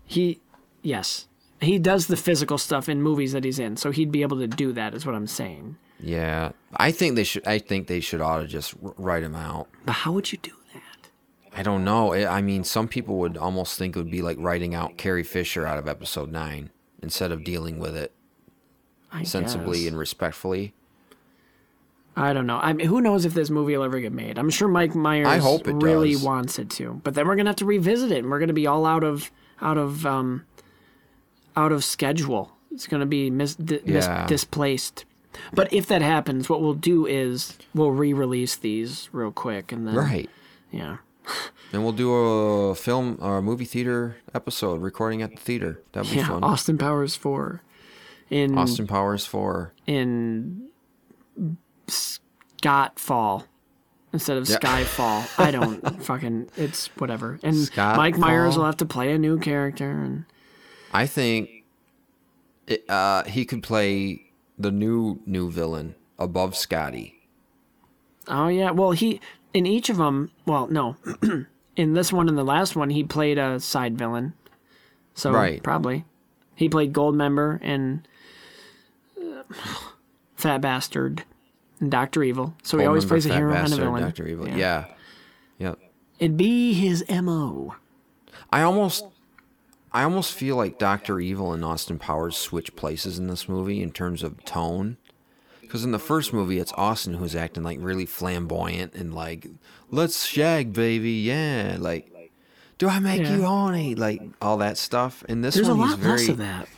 He, yes, he does the physical stuff in movies that he's in, so he'd be able to do that. Is what I'm saying.
yeah, I think they should. I think they should ought to just w- write him out.
But how would you do that?
I don't know. I I mean, some people would almost think it would be like writing out Carrie Fisher out of Episode Nine instead of dealing with it
I
sensibly
guess.
and respectfully.
I don't know. I mean, who knows if this movie will ever get made? I'm sure Mike Myers
I hope it
really
does.
wants it to, but then we're gonna have to revisit it, and we're gonna be all out of out of um, out of schedule. It's going to be mis- di- mis-
Yeah.
displaced. But if that happens, what we'll do is we'll re-release these real quick, and then
Right.
yeah,
And we'll do a film or a movie theater episode, recording at the theater. That'd be
yeah,
fun. Austin,
Austin Powers four in
Powers 4.
in Scott Fall instead of
Yeah.
Skyfall. I don't fucking. It's whatever. And
Scott
Mike Myers
Fall.
will have to play a new character. And
I think it, uh, he could play the new new villain above Scotty.
oh yeah, well he in each of them. Well, no, in this one and the last one, he played a side villain. So
Right.
probably he played Goldmember and uh, Fat Bastard and Doctor Evil. So he always
Goldmember,
plays a
Fat
hero and a
Bastard,
villain.
Dr. Evil. Yeah. Yep.
It'd be his mo.
I almost I almost feel like Doctor Evil and Austin Powers switch places in this movie in terms of tone. Because in the first movie, it's Austin who's acting like really flamboyant and like, let's shag, baby, yeah, like, do I make
Yeah.
you horny, like all that stuff. In this
There's a
one,
lot
he's very
less of that.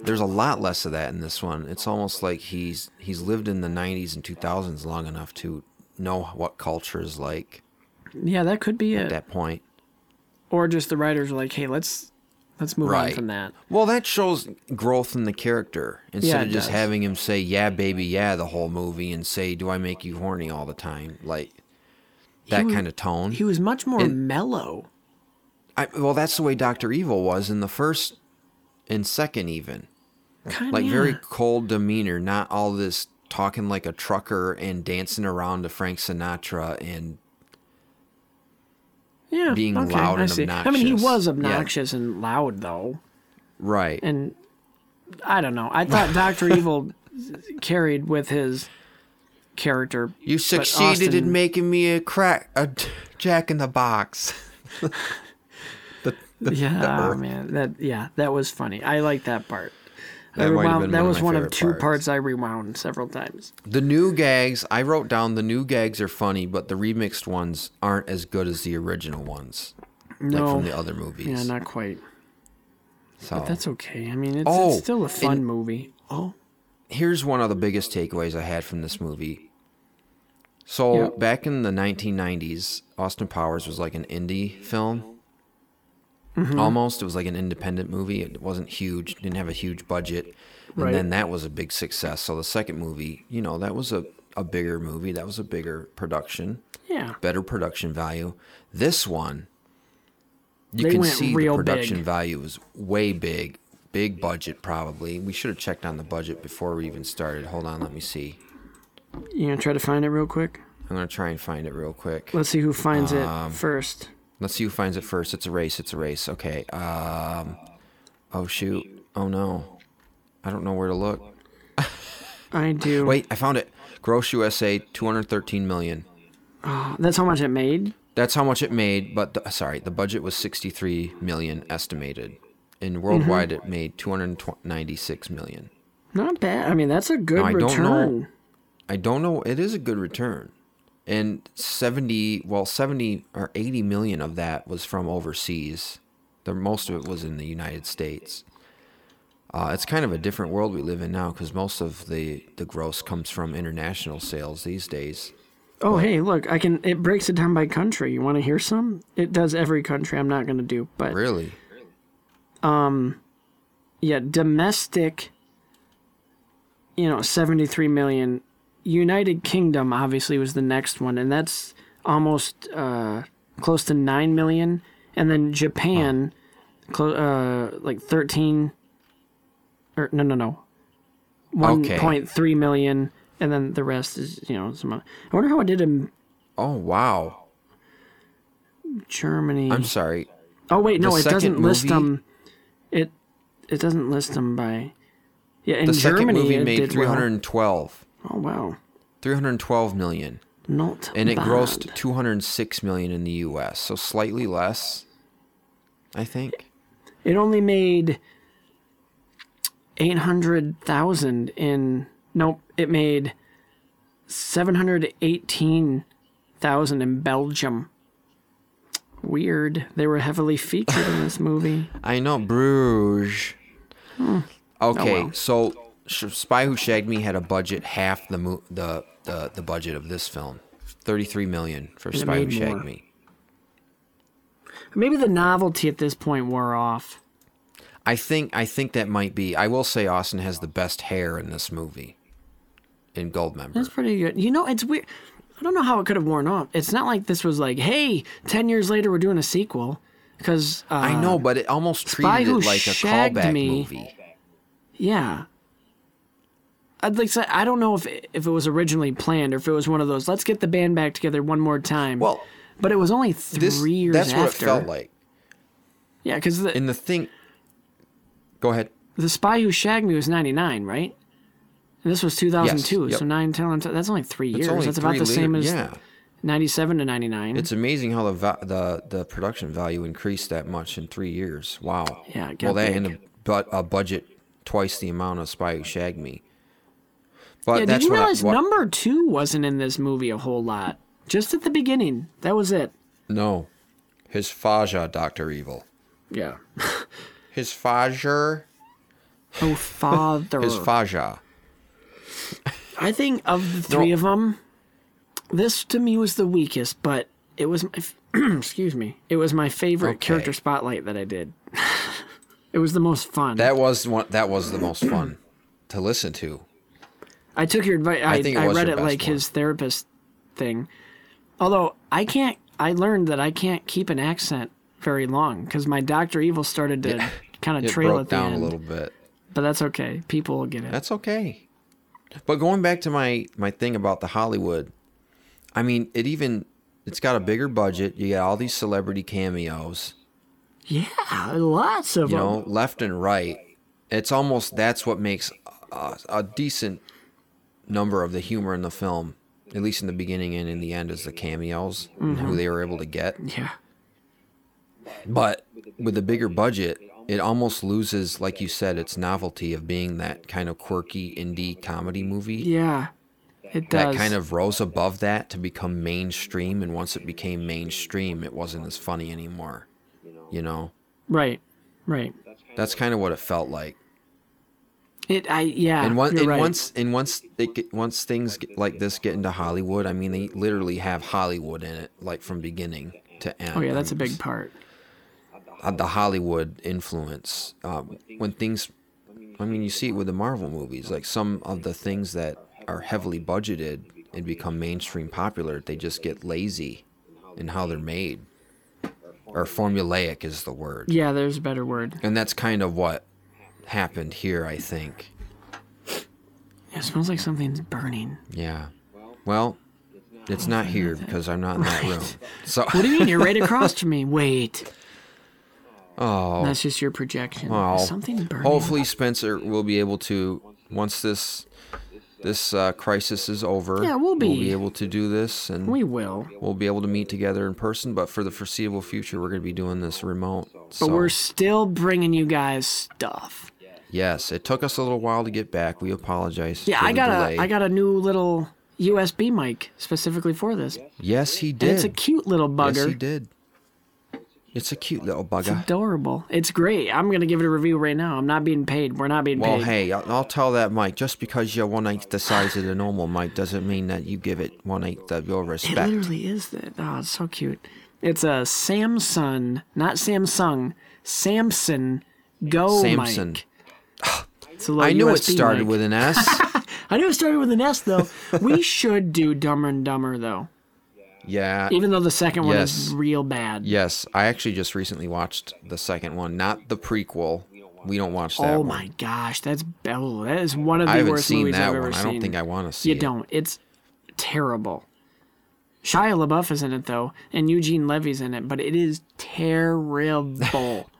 there's a lot less of that in this one. It's almost like he's he's lived in the '90s and 2000s long enough to know what culture is like
Yeah, that could be
at
it.
that point.
Or just the writers were like, "Hey, let's let's move on
Right.
from that."
Well, that shows growth in the character instead
Yeah, it
of just
does.
having him say "Yeah, baby, yeah" the whole movie and say "Do I make you horny all the time?" Like that
was-
kind of tone.
He was much more
And-
mellow.
I, well, that's the way Doctor Evil was in the first and second, even
Kind
like very cold demeanor, not all this talking like a trucker and dancing around to Frank Sinatra and
yeah,
being
okay,
loud
I
and
see. I mean, he
obnoxious.
was
Yeah.
obnoxious and loud though,
right.
and I don't know. I thought Doctor Evil carried with his character.
you
but
succeeded in
Austin-
making me a crack a j- jack in the box.
Yeah, man, that yeah, that was funny. I like that part. I
That might have
rewound.
been
That
one of
was
my
one of
favorite
two
parts.
parts I rewound several times.
The new gags, I wrote down the new gags are funny, but the remixed ones aren't as good as the original ones. Like
No.
from the other movies.
Yeah, not quite.
so
That's okay. I mean, it's,
Oh,
it's still a fun
and-
movie. Oh,
here's one of the biggest takeaways I had from this movie. So
Yep.
back in the 1990s, Austin Powers was like an indie film.
Mm-hmm.
Almost, it was like an independent movie. It wasn't huge, didn't have a huge budget, and
Right.
then that was a big success. So the second movie, you know, that was a a bigger movie. That was a bigger production.
yeah.
better production value. This one, you
They
can
went
see the
real
production
big.
value was way big, big budget probably. We should have checked on the budget before we even started. Hold on, let me see.
You gonna try to find it real quick?
I'm gonna try and find it real quick.
Let's see who finds
Um,
it first.
Let's see who finds it first. It's a race. It's a race. Okay. Um. Oh shoot. Oh no. I don't know where to look.
I do.
Wait, I found it. Gross USA, 213 million.
that's how much it made.
That's how much it made, but the, sorry, the budget was 63 million estimated. And worldwide
Mm-hmm.
it made 296 million.
Not bad. I mean, that's a good
No, I don't
return.
know. I don't know, it is a good return. And 70, well 70 or 80 million of that was from overseas. The most of it was in the United States. Uh, it's kind of a different world we live in now because most of the, the gross comes from international sales these days.
Oh, hey, look, I can. It breaks it down by country. You want to hear some? It does every country. I'm not gonna do, but
Really?
yeah, domestic. You know, seventy-three million. United Kingdom obviously was the next one, and that's almost uh, close to nine million. And then Japan, clo- uh, like thirteen. Or no, no, no. One
Okay.
point three million, and then the rest is you know some. I wonder how it did in
Oh, wow.
Germany.
I'm sorry.
Oh wait, no,
The
it doesn't
second
list
movie-
them. It it doesn't list them by. Yeah, in
The second
Germany
movie
it
made
did
312.
Well. Oh wow,
312 million
not
and it
bad.
grossed 206 million in the US so slightly less I think
It only made eight hundred thousand in. Nope, it made seven hundred eighteen thousand in Belgium. Weird. They were heavily featured in this movie.
I know Bruges. Okay,
Hmm. Oh, well.
so Sh- Spy Who Shagged Me had a budget half the mo- the, the the budget of this film, thirty three million for Spy Who
made
Shagged
more.
Me.
Maybe the novelty at this point wore off.
I think I think that might be. I will say Austin has the best hair in this movie, in Goldmember.
That's pretty good. You know, it's weird. I don't know how it could have worn off. It's not like this was like, hey, 10 years later, we're doing a sequel. Because, uh,
I know, but it almost treated
Who
it like a
Shagged
callback
Me-
movie.
yeah. I'd like to say, I don't know if it, if it was originally planned or if it was one of those, let's get the band back together one more time.
Well,
but it was only three
This
years
that's
after.
what it felt like.
Yeah, because the,
And the thing, go ahead.
the Spy Who Shagged Me was 99, right? And this was 2002,
Yes, yep.
so 9, 10, 11, that's only three
It's
years.
only
that's
three
about the same
liter-
as
yeah.
97 to 99.
It's amazing how the va- the the production value increased that much in three years. Wow.
Yeah, it got
Well, that and a,
big.
but a budget twice the amount of Spy Who Shagged Me. But
yeah,
uh, that's
did you
what I-
realize
what-
number two wasn't in this movie a whole lot? Just at the beginning. That was it.
No, his Faja Doctor Evil.
Yeah.
His Fajer.
Oh, father.
His Faja.
I think of the three of 'em, of them, this to me was the weakest, but it was my, f- excuse me, it was my favorite
Okay.
character spotlight that I did. it was the most fun.
That was one. That was the most fun to listen to.
I took your advice. I, I,
think it was
read
your
it
best
like
one.
his therapist thing. Although I can't, I learned that I can't keep an accent very long because my Doctor Evil started to kind
It
of trail
broke
at the
down
end.
a little bit.
But that's okay. People will get it.
That's okay. But going back to my my thing about the Hollywood, I mean, it even it's got a bigger budget. You got all these celebrity cameos,
yeah, lots of
you
them.
know, left and right. It's almost that's what makes a, a decent number of the humor in the film, at least in the beginning and in the end, is the cameos and
Mm-hmm.
who they were able to get.
Yeah.
But with a bigger budget, it almost loses, like you said, its novelty of being that kind of quirky indie comedy movie.
Yeah. It
that
does.
kind of rose above that to become mainstream and once it became mainstream it wasn't as funny anymore you know
Right. Right.
that's kind of what it felt like
It, I, yeah.
and, one,
you're
and
right.
once and once they get, once things get, like this get into hollywood i mean they literally have hollywood in it like from beginning to end
Oh, yeah, that's a
Um,
big part.
uh, the hollywood influence um, when things i mean you see it with the marvel movies like some of the things that are heavily budgeted and become mainstream popular they just get lazy in how they're made or formulaic is the word
Yeah, there's a better word.
and that's kind of what happened here i think
It smells like something's burning.
yeah well it's not here because i'm not in that room so
What do you mean? You're right across from me. Wait.
oh
That's just your projection.
Well,
Is something burning.
Hopefully, Spencer will be able to once this this uh, crisis is over.
Yeah, we'll
We'll be
be-
able to do this, and
We will.
we'll be able to meet together in person. But for the foreseeable future, we're going to be doing this remote.
But we're still bringing you guys stuff.
yes, it took us a little while to get back. We apologize.
Yeah,
for
I
the
got
delay.
a I got a new little USB mic specifically for this.
Yes, he did.
And it's a cute little bugger.
Yes, he did. It's a cute little
It's
bugger.
adorable. It's great. I'm gonna give it a review right now. I'm not being paid. We're not being
Well,
paid.
hey, I'll, I'll tell that Mike. Just because you're one eighth the size of the normal Mike doesn't mean that you give it one eighth of your
it
respect.
literally is that. Oh, it's so cute. It's a Samsung, not Samsung, Samson Go
Samson.
mic. It's a little
I knew it
USB
started
mic.
with an S.
I knew it started with an S though. we should do Dumber and Dumber though.
Yeah.
Even though the second one
Yes.
is real bad.
yes, I actually just recently watched the second one, not the prequel. We don't watch that.
Oh
one.
my gosh, that's oh, that is one of the
I haven't
worst
seen
movies
that
I've ever
one. I
seen.
don't think I want to see
You
it.
don't. It's terrible. Shia LaBeouf is in it though, and Eugene Levy's in it, but it is terrible.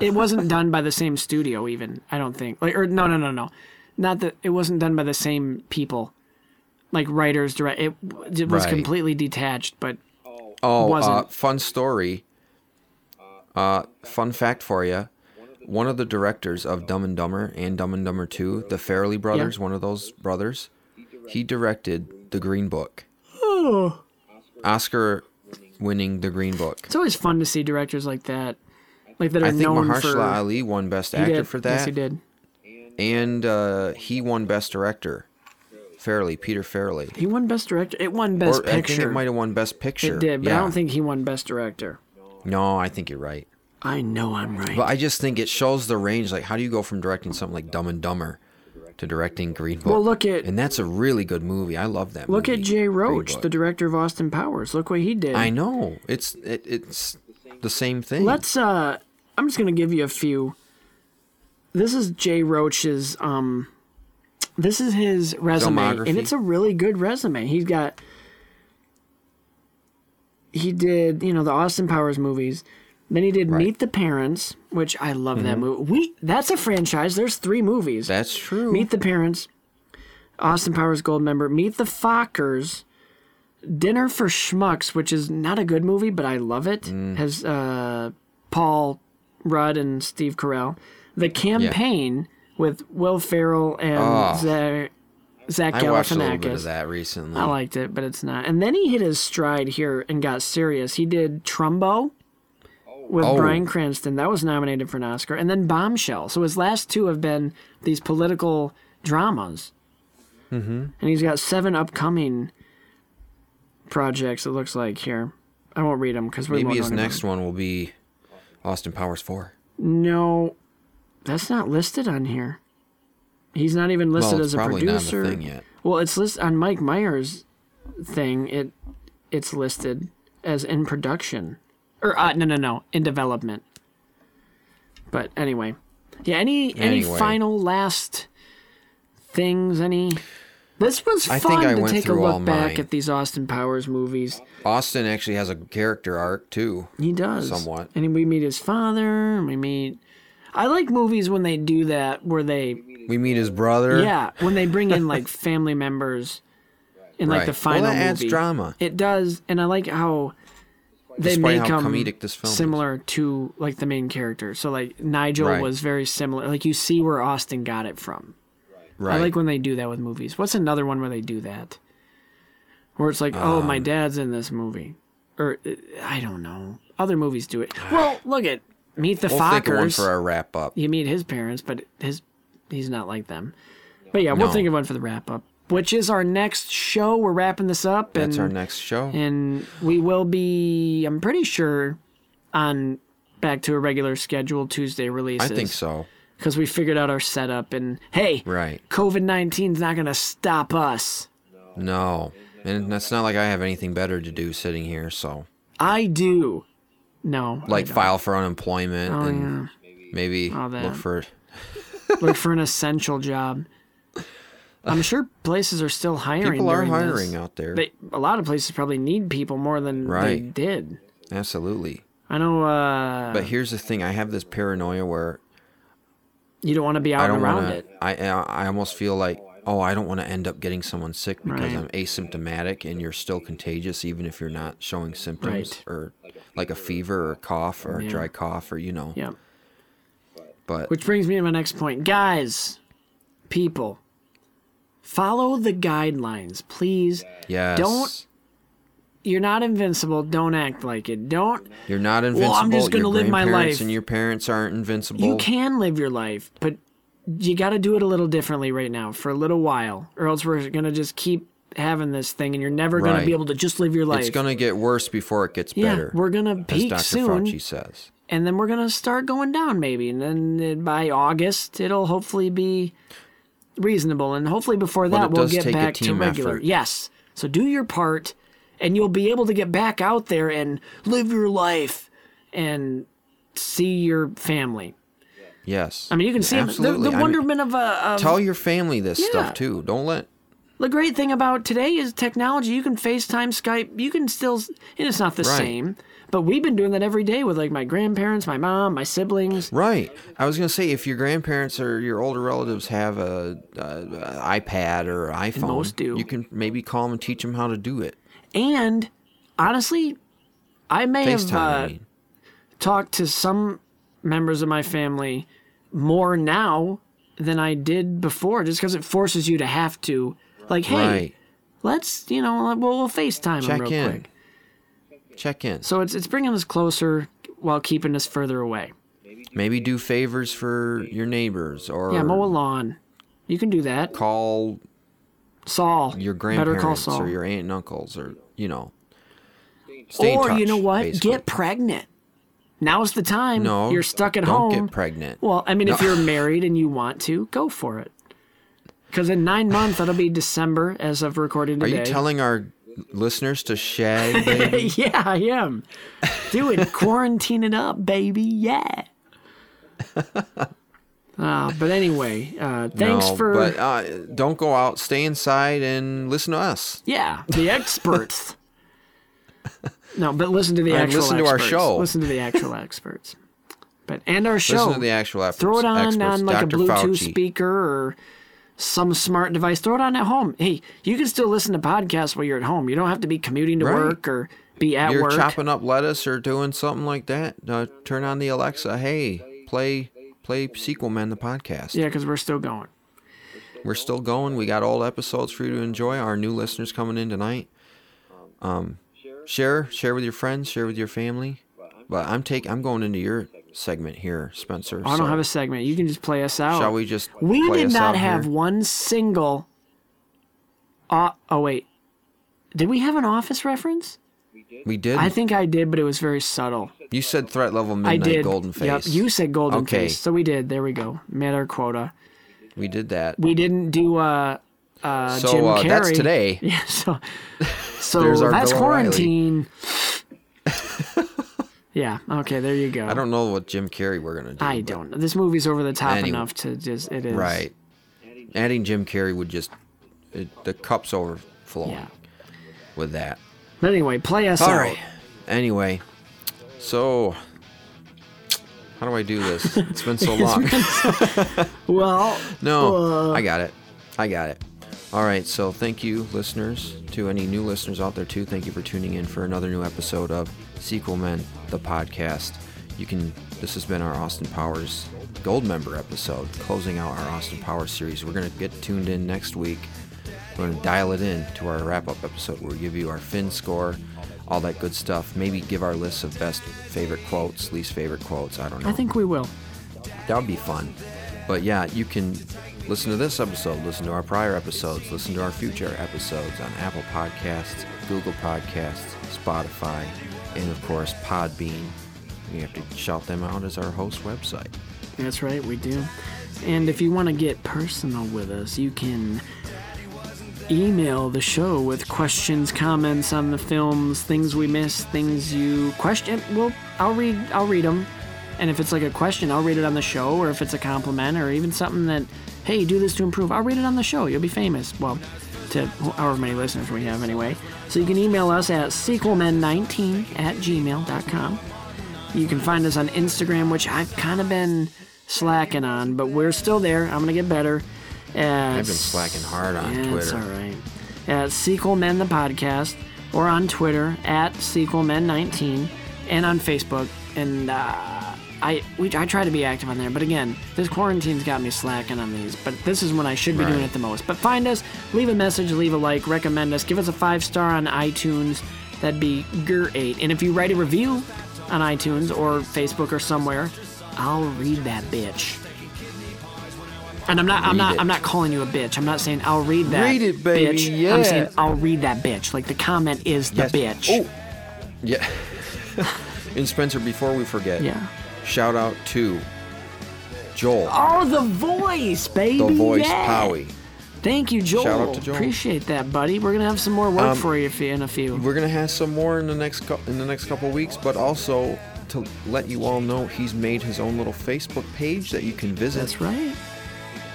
it wasn't done by the same studio, even I don't think. Like, or no, no, no, no, not that it wasn't done by the same people, like writers, direct. It, it was
Right.
completely detached, but
Oh, uh,
Wasn't.
fun story. Uh, fun fact for you. One of the directors of Dumb and Dumber and Dumb and Dumber 2, the Farrelly brothers, one of those brothers, he directed The Green Book. Oscar winning the Green Book.
It's always fun to see directors like that, like that are
I think
known
Mahershala
for.
Ali won Best
He
Actor
did.
for
Yes,
that,
he did.
and uh, he won Best Director. Fairly, Peter Fairley.
He won Best Director. It won Best
or, I
Picture.
think it might have won Best Picture.
It did, but
yeah.
I don't think he won Best Director.
No, I think you're right.
I know I'm right.
But I just think it shows the range. Like, how do you go from directing something like Dumb and Dumber to directing Green Book?
Well, look at-
and that's a really good movie. I love that.
Look at
movie,
Jay
Green
Roach,
Book.
the director of Austin Powers. Look what he did.
I know it's it, it's the same thing.
Let's uh I'm just gonna give you a few. This is Jay Roach's um this is his resume
Filmography.
and it's a really good resume. He's got he did, you know, the Austin Powers movies. Then he did
Right. Mm-hmm.
Meet the Parents, which I love that movie. We that's a franchise. There's three movies.
that's true.
Meet the Parents, Austin Powers Gold member, Meet the Fockers, Dinner for Schmucks, which is not a good movie, but I love it.
Mm.
Has uh, Paul Rudd and Steve Carell. The Campaign with Will Ferrell and
Oh.
Za- Zach
I watched a little bit of
Galifianakis.
that recently.
I liked it, but it's not. And then he hit his stride here and got serious. He did Trumbo with
Oh.
Bryan Cranston. That was nominated for an Oscar. And then Bombshell. So his last two have been these political dramas. Mm-hmm. And he's got seven upcoming projects, it looks like, here. I won't read them because we
Maybe
won't
his
know
next one will be Austin Powers Four.
anything. No, that's not listed on here. He's not even listed
Well, it's
as a
probably not
producer.
the thing yet.
Well, it's listed on Mike Myers' thing. It it's listed as in production, or uh, no, no, no, in development. But anyway, yeah. Any any
Anyway.
final last things? Any? This was
I
fun
think I
to
went
take a
through all
look back
mine.
at these Austin Powers movies.
Austin actually has a character arc too.
He does
Somewhat.
And we meet his father. And we meet. I like movies when they do that, where they
We meet his brother.
yeah, when they bring in like family members in like
Right.
the
Well,
final
that adds
movie.
drama.
It does, and I like how they
Despite
make
how
him
comedic this film is.
similar to like the main character. So like Nigel
Right.
was very similar. Like you see where Austin got it from.
right.
I like when they do that with movies. What's another one where they do that? Where it's like, oh,
Um,
my dad's in this movie, or uh, I don't know. Other movies do it. Well, look at Meet the
we'll think of one
Fockers
for our wrap up.
you meet his parents, but his he's not like them. But yeah, we'll
No.
think of one for the wrap up, which is our next show. We're wrapping this up, and
That's our next show.
and we will be. I'm pretty sure on back to a regular schedule Tuesday
I
releases.
think so.
because we figured out our setup, and hey,
Right.
COVID 19's not gonna stop us.
No. And that's not like I have anything better to do sitting here, so
I do. No, I
like
don't.
file for unemployment
Oh,
and maybe
All
look
that.
for
look for an essential job. I'm sure places are still hiring.
people are
during this.
hiring out there.
they a lot of places probably need people more than they
Right.
did.
Absolutely.
I know uh,
But here's the thing, I have this paranoia where
you don't want to be
I
out
don't
and around
want to
it.
I I I almost feel like oh, I don't want to end up getting someone sick because
Right.
I'm asymptomatic and you're still contagious even if you're not showing symptoms
Right.
or like a fever or a cough or a dry cough or you know.
Yeah.
But
Which brings me to my next point, guys, people, follow the guidelines, please.
yes.
don't- You're not invincible. Don't act like it. Don't.
You're not invincible.
Well, I'm just
your
gonna live my
grandparents
life.
And your parents aren't invincible.
You can live your life, but you got to do it a little differently right now for a little while, or else we're gonna just keep having this thing, and you're never gonna
Right.
be able to just live your life.
It's gonna get worse before it gets
yeah,
better.
we're gonna
as
peak
Dr.
soon.
Fauci says.
and then we're gonna start going down maybe and then uh, by august it'll hopefully be reasonable and hopefully before
Well,
that
it
we'll
does
get
take a
back to
team
regular
effort.
yes so do your part and you'll be able to get back out there and live your life and see your family
Yes.
i mean you can see 'em-
absolutely.
the, the
I mean,
wonderment of a of,
tell your family this
Yeah.
stuff too. Don't let.
the great thing about today is technology you can facetime skype you can still s- and it's not the
Right.
same but we've been doing that every day with like my grandparents my mom my siblings
Right. I was gonna say if your grandparents or your older relatives have a, a, a iPad or iPhone,
most do.
you can maybe call them and teach them how to do it.
And honestly, I may
FaceTime.
have uh,
I mean.
talked to some members of my family more now than I did before, just because it forces you to have to. Like, hey,
right.
let's you know, we'll, we'll Facetime 'em
Check
real
in.
quick.
Check in.
So it's it's bringing us closer while keeping us further away.
Maybe do favors for your neighbors or
Yeah, mow a lawn. You can do that.
call
Saul. Better
your
call
grandparents
Saul.
or your aunt and uncles or, you know. Stay in
or you
touch,
know what?
basically.
Get pregnant. Now's the time.
No,
you're stuck at
don't
home.
get pregnant.
Well, I mean, if you're married and you want to, go for it. Because in nine months, that'll be December as of recording
Are
today.
you telling our listeners to shag, baby?
yeah, I am. Do it. Quarantine it up, baby. Yeah. uh, but anyway, uh, thanks
No,
for
But uh, don't go out. Stay inside and listen to us.
yeah the experts. no, but listen to the
And
actual
listen to our
experts.
show.
Listen to the actual experts. But and our show.
Listen to the actual experts.
Throw it on
experts,
on like
Dr.
a Bluetooth
Fauci.
speaker or some smart device. Throw it on at home. Hey, you can still listen to podcasts while you're at home. You don't have to be commuting to
Right.
work or be at
You're
work.
chopping up lettuce or doing something like that. Uh, turn on the Alexa. Hey, play play Sequel Man the podcast.
Yeah, because we're still going.
We're still going. We got old episodes for you to enjoy. Our new listeners coming in tonight. Um, share share with your friends. Share with your family. But I'm take I'm going into your segment here, Spencer.
I
so
don't have a segment. You can just play us out.
Shall we just?
We
play
did
us
not
out
have
here?
one single. Uh, oh wait, did we have an office reference?
We did.
I think I did, but it was very subtle.
You said threat level
I
midnight
did.
golden
Yep,
face.
you said golden
Okay.
face, so we did. There we go. Met our quota.
we did that.
We didn't do uh, uh,
so
Jim
uh,
Carrey.
that's today.
Yeah, so so
There's our
that's
Bill O'Reilly.
quarantine. yeah. Okay. There you go.
I don't know what Jim Carrey we're gonna do.
I
but-
don't. This movie's over the top
Anyway.
enough to just. It is
Right. Adding Jim Carrey would just it, the cups overflowing
Yeah.
with that.
But anyway, play us
All
out.
right. Anyway, so how do I do this? It's been so long.
Well,
No, I got it. I got it. All right, so thank you, listeners, to any new listeners out there, too. Thank you for tuning in for another new episode of Sequel Men, the podcast. You can, this has been our Austin Powers Gold Member episode, closing out our Austin Powers series. We're going to get tuned in next week. We're going to dial it in to our wrap up episode where we give you our Finn score, all that good stuff. Maybe give our list of best favorite quotes, least favorite quotes. I don't know.
I think we will.
That would be fun. But yeah, you can listen to this episode, listen to our prior episodes, listen to our future episodes on Apple Podcasts, Google Podcasts, Spotify, and of course Podbean. We have to shout them out as our host website.
That's right, we do. And if you want to get personal with us, you can email the show with questions, comments on the films, things we missed, things you question. Well, I'll read. I'll read them. And if it's like a question, I'll read it on the show. Or if it's a compliment, or even something that, hey, do this to improve, I'll read it on the show. You'll be famous. Well, to however many listeners we have anyway. So you can email us at sequelmen19 at gmail.com. You can find us on Instagram, which I've kind of been slacking on, but we're still there. I'm gonna get better. At
I've been slacking hard on
yeah, That's
Twitter.
all right. At Sequel Men the podcast, or on Twitter at Sequel Men 19, and on Facebook. And uh, I we, I try to be active on there, but again, this quarantine's got me slacking on these. But this is when I should be doing
Right.
it the most. But find us, leave a message, leave a like, recommend us, give us a five star on iTunes. That'd be GER 8. And if you write a review on iTunes or Facebook or somewhere, I'll read that bitch. And I'm not, I'm
Read
not,
it.
I'm not calling you a bitch. I'm not saying I'll read that.
Read it, baby,
Bitch.
yeah.
I'm saying I'll read that bitch. Like the comment is the bitch.
Oh, yeah. and Spencer, before we forget,
Yeah.
shout out to Joel,
Oh, the voice, baby.
the voice
yeah.
Powie.
Thank you, Joel.
Shout out to Joel.
Appreciate that, buddy. We're gonna have some more work
Um,
for you in a few.
We're gonna have some more in the next cou- in the next couple weeks, but also to let you all know, he's made his own little Facebook page that you can visit.
That's right.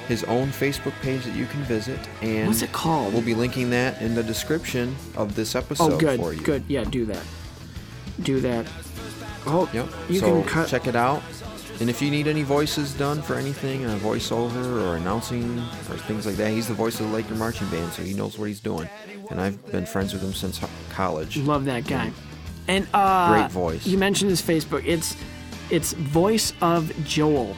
His own Facebook page that you can visit, and
What's it called?
We'll be linking that in the description of this episode
Oh, good,
for you.
good. Yeah, do that. Do that. Oh,
Yep.
you
so
can cut.
check it out. And if you need any voices done for anything, a voiceover or announcing or things like that, he's the voice of the Laker marching band, so he knows what he's doing. And I've been friends with him since ho- college.
Love that guy. And uh,
Mm-hmm. Great voice.
You mentioned his Facebook. It's it's voice of Joel.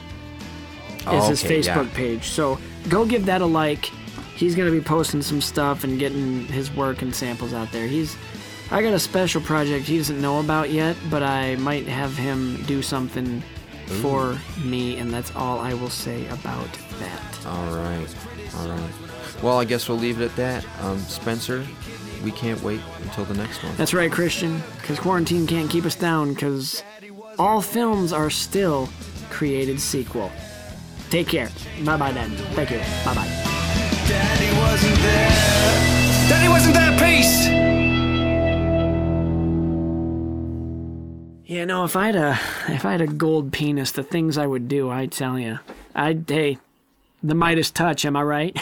is
Oh,
his
okay, yeah.
Facebook page. So go give that a like. He's gonna be posting some stuff and getting his work and samples out there. He's I got a special project he doesn't know about yet, but I might have him do something for me, and that's all I will say about that.
All right. All right. Well, I guess we'll leave it at that. Um, Spencer, we can't wait until the next one.
That's right, Christian, because quarantine can't keep us down, because all films are still created sequel. Take care. Bye bye then. Thank you. Bye bye.
Daddy wasn't there. Daddy wasn't there, peace!
You know, if I had a if I had a gold penis, the things I would do, I tell you, I'd hey, the Midas touch. Am I right?